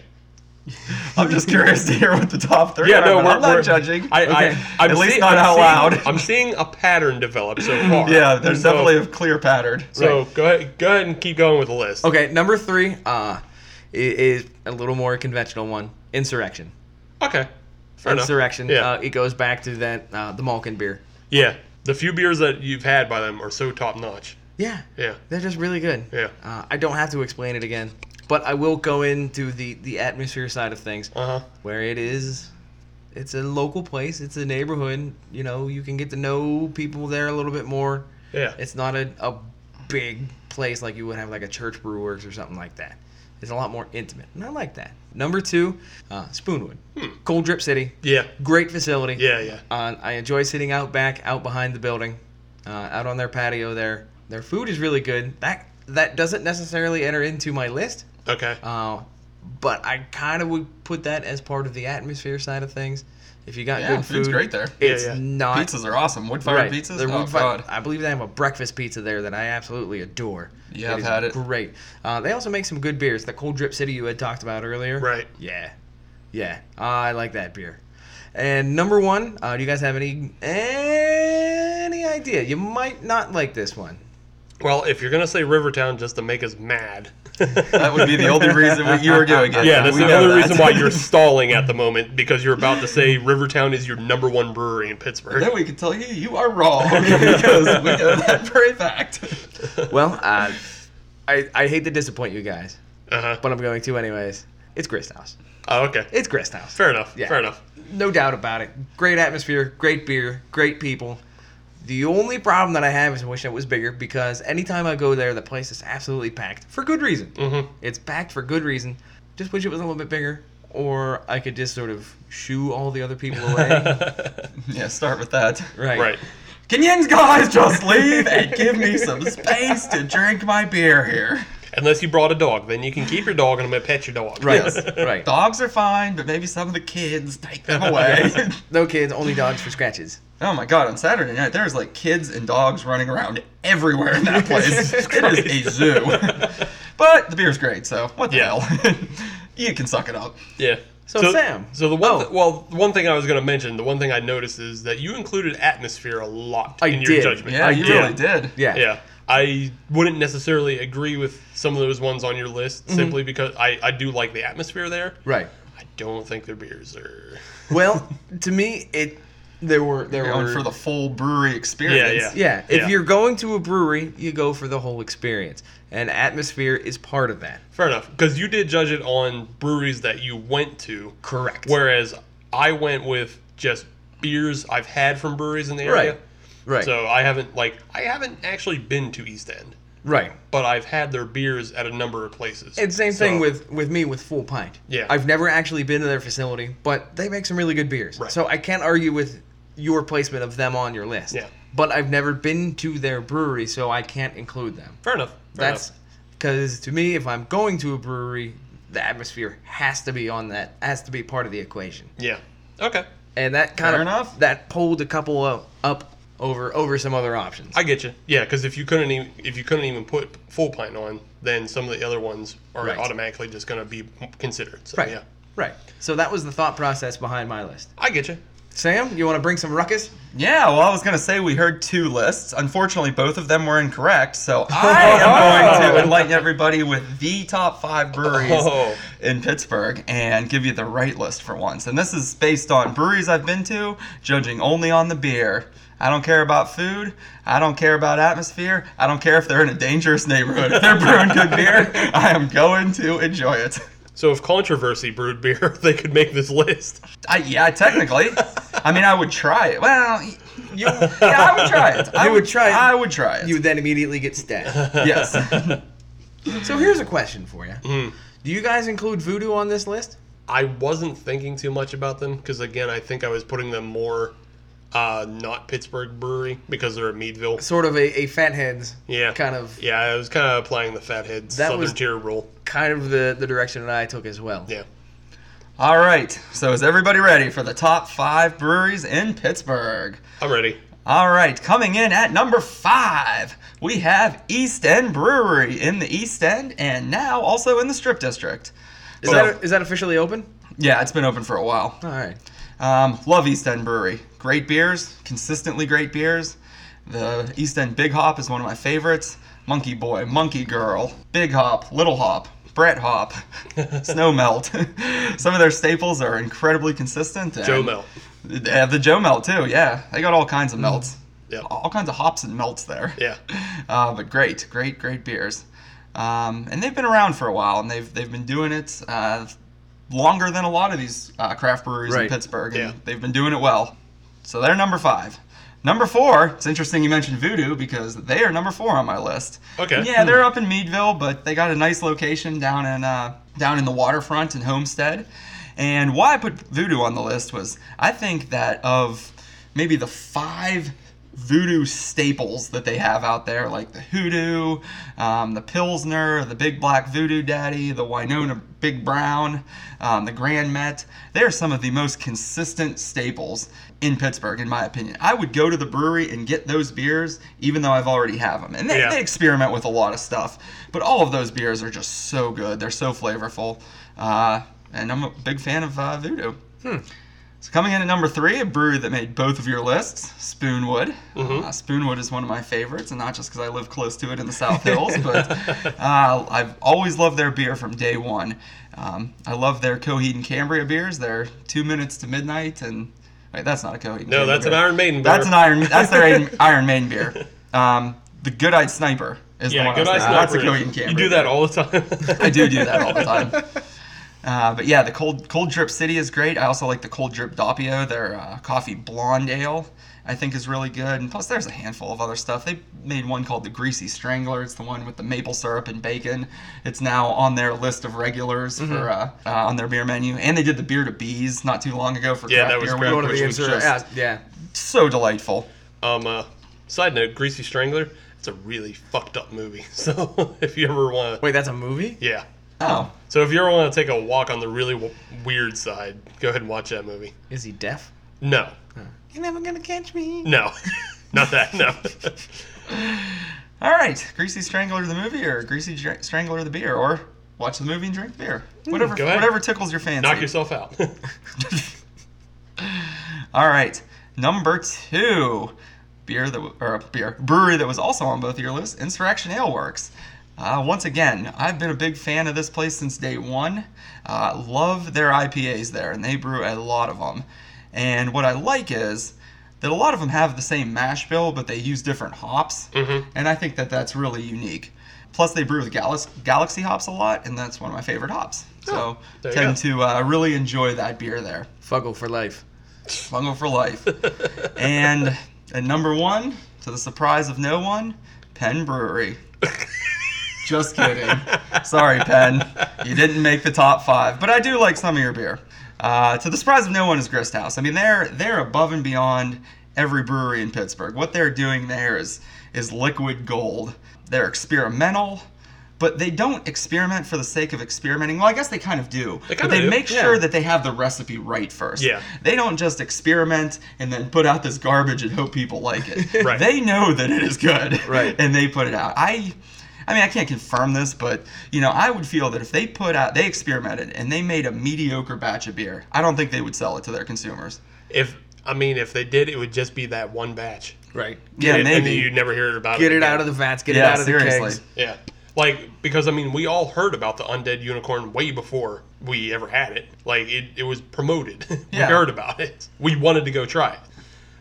Speaker 1: I'm just curious to hear what the top three
Speaker 3: Yeah,
Speaker 1: are.
Speaker 3: no,
Speaker 1: but
Speaker 3: we're-
Speaker 1: I'm not
Speaker 3: we're-
Speaker 1: judging.
Speaker 3: I,
Speaker 2: Okay.
Speaker 3: I, I'm
Speaker 1: At least
Speaker 3: see-
Speaker 1: not
Speaker 3: I'm
Speaker 1: out
Speaker 3: seeing-
Speaker 1: loud.
Speaker 3: I'm seeing a pattern develop
Speaker 1: [laughs]
Speaker 3: so far.
Speaker 1: yeah, there's
Speaker 3: So-
Speaker 1: definitely a clear pattern.
Speaker 3: So go ahead, go ahead and keep going with the list.
Speaker 2: Okay, number three uh, i- is a little more conventional one. Insurrection.
Speaker 3: Okay. Fair enough.
Speaker 2: Insurrection.
Speaker 3: Yeah.
Speaker 2: Uh, it goes back to that uh, the Malkin beer.
Speaker 3: yeah. The few beers that you've had by them are so top notch.
Speaker 2: Yeah.
Speaker 3: Yeah.
Speaker 2: They're just really good.
Speaker 3: Yeah.
Speaker 2: Uh, I don't have to explain it again, but I will go into the the atmosphere side of things.
Speaker 3: Uh huh.
Speaker 2: where it is it's a local place it's a neighborhood you know you can get to know people there a little bit more
Speaker 3: Yeah.
Speaker 2: it's not a, a big place like you would have like a church brewers or something like that it's a lot more intimate and i like that number two uh, spoonwood cold drip city
Speaker 3: yeah.
Speaker 2: great facility
Speaker 3: Hmm. Yeah. Yeah.
Speaker 2: uh, i enjoy sitting out back out behind the building uh, out on their patio there Their food is really good. That that doesn't necessarily enter into my list,
Speaker 3: Okay.
Speaker 2: uh, but I kind of would put that as part of the atmosphere side of things. If you got
Speaker 1: Yeah,
Speaker 2: good
Speaker 1: food's
Speaker 2: food,
Speaker 1: great there. Yeah,
Speaker 2: It's
Speaker 3: yeah.
Speaker 2: not
Speaker 1: pizzas are awesome. Wood fired
Speaker 2: right.
Speaker 1: pizzas.
Speaker 2: They're
Speaker 1: oh
Speaker 2: wood fi-
Speaker 1: god.
Speaker 2: I believe they have a breakfast pizza there that I absolutely adore.
Speaker 1: Yeah,
Speaker 2: That
Speaker 1: I've
Speaker 2: is
Speaker 1: had it.
Speaker 2: Great. Uh, they also make some good beers. The Cold Drip City you had talked about earlier.
Speaker 3: Right.
Speaker 2: Yeah. Yeah. I like that beer. And number one, uh, do you guys have any any idea? You might not like this
Speaker 1: [laughs]
Speaker 2: one.
Speaker 3: Well, if you're gonna say Rivertown just to make us mad,
Speaker 1: That would be the only reason what you were doing it.
Speaker 3: [laughs] yeah, that's
Speaker 1: We
Speaker 3: the
Speaker 1: know
Speaker 3: only
Speaker 1: that.
Speaker 3: reason why
Speaker 1: [laughs]
Speaker 3: you're stalling at the moment because you're about to say Rivertown is your number one brewery in Pittsburgh.
Speaker 1: Then we can tell you you are wrong [laughs] because we know that for a fact.
Speaker 2: Well, uh, I I hate to disappoint you guys,
Speaker 3: Uh-huh.
Speaker 2: but I'm going to anyways. It's Grist House.
Speaker 3: Oh, okay.
Speaker 2: It's Grist House.
Speaker 3: Fair enough.
Speaker 2: Yeah.
Speaker 3: Fair enough.
Speaker 2: No doubt about it. Great atmosphere, great beer, great people. The only problem that I have is I wish it was bigger because anytime I go there, the place is absolutely packed for good reason.
Speaker 3: Mhm.
Speaker 2: It's packed for good reason. Just wish it was a little bit bigger, or I could just sort of shoo all the other people
Speaker 3: [laughs]
Speaker 2: away.
Speaker 1: Yeah, start with that.
Speaker 2: right.
Speaker 3: right.
Speaker 1: Can you guys just leave and give me some space to drink my beer here?
Speaker 3: Unless you brought a dog, then you can keep your dog and I'm gonna pet your dog. [laughs]
Speaker 2: Right.
Speaker 1: Yes.
Speaker 2: Right.
Speaker 1: Dogs are fine, but maybe some of the kids take them away.
Speaker 2: No kids, only dogs for scratches.
Speaker 1: oh my god, on Saturday night there was like kids and dogs running around everywhere in that place. it is a zoo. [laughs] but the beer's great, so what the
Speaker 3: Yeah.
Speaker 1: hell? [laughs] you can suck it up.
Speaker 3: Yeah.
Speaker 2: So, Sam.
Speaker 3: So the one,
Speaker 2: Oh.
Speaker 3: thi- well, the one thing I was going to mention, the one thing I noticed is that you included atmosphere a lot
Speaker 2: I
Speaker 3: in your
Speaker 2: did.
Speaker 3: judgment.
Speaker 1: Yeah,
Speaker 2: I
Speaker 1: you
Speaker 2: did.
Speaker 1: really did.
Speaker 2: Yeah.
Speaker 3: Yeah. I wouldn't necessarily agree with some of those ones on your list
Speaker 2: Mm-hmm.
Speaker 3: simply because I, I do like the atmosphere there.
Speaker 2: Right.
Speaker 3: I don't think their beers are.
Speaker 2: Well, to me, it there were there
Speaker 1: You're going
Speaker 2: were
Speaker 1: for the full brewery experience.
Speaker 3: yeah.
Speaker 2: Yeah, if
Speaker 3: Yeah.
Speaker 2: you're going to a brewery, you go for the whole experience, and atmosphere is part of that.
Speaker 3: Fair enough. Because you did judge it on breweries that you went to,
Speaker 2: Correct.
Speaker 3: whereas I went with just beers I've had from breweries in the area.
Speaker 2: Right. Right.
Speaker 3: So I haven't like I haven't actually been to East End,
Speaker 2: right.
Speaker 3: but I've had their beers at a number of places.
Speaker 2: And same thing
Speaker 3: So-
Speaker 2: with with me with Full Pint.
Speaker 3: Yeah.
Speaker 2: I've never actually been to their facility, but they make some really good beers.
Speaker 3: Right.
Speaker 2: So I can't argue with your placement of them on your list.
Speaker 3: Yeah.
Speaker 2: But I've never been to their brewery, so I can't include them.
Speaker 3: Fair enough. Fair
Speaker 2: That's because to me, if I'm going to a brewery, the atmosphere has to be on that has to be part of the equation.
Speaker 3: enough. yeah. Okay.
Speaker 2: and that kind
Speaker 1: Fair
Speaker 2: of
Speaker 1: enough.
Speaker 2: that pulled a couple of up over over some other options.
Speaker 3: I get you. Yeah, because if you couldn't even if you couldn't even put full pint on, then some of the other ones are
Speaker 2: Right.
Speaker 3: automatically just going to be considered. So
Speaker 2: right,
Speaker 3: yeah,
Speaker 2: right. So that was the thought process behind my list.
Speaker 3: I get you.
Speaker 2: Sam, you want to bring some ruckus?
Speaker 1: Yeah, well, I was going to say we heard two lists. Unfortunately, both of them were incorrect, so I am going to enlighten everybody with the top five breweries
Speaker 3: Oh.
Speaker 1: in Pittsburgh and give you the right list for once. And this is based on breweries I've been to, judging only on the beer. I don't care about food. I don't care about atmosphere. I don't care if they're in a dangerous neighborhood. If they're brewing good beer, I am going to enjoy it.
Speaker 3: So if controversy brewed beer, [laughs] they could make this list.
Speaker 1: I, yeah, technically. I mean, I would try it. Well, you, yeah, I would try it. I
Speaker 2: [laughs] You would try it.
Speaker 1: I would try it.
Speaker 2: You would then immediately
Speaker 1: [laughs]
Speaker 2: get stabbed.
Speaker 1: yes.
Speaker 2: so here's a question for you:
Speaker 1: Hmm.
Speaker 2: Do you guys include voodoo on this list?
Speaker 3: I wasn't thinking too much about them because again, I think I was putting them more uh, not Pittsburgh brewery because they're a Meadville.
Speaker 2: Sort of a, a fatheads
Speaker 3: Yeah,
Speaker 2: kind of
Speaker 3: Yeah, I was kind of applying the fathead
Speaker 2: That
Speaker 3: southern
Speaker 2: was-
Speaker 3: tier rule.
Speaker 2: kind of the the direction that I took as well.
Speaker 3: Yeah.
Speaker 1: All right. So is everybody ready for the top five breweries in Pittsburgh?
Speaker 3: I'm ready.
Speaker 1: All right. Coming in at number five, we have East End Brewery in the East End and now also in the Strip District.
Speaker 2: Is
Speaker 1: So-
Speaker 2: that is that officially open?
Speaker 1: yeah, it's been open for a while.
Speaker 2: All right.
Speaker 1: Um, love East End Brewery. Great beers, consistently great beers. The East End Big Hop is one of my favorites. Monkey Boy, Monkey Girl, Big Hop, Little Hop, Brett Hop, Snow Melt. [laughs] Some of their staples are incredibly consistent. and-
Speaker 3: Joe Mel.
Speaker 1: They have the Joe Melt too. Yeah, they got all kinds of melts,
Speaker 3: Yeah.
Speaker 1: all kinds of hops and melts there.
Speaker 3: Yeah.
Speaker 1: [laughs] Uh, but great, great, great beers. Um, and they've been around for a while, and they've they've been doing it uh, longer than a lot of these uh, craft breweries in
Speaker 2: Right.
Speaker 1: Pittsburgh, and
Speaker 3: Yeah.
Speaker 1: they've been doing it well. So they're number five. Number four. It's interesting you mentioned Voodoo because they are number four on my list.
Speaker 3: Okay.
Speaker 1: Yeah, they're up in Meadville, but they got a nice location down in uh, down in the waterfront in Homestead. And why I put Voodoo on the list was I think that of maybe the five voodoo staples that they have out there, like the hoodoo, um, the pilsner, the big black voodoo daddy, the Winona Big Brown, um, the Grand Met. They are some of the most consistent staples in Pittsburgh, in my opinion. I would go to the brewery and get those beers, even though I've already have them. And they,
Speaker 3: Yeah.
Speaker 1: they experiment with a lot of stuff, but all of those beers are just so good. They're so flavorful, uh, and I'm a big fan of uh, voodoo.
Speaker 3: Hmm.
Speaker 1: So coming in at number three, a brewery that made both of your lists, Spoonwood.
Speaker 3: Mm-hmm.
Speaker 1: Uh, Spoonwood is one of my favorites, and not just because I live close to it in the South Hills, but
Speaker 3: [laughs]
Speaker 1: uh, I've always loved their beer from day one. Um, I love their Coheed and Cambria beers. They're two minutes to midnight, and wait, that's not a Coheed. and
Speaker 3: No,
Speaker 1: Cambria
Speaker 3: that's an
Speaker 1: beer.
Speaker 3: Iron Maiden.
Speaker 1: That's an
Speaker 3: beer.
Speaker 1: Iron. That's their Iron, Iron Maiden beer. Um, the Good Eyed Sniper is the
Speaker 3: Yeah,
Speaker 1: one.
Speaker 3: good
Speaker 1: I
Speaker 3: eye
Speaker 1: was thinking. That's a
Speaker 3: sniper.
Speaker 1: Coheed and Cambria.
Speaker 3: You do that all the time.
Speaker 1: I do do that
Speaker 3: [laughs]
Speaker 1: all the time. Uh, but yeah, the cold cold drip city is great. I also like the cold drip Doppio. Their uh, coffee blonde ale, I think, is really good. And plus, there's a handful of other stuff. They made one called the Greasy Strangler. It's the one with the maple syrup and bacon. It's now on their list of regulars for uh,
Speaker 3: Mm-hmm.
Speaker 1: uh, on their beer menu. And they did the beer to bees not too long ago for
Speaker 3: Yeah,
Speaker 1: craft
Speaker 3: that was
Speaker 1: beer
Speaker 3: great.
Speaker 1: week,
Speaker 2: One of
Speaker 1: which
Speaker 2: the
Speaker 1: was
Speaker 2: answers.
Speaker 1: just
Speaker 2: Yeah.
Speaker 1: so delightful.
Speaker 3: Um, uh, side note, Greasy Strangler. It's a really fucked up movie. [laughs] So if you ever want to,
Speaker 2: Wait, that's a movie?
Speaker 3: yeah.
Speaker 1: Oh,
Speaker 3: So if you ever want to take a walk on the really w- weird side, go ahead and watch that movie.
Speaker 2: Is he deaf?
Speaker 3: No,
Speaker 2: You're never gonna catch me.
Speaker 3: no, [laughs] not that.
Speaker 1: [laughs]
Speaker 3: No.
Speaker 1: all right. Greasy Strangler the movie or Greasy Dra- Strangler the beer or watch the movie and drink beer. Whatever,
Speaker 3: Hmm, go ahead.
Speaker 1: whatever tickles your fancy.
Speaker 3: Knock yourself out. [laughs]
Speaker 1: All right, number two, beer that w- or beer brewery that was also on both your lists, Insurrection Ale Works. Uh, once again, I've been a big fan of this place since day one. Uh, love their IPAs there, and they brew a lot of them. And what I like is that a lot of them have the same mash bill, but they use different hops,
Speaker 3: Mm-hmm.
Speaker 1: and I think that that's really unique. Plus, they brew with Galax- Galaxy hops a lot, and that's one of my favorite hops. So,
Speaker 3: Oh, there you
Speaker 1: tend to uh, really enjoy that beer there.
Speaker 2: Fuggle for life.
Speaker 1: Fungo for life. and at number one, to the surprise of no one, Penn
Speaker 3: [laughs]
Speaker 1: Brewery. Just kidding. Sorry, Penn. You didn't make the top five, but I do like some of your beer. Uh, to the surprise of no one is Grist House. I mean, they're they're above and beyond every brewery in Pittsburgh. What they're doing there is is liquid gold. They're experimental, but they don't experiment for the sake of experimenting. Well, I guess they kind of do.
Speaker 3: They
Speaker 1: but
Speaker 3: kinda
Speaker 1: they
Speaker 3: do,
Speaker 1: make
Speaker 2: yeah.
Speaker 1: sure that they have the recipe right first.
Speaker 3: Yeah.
Speaker 1: They don't just experiment and then put out this garbage and hope people like
Speaker 2: [laughs]
Speaker 1: it.
Speaker 3: Right.
Speaker 1: They know that it is good.
Speaker 2: Right.
Speaker 1: [laughs] And they put it out. I I mean I can't confirm this, but you know, I would feel that if they put out they experimented and they made a mediocre batch of beer, I don't think they would sell it to their consumers.
Speaker 3: if I mean, if they did, it would just be that one batch.
Speaker 2: Right.
Speaker 1: Yeah,
Speaker 3: and, and
Speaker 1: maybe.
Speaker 3: you'd never hear about it.
Speaker 2: Get it
Speaker 3: again.
Speaker 2: out of the vats. Get
Speaker 1: Yeah,
Speaker 2: it out of
Speaker 1: seriously.
Speaker 2: the kegs.
Speaker 3: Yeah. Like, because, I mean, we all heard about the undead unicorn way before we ever had it. Like, it, it was promoted. [laughs] we
Speaker 1: Yeah.
Speaker 3: heard about it. We wanted to go try it.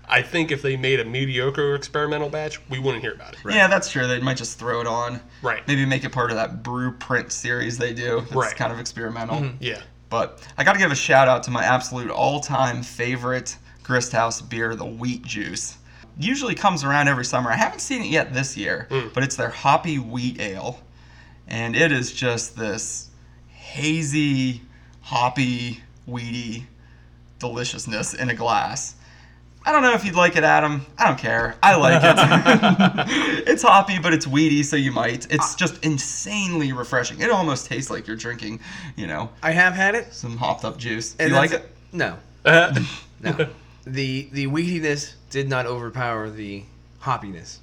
Speaker 3: I think if they made a mediocre experimental batch, we wouldn't hear about it.
Speaker 1: Yeah, that's true. They might just throw it on.
Speaker 3: Right.
Speaker 1: Maybe make it part of that brew print series they do. It's
Speaker 3: Right.
Speaker 1: kind of experimental.
Speaker 2: Mm-hmm.
Speaker 3: Yeah.
Speaker 1: But I got to give a shout out to my absolute all time favorite Grist House beer, the Wheat Juice. Usually comes around every summer. I haven't seen it yet this year, but it's their hoppy wheat ale. And it is just this hazy, hoppy, weedy deliciousness in a glass. I don't know if you'd like it, Adam. I don't care. I like it. it's hoppy, but it's weedy, so you might. It's just insanely refreshing. It almost tastes like you're drinking, you know,
Speaker 2: I have had it.
Speaker 1: some hopped up juice. Do
Speaker 2: and
Speaker 1: you like
Speaker 2: that's-
Speaker 1: it?
Speaker 2: No.
Speaker 3: Uh-huh.
Speaker 2: No.
Speaker 1: [laughs]
Speaker 2: the the wheatiness did not overpower the hoppiness.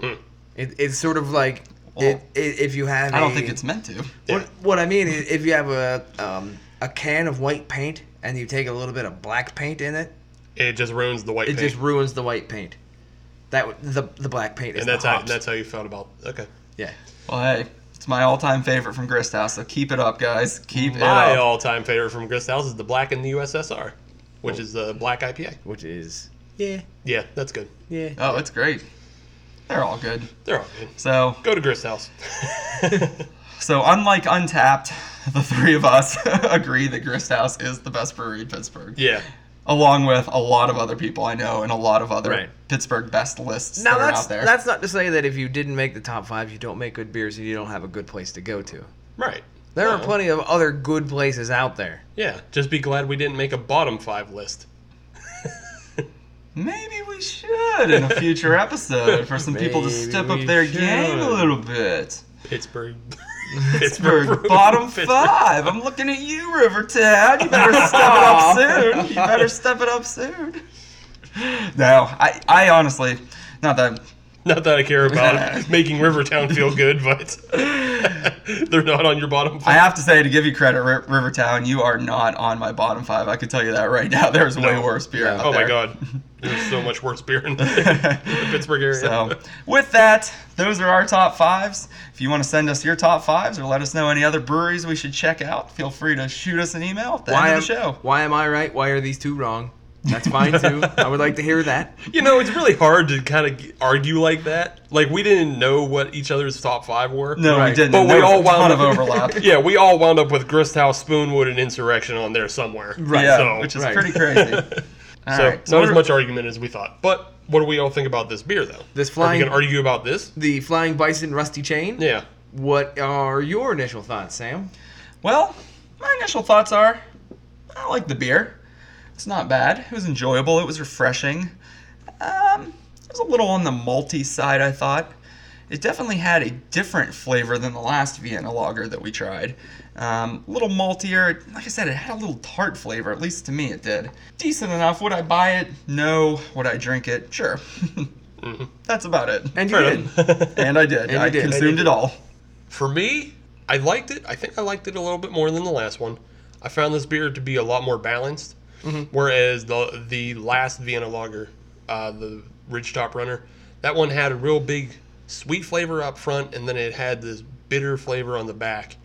Speaker 3: Mm.
Speaker 2: It, it's sort of like it, it, if you have.
Speaker 1: I don't
Speaker 2: a-
Speaker 1: think it's meant to.
Speaker 2: What, what I mean is, if you have a um, a can of white paint and you take a little bit of black paint in it,
Speaker 3: It just ruins the white
Speaker 2: it
Speaker 3: paint.
Speaker 2: just ruins the white paint. That w- the the black paint is
Speaker 3: and that's
Speaker 2: the
Speaker 3: how,
Speaker 2: hops.
Speaker 3: that's how you felt about Okay.
Speaker 2: yeah.
Speaker 1: Well, hey, it's my all time favorite from Grist House, so keep it up, guys. Keep it
Speaker 3: My
Speaker 1: up.
Speaker 3: all time favorite from Grist House is the black in the USSR, which is the black IPA.
Speaker 2: Which is Um, yeah
Speaker 3: Yeah, that's good.
Speaker 2: yeah.
Speaker 1: Oh, it's great. They're all good.
Speaker 3: They're all good.
Speaker 1: So,
Speaker 3: Go to Grist House. [laughs]
Speaker 1: so unlike Untapped, [laughs] the three of us [laughs] agree that Grist House is the best brewery in Pittsburgh.
Speaker 3: yeah.
Speaker 1: along with a lot of other people I know and a lot of other
Speaker 2: Right.
Speaker 1: Pittsburgh best lists
Speaker 2: Now
Speaker 1: that are
Speaker 2: that's
Speaker 1: out there.
Speaker 2: that's not to say that if you didn't make the top five, you don't make good beers and you don't have a good place to go to.
Speaker 3: Right.
Speaker 2: There are
Speaker 3: No.
Speaker 2: plenty of other good places out there.
Speaker 3: Yeah, just be glad we didn't make a bottom five list.
Speaker 1: Maybe we should in a
Speaker 2: [laughs]
Speaker 1: future episode for some people to
Speaker 2: Maybe
Speaker 1: step up
Speaker 2: we
Speaker 1: their game a
Speaker 2: should.
Speaker 1: little bit.
Speaker 3: Pittsburgh. [laughs]
Speaker 1: Pittsburgh bottom five. I'm looking at you, River Tad. You better step it [laughs] up soon. You better step it up soon. No, I, I honestly, not that
Speaker 3: Not that I
Speaker 1: [laughs]
Speaker 3: care about making Rivertown feel good, but they're not on your bottom
Speaker 1: I
Speaker 3: five.
Speaker 1: have to say to give you credit, R- Rivertown, you are not on my bottom five. I can tell you that right now. [laughs] There's way
Speaker 3: No.
Speaker 1: worse beer
Speaker 2: Yeah.
Speaker 1: out
Speaker 3: Oh
Speaker 1: there. [laughs]
Speaker 3: my god, there's so much worse beer in the Pittsburgh area.
Speaker 1: So, with that, those are our top fives. If you want to send us your top fives or let us know any other breweries we should check out, feel free to shoot us an email at the
Speaker 2: why
Speaker 1: end
Speaker 2: am,
Speaker 1: of the show.
Speaker 2: Why am I right? Why are these two wrong? That's fine
Speaker 1: [laughs]
Speaker 2: too. I would like to hear that.
Speaker 3: You know, it's really hard to kind of argue like that. Like we didn't know what each other's top five were.
Speaker 1: No, we
Speaker 2: Right.
Speaker 1: didn't.
Speaker 3: But
Speaker 1: There
Speaker 3: we
Speaker 1: was
Speaker 3: all
Speaker 1: a ton
Speaker 3: wound
Speaker 1: of
Speaker 3: up-
Speaker 1: overlap.
Speaker 3: [laughs] Yeah, we all wound up with Gristhouse, Spoonwood, and Insurrection on there somewhere.
Speaker 2: Right.
Speaker 1: yeah,
Speaker 3: So,
Speaker 1: which is
Speaker 2: right.
Speaker 1: pretty
Speaker 2: [laughs]
Speaker 1: crazy. All
Speaker 3: so
Speaker 1: right,
Speaker 3: not as
Speaker 1: we're-
Speaker 3: much argument as we thought. But what do we all think about this beer, though?
Speaker 2: This
Speaker 3: Are we
Speaker 2: flying-
Speaker 3: going to argue about this?
Speaker 2: The flying bison rusty chain. [laughs]
Speaker 3: Yeah.
Speaker 2: What are your initial thoughts, Sam?
Speaker 1: Well, my initial thoughts are I like the beer. It's not bad. It was enjoyable. It was refreshing. Um, it was a little on the malty side, I thought. It definitely had a different flavor than the last Vienna lager that we tried. Um, a little maltier. Like I said, it had a little tart flavor, at least to me it did. Decent enough. Would I buy it? No. Would I drink it? Sure. [laughs] That's about it.
Speaker 2: Mm-hmm. And you
Speaker 3: Fair
Speaker 2: did.
Speaker 1: [laughs]
Speaker 3: enough.
Speaker 1: And I did.
Speaker 2: And you
Speaker 1: I
Speaker 2: did. And you
Speaker 1: consumed
Speaker 3: did.
Speaker 1: it all.
Speaker 3: For me, I liked it. I think I liked it a little bit more than the last one. I found this beer to be a lot more balanced, whereas the the last Vienna Lager, uh, the Ridgetop Runner, that one had a real big sweet flavor up front, and then it had this bitter flavor on the back.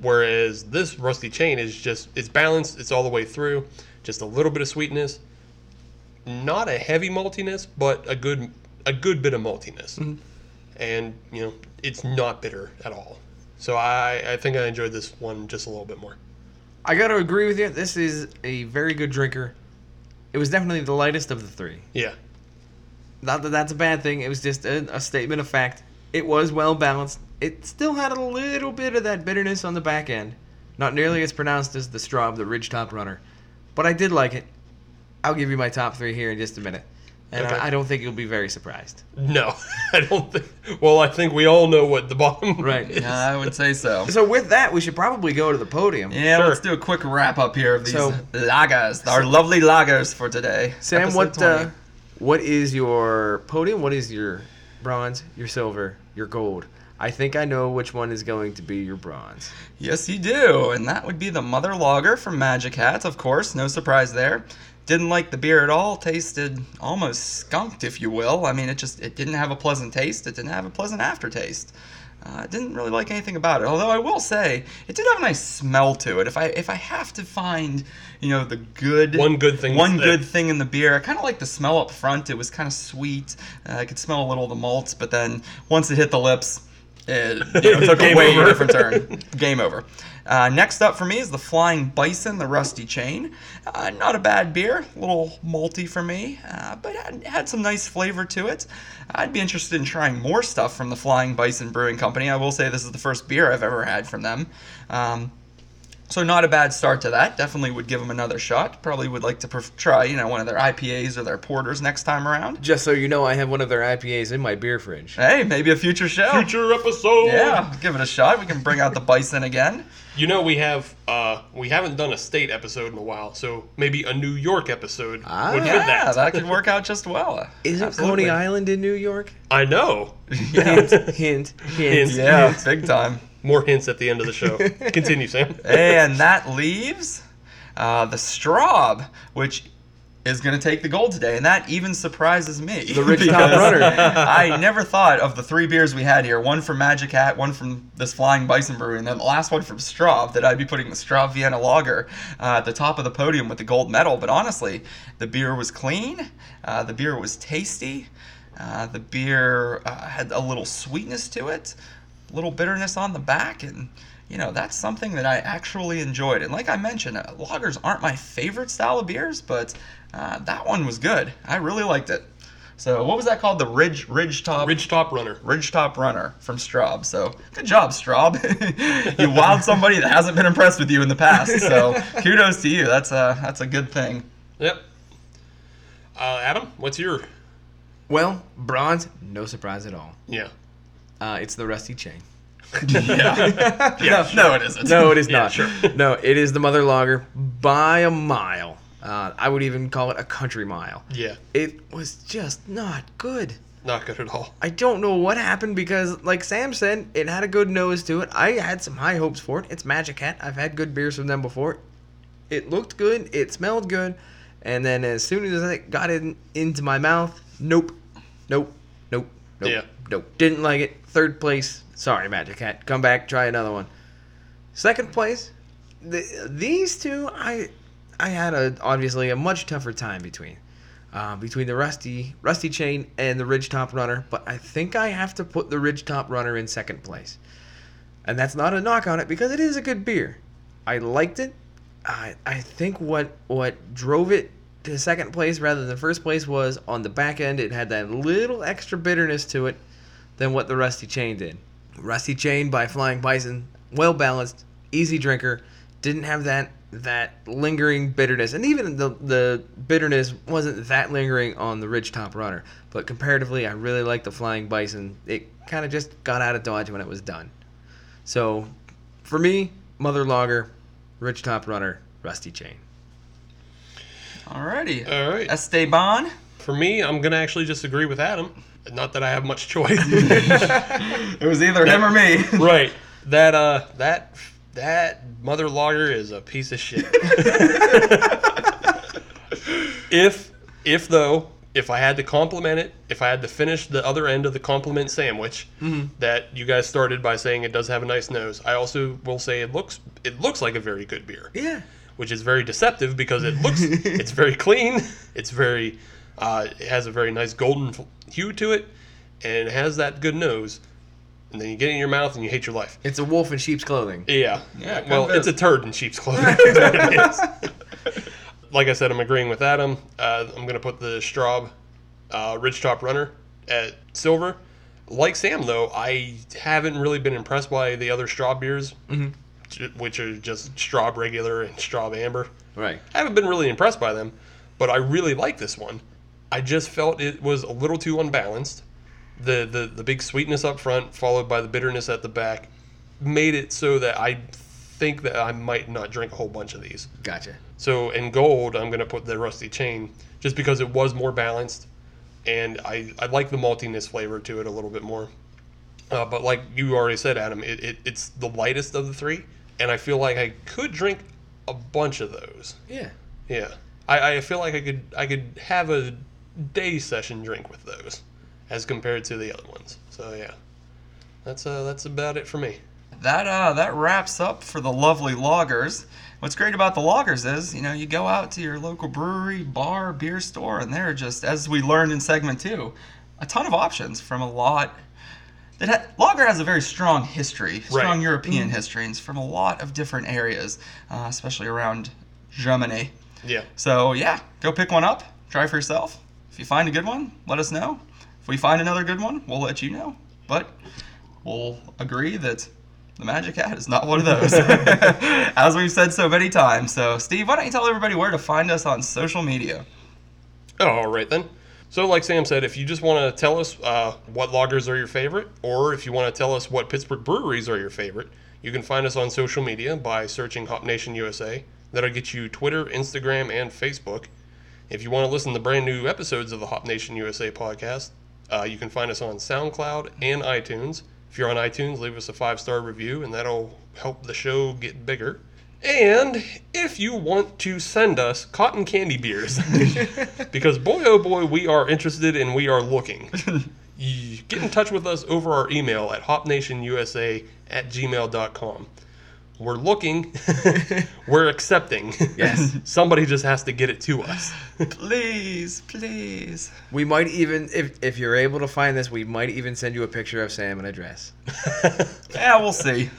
Speaker 3: Whereas this Rusty Chain is just it's balanced. It's all the way through, just a little bit of sweetness, not a heavy maltiness, but a good a good bit of maltiness and you know it's not bitter at all. So I, I think I enjoyed this one just a little bit more.
Speaker 2: I got to agree with you. This is a very good drinker. It was definitely the lightest of the three.
Speaker 3: Yeah,
Speaker 2: Not that that's a bad thing. It was just a, a statement of fact. It was well balanced. It still had a little bit of that bitterness on the back end. Not nearly as pronounced as the straw of the Ridgetop Runner. But I did like it. I'll give you my top three here in just a minute. And
Speaker 3: Okay.
Speaker 2: I, I don't think you'll be very surprised.
Speaker 3: no, [laughs] I don't think. Well, I think we all know what the bottom
Speaker 2: Right.
Speaker 3: [laughs] Is.
Speaker 1: I would say so.
Speaker 2: [laughs] So, with that, we should probably go to the podium.
Speaker 1: Yeah,
Speaker 3: Sure.
Speaker 1: let's do a quick wrap up here of these
Speaker 2: So-
Speaker 1: lagers, our lovely lagers for today.
Speaker 2: Sam,
Speaker 1: Episode
Speaker 2: what
Speaker 1: 20.
Speaker 2: uh, what is your podium? What is your bronze, your silver, your gold? I think I know which one is going to be your bronze.
Speaker 1: Yes, you do, and that would be the Mother Lager from Magic Hat, of course. No surprise there. Didn't like the beer at all. Tasted almost skunked, if you will. I mean, it just it didn't have a pleasant taste. It didn't have a pleasant aftertaste. Uh, I didn't really like anything about it. Although I will say, it did have a nice smell to it. If I if I have to find, you know, the good
Speaker 3: One good thing
Speaker 1: one
Speaker 3: that-
Speaker 1: good thing in the beer. I kind of like the smell up front. It was kind of sweet. Uh, I could smell a little of the malts, but then once it hit the lips, it, you know, took a
Speaker 3: Game
Speaker 1: way
Speaker 3: over.
Speaker 1: different turn. Game over. Uh, next up for me is the Flying Bison, the Rusty Chain. Uh, not a bad beer, a little malty for me, uh, but had, had some nice flavor to it. I'd be interested in trying more stuff from the Flying Bison Brewing Company. I will say this is the first beer I've ever had from them. Um, so not a bad start to that. Definitely would give them another shot. Probably would like to pref- try, you know, one of their IPAs or their porters next time around.
Speaker 2: Just so you know, I have one of their IPAs in my beer fridge.
Speaker 1: Hey, maybe a future show.
Speaker 3: Future episode.
Speaker 1: Yeah, give it a shot. We can bring out the bison again.
Speaker 3: You know we have uh we haven't done a state episode in a while, so maybe a New York episode
Speaker 2: Ah.
Speaker 3: would fit
Speaker 1: Yeah,
Speaker 3: that.
Speaker 1: that. could work out just well.
Speaker 2: Isn't
Speaker 1: Absolutely.
Speaker 2: Coney Island in New York?
Speaker 3: I know.
Speaker 2: Hint, hint,
Speaker 3: [laughs]
Speaker 2: hint.
Speaker 3: Hint.
Speaker 1: Yeah, big time.
Speaker 3: More hints at the end of
Speaker 1: [laughs]
Speaker 3: the show. Continue, Sam.
Speaker 1: and that leaves uh, the Straub, which is going to take the gold today, and that even surprises me. The
Speaker 2: rich top runner.
Speaker 1: [laughs] I never thought of the three beers we had here one from Magic Hat, one from this Flying Bison Brewery, and then the last one from Straub that I'd be putting the Straub Vienna Lager uh, at the top of the podium with the gold medal. But honestly, the beer was clean, uh, the beer was tasty. Uh, the beer uh, had a little sweetness to it, a little bitterness on the back, and you know that's something that I actually enjoyed. And like I mentioned, uh, lagers aren't my favorite style of beers, but uh, that one was good. I really liked it. So what was that called? The Ridge Ridge Top
Speaker 3: Ridge Top Runner.
Speaker 1: Ridge Top Runner from Straub. So good job, Straub. [laughs] you wowed somebody that hasn't been impressed with you
Speaker 3: [laughs]
Speaker 1: in the past. So kudos to you. That's a that's a good thing.
Speaker 3: Yep. Uh, Adam, what's your
Speaker 2: Well, bronze, no surprise at all.
Speaker 3: yeah?
Speaker 2: Uh, it's the rusty chain.
Speaker 3: [laughs] yeah.
Speaker 2: No,
Speaker 3: [laughs]
Speaker 2: [laughs]
Speaker 3: Yeah, no, it isn't.
Speaker 2: No, it is
Speaker 3: Yeah,
Speaker 2: not.
Speaker 3: sure.
Speaker 2: [laughs] No, it is the mother lager by a mile. Uh, I would even call it a country mile.
Speaker 3: Yeah,
Speaker 2: It was just not good.
Speaker 3: not good at all.
Speaker 2: I don't know what happened because, like Sam said, it had a good nose to it. I had some high hopes for it. It's Magic Hat. I've had good beers from them before. It looked good. It smelled good. And then as soon as it got in into my mouth, nope, nope, nope, nope,
Speaker 3: Yeah.
Speaker 2: nope. Didn't like it. Third place. Sorry, Magic Hat. Come back. Try another one. Second place. The, these two, I, I had a obviously a much tougher time between uh, between the rusty rusty chain and the ridge top runner but i think i have to put the ridge top runner in second place and that's not a knock on it because it is a good beer i liked it i, I think what what drove it to second place rather than first place was on the back end it had that little extra bitterness to it than what the rusty chain did rusty chain by flying bison well balanced easy drinker didn't have that that lingering bitterness and even the the bitterness wasn't that lingering on the ridge top runner but comparatively i really liked the flying bison it kind of just got out of dodge when it was done so for me mother logger ridge top runner rusty chain
Speaker 1: Alrighty.
Speaker 3: All right.
Speaker 1: Esteban.
Speaker 3: For me, I'm gonna actually disagree with Adam. Not that I have much choice.
Speaker 1: It was either him or me. [laughs]
Speaker 3: right. That uh that that mother logger is a piece of shit. if if though, if I had to compliment it, if I had to finish the other end of the compliment sandwich that you guys started by saying it does have a nice nose, I also will say it looks it looks like a very good beer
Speaker 2: yeah
Speaker 3: which is very deceptive because it looks it's very clean it's very uh, it has a very nice golden f- hue to it and it has that good nose and then you get it in your mouth and you hate your life
Speaker 2: it's a wolf in sheep's clothing
Speaker 3: yeah,
Speaker 1: Yeah,
Speaker 3: well
Speaker 1: convinced.
Speaker 3: it's a turd in sheep's clothing That's what it is. like i said i'm agreeing with adam uh, i'm going to put the straub uh, ridge top runner at silver like sam though i haven't really been impressed by the other straub beers j- which are just straub regular and straub amber
Speaker 2: right
Speaker 3: I haven't been really impressed by them, but I really like this one. I just felt it was a little too unbalanced. The, the the big sweetness up front, followed by the bitterness at the back, made it so that I think that I might not drink a whole bunch of these.
Speaker 2: gotcha
Speaker 3: So in gold, I'm gonna put the rusty chain just because it was more balanced, and I I like the maltiness flavor to it a little bit more. Uh, but like you already said, Adam, it, it it's the lightest of the three, and I feel like I could drink a bunch of those.
Speaker 2: yeah
Speaker 3: Yeah, I, I feel like I could I could have a day session drink with those, as compared to the other ones. So yeah, that's uh that's about it for me.
Speaker 1: that uh, that wraps up for the lovely loggers. What's great about the loggers is, you know, you go out to your local brewery, bar, beer store, and there are just, as we learned in segment two, a ton of options from a lot. That ha- lager has a very strong history, strong
Speaker 3: Right.
Speaker 1: European history, and it's from a lot of different areas, uh, especially around Germany.
Speaker 3: Yeah,
Speaker 1: So yeah, go pick one up, try for yourself. If you find a good one, let us know. If we find another good one, we'll let you know. But we'll agree that the Magic Hat is not one of
Speaker 2: [laughs]
Speaker 1: those, as we've said so many times. So Steve, why don't you tell everybody where to find us on social media?
Speaker 3: Oh, all right then. So, like Sam said, if you just want to tell us uh, what loggers are your favorite, or if you want to tell us what Pittsburgh breweries are your favorite, you can find us on social media by searching Hop Nation USA. That'll get you Twitter, Instagram, and Facebook. If you want to listen to brand new episodes of the Hop Nation USA podcast, uh, you can find us on SoundCloud and iTunes. If you're on iTunes, leave us a five star review, and that'll help the show get bigger. And if you want to send us cotton candy beers, [laughs] because boy oh boy, we are interested and we
Speaker 1: [laughs]
Speaker 3: are looking. You get in touch with us over our email at hopnationusa at gmail.com. We're looking, [laughs] we're accepting.
Speaker 2: [laughs] [laughs] Yes.
Speaker 3: [laughs] Somebody just has to get it to
Speaker 1: [laughs]
Speaker 3: us.
Speaker 1: Please, please.
Speaker 2: we might even if if you're able to find this we might even send you a picture of sam in a dress
Speaker 1: Yeah, we'll see.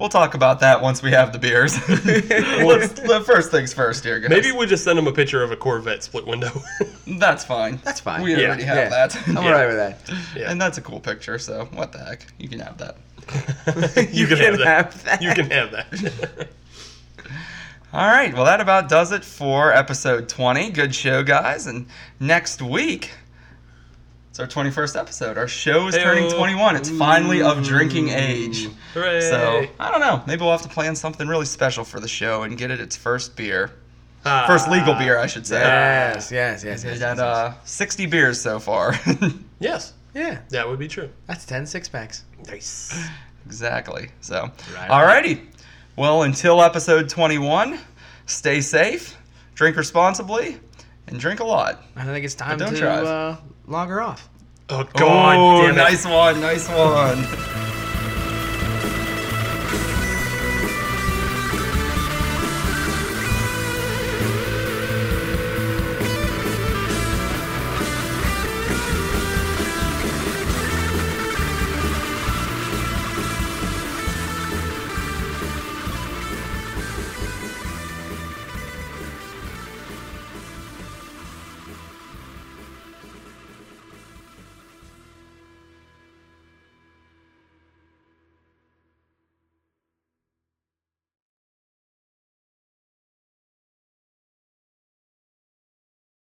Speaker 1: We'll talk about that once we have the
Speaker 2: [laughs]
Speaker 1: beers. Let's, the first things first, here, guys.
Speaker 3: Maybe we just send them a picture of a Corvette split window. [laughs]
Speaker 1: that's fine.
Speaker 2: That's fine.
Speaker 1: We
Speaker 3: Yeah,
Speaker 1: already have
Speaker 2: yeah.
Speaker 1: that,
Speaker 2: i'm all right with that [laughs]
Speaker 1: [laughs]
Speaker 3: Yeah.
Speaker 1: and that's a cool picture. So what the heck? You can have that.
Speaker 3: you,
Speaker 2: You
Speaker 3: can,
Speaker 2: can [laughs]
Speaker 3: have, that.
Speaker 2: have
Speaker 1: [laughs]
Speaker 2: that.
Speaker 3: You can have that.
Speaker 1: All right. Well, that about does it for episode 20. Good show, guys. And next week, it's our 21st episode. Our show is turning
Speaker 3: Heyo.
Speaker 1: 21. It's finally of drinking age.
Speaker 3: Hooray.
Speaker 1: So, I don't know. Maybe we'll have to plan something really special for the show and get it its first beer.
Speaker 3: Ah.
Speaker 1: First legal beer, I should say.
Speaker 2: Yes, yes, yes,
Speaker 1: We
Speaker 2: yes.
Speaker 1: got
Speaker 2: yes,
Speaker 1: uh, 60 beers so far. [laughs]
Speaker 3: Yes,
Speaker 2: yes. Yeah,
Speaker 3: that would be true.
Speaker 2: that's 10 six packs.
Speaker 3: Nice.
Speaker 1: exactly. So,
Speaker 2: Right.
Speaker 1: alrighty. Well, until episode 21, stay safe, drink responsibly, and drink a lot.
Speaker 2: I think it's time
Speaker 1: don't
Speaker 2: to
Speaker 1: drive.
Speaker 2: uh, log her off.
Speaker 3: Oh God,
Speaker 1: Oh,
Speaker 3: damn it.
Speaker 1: nice one, nice one.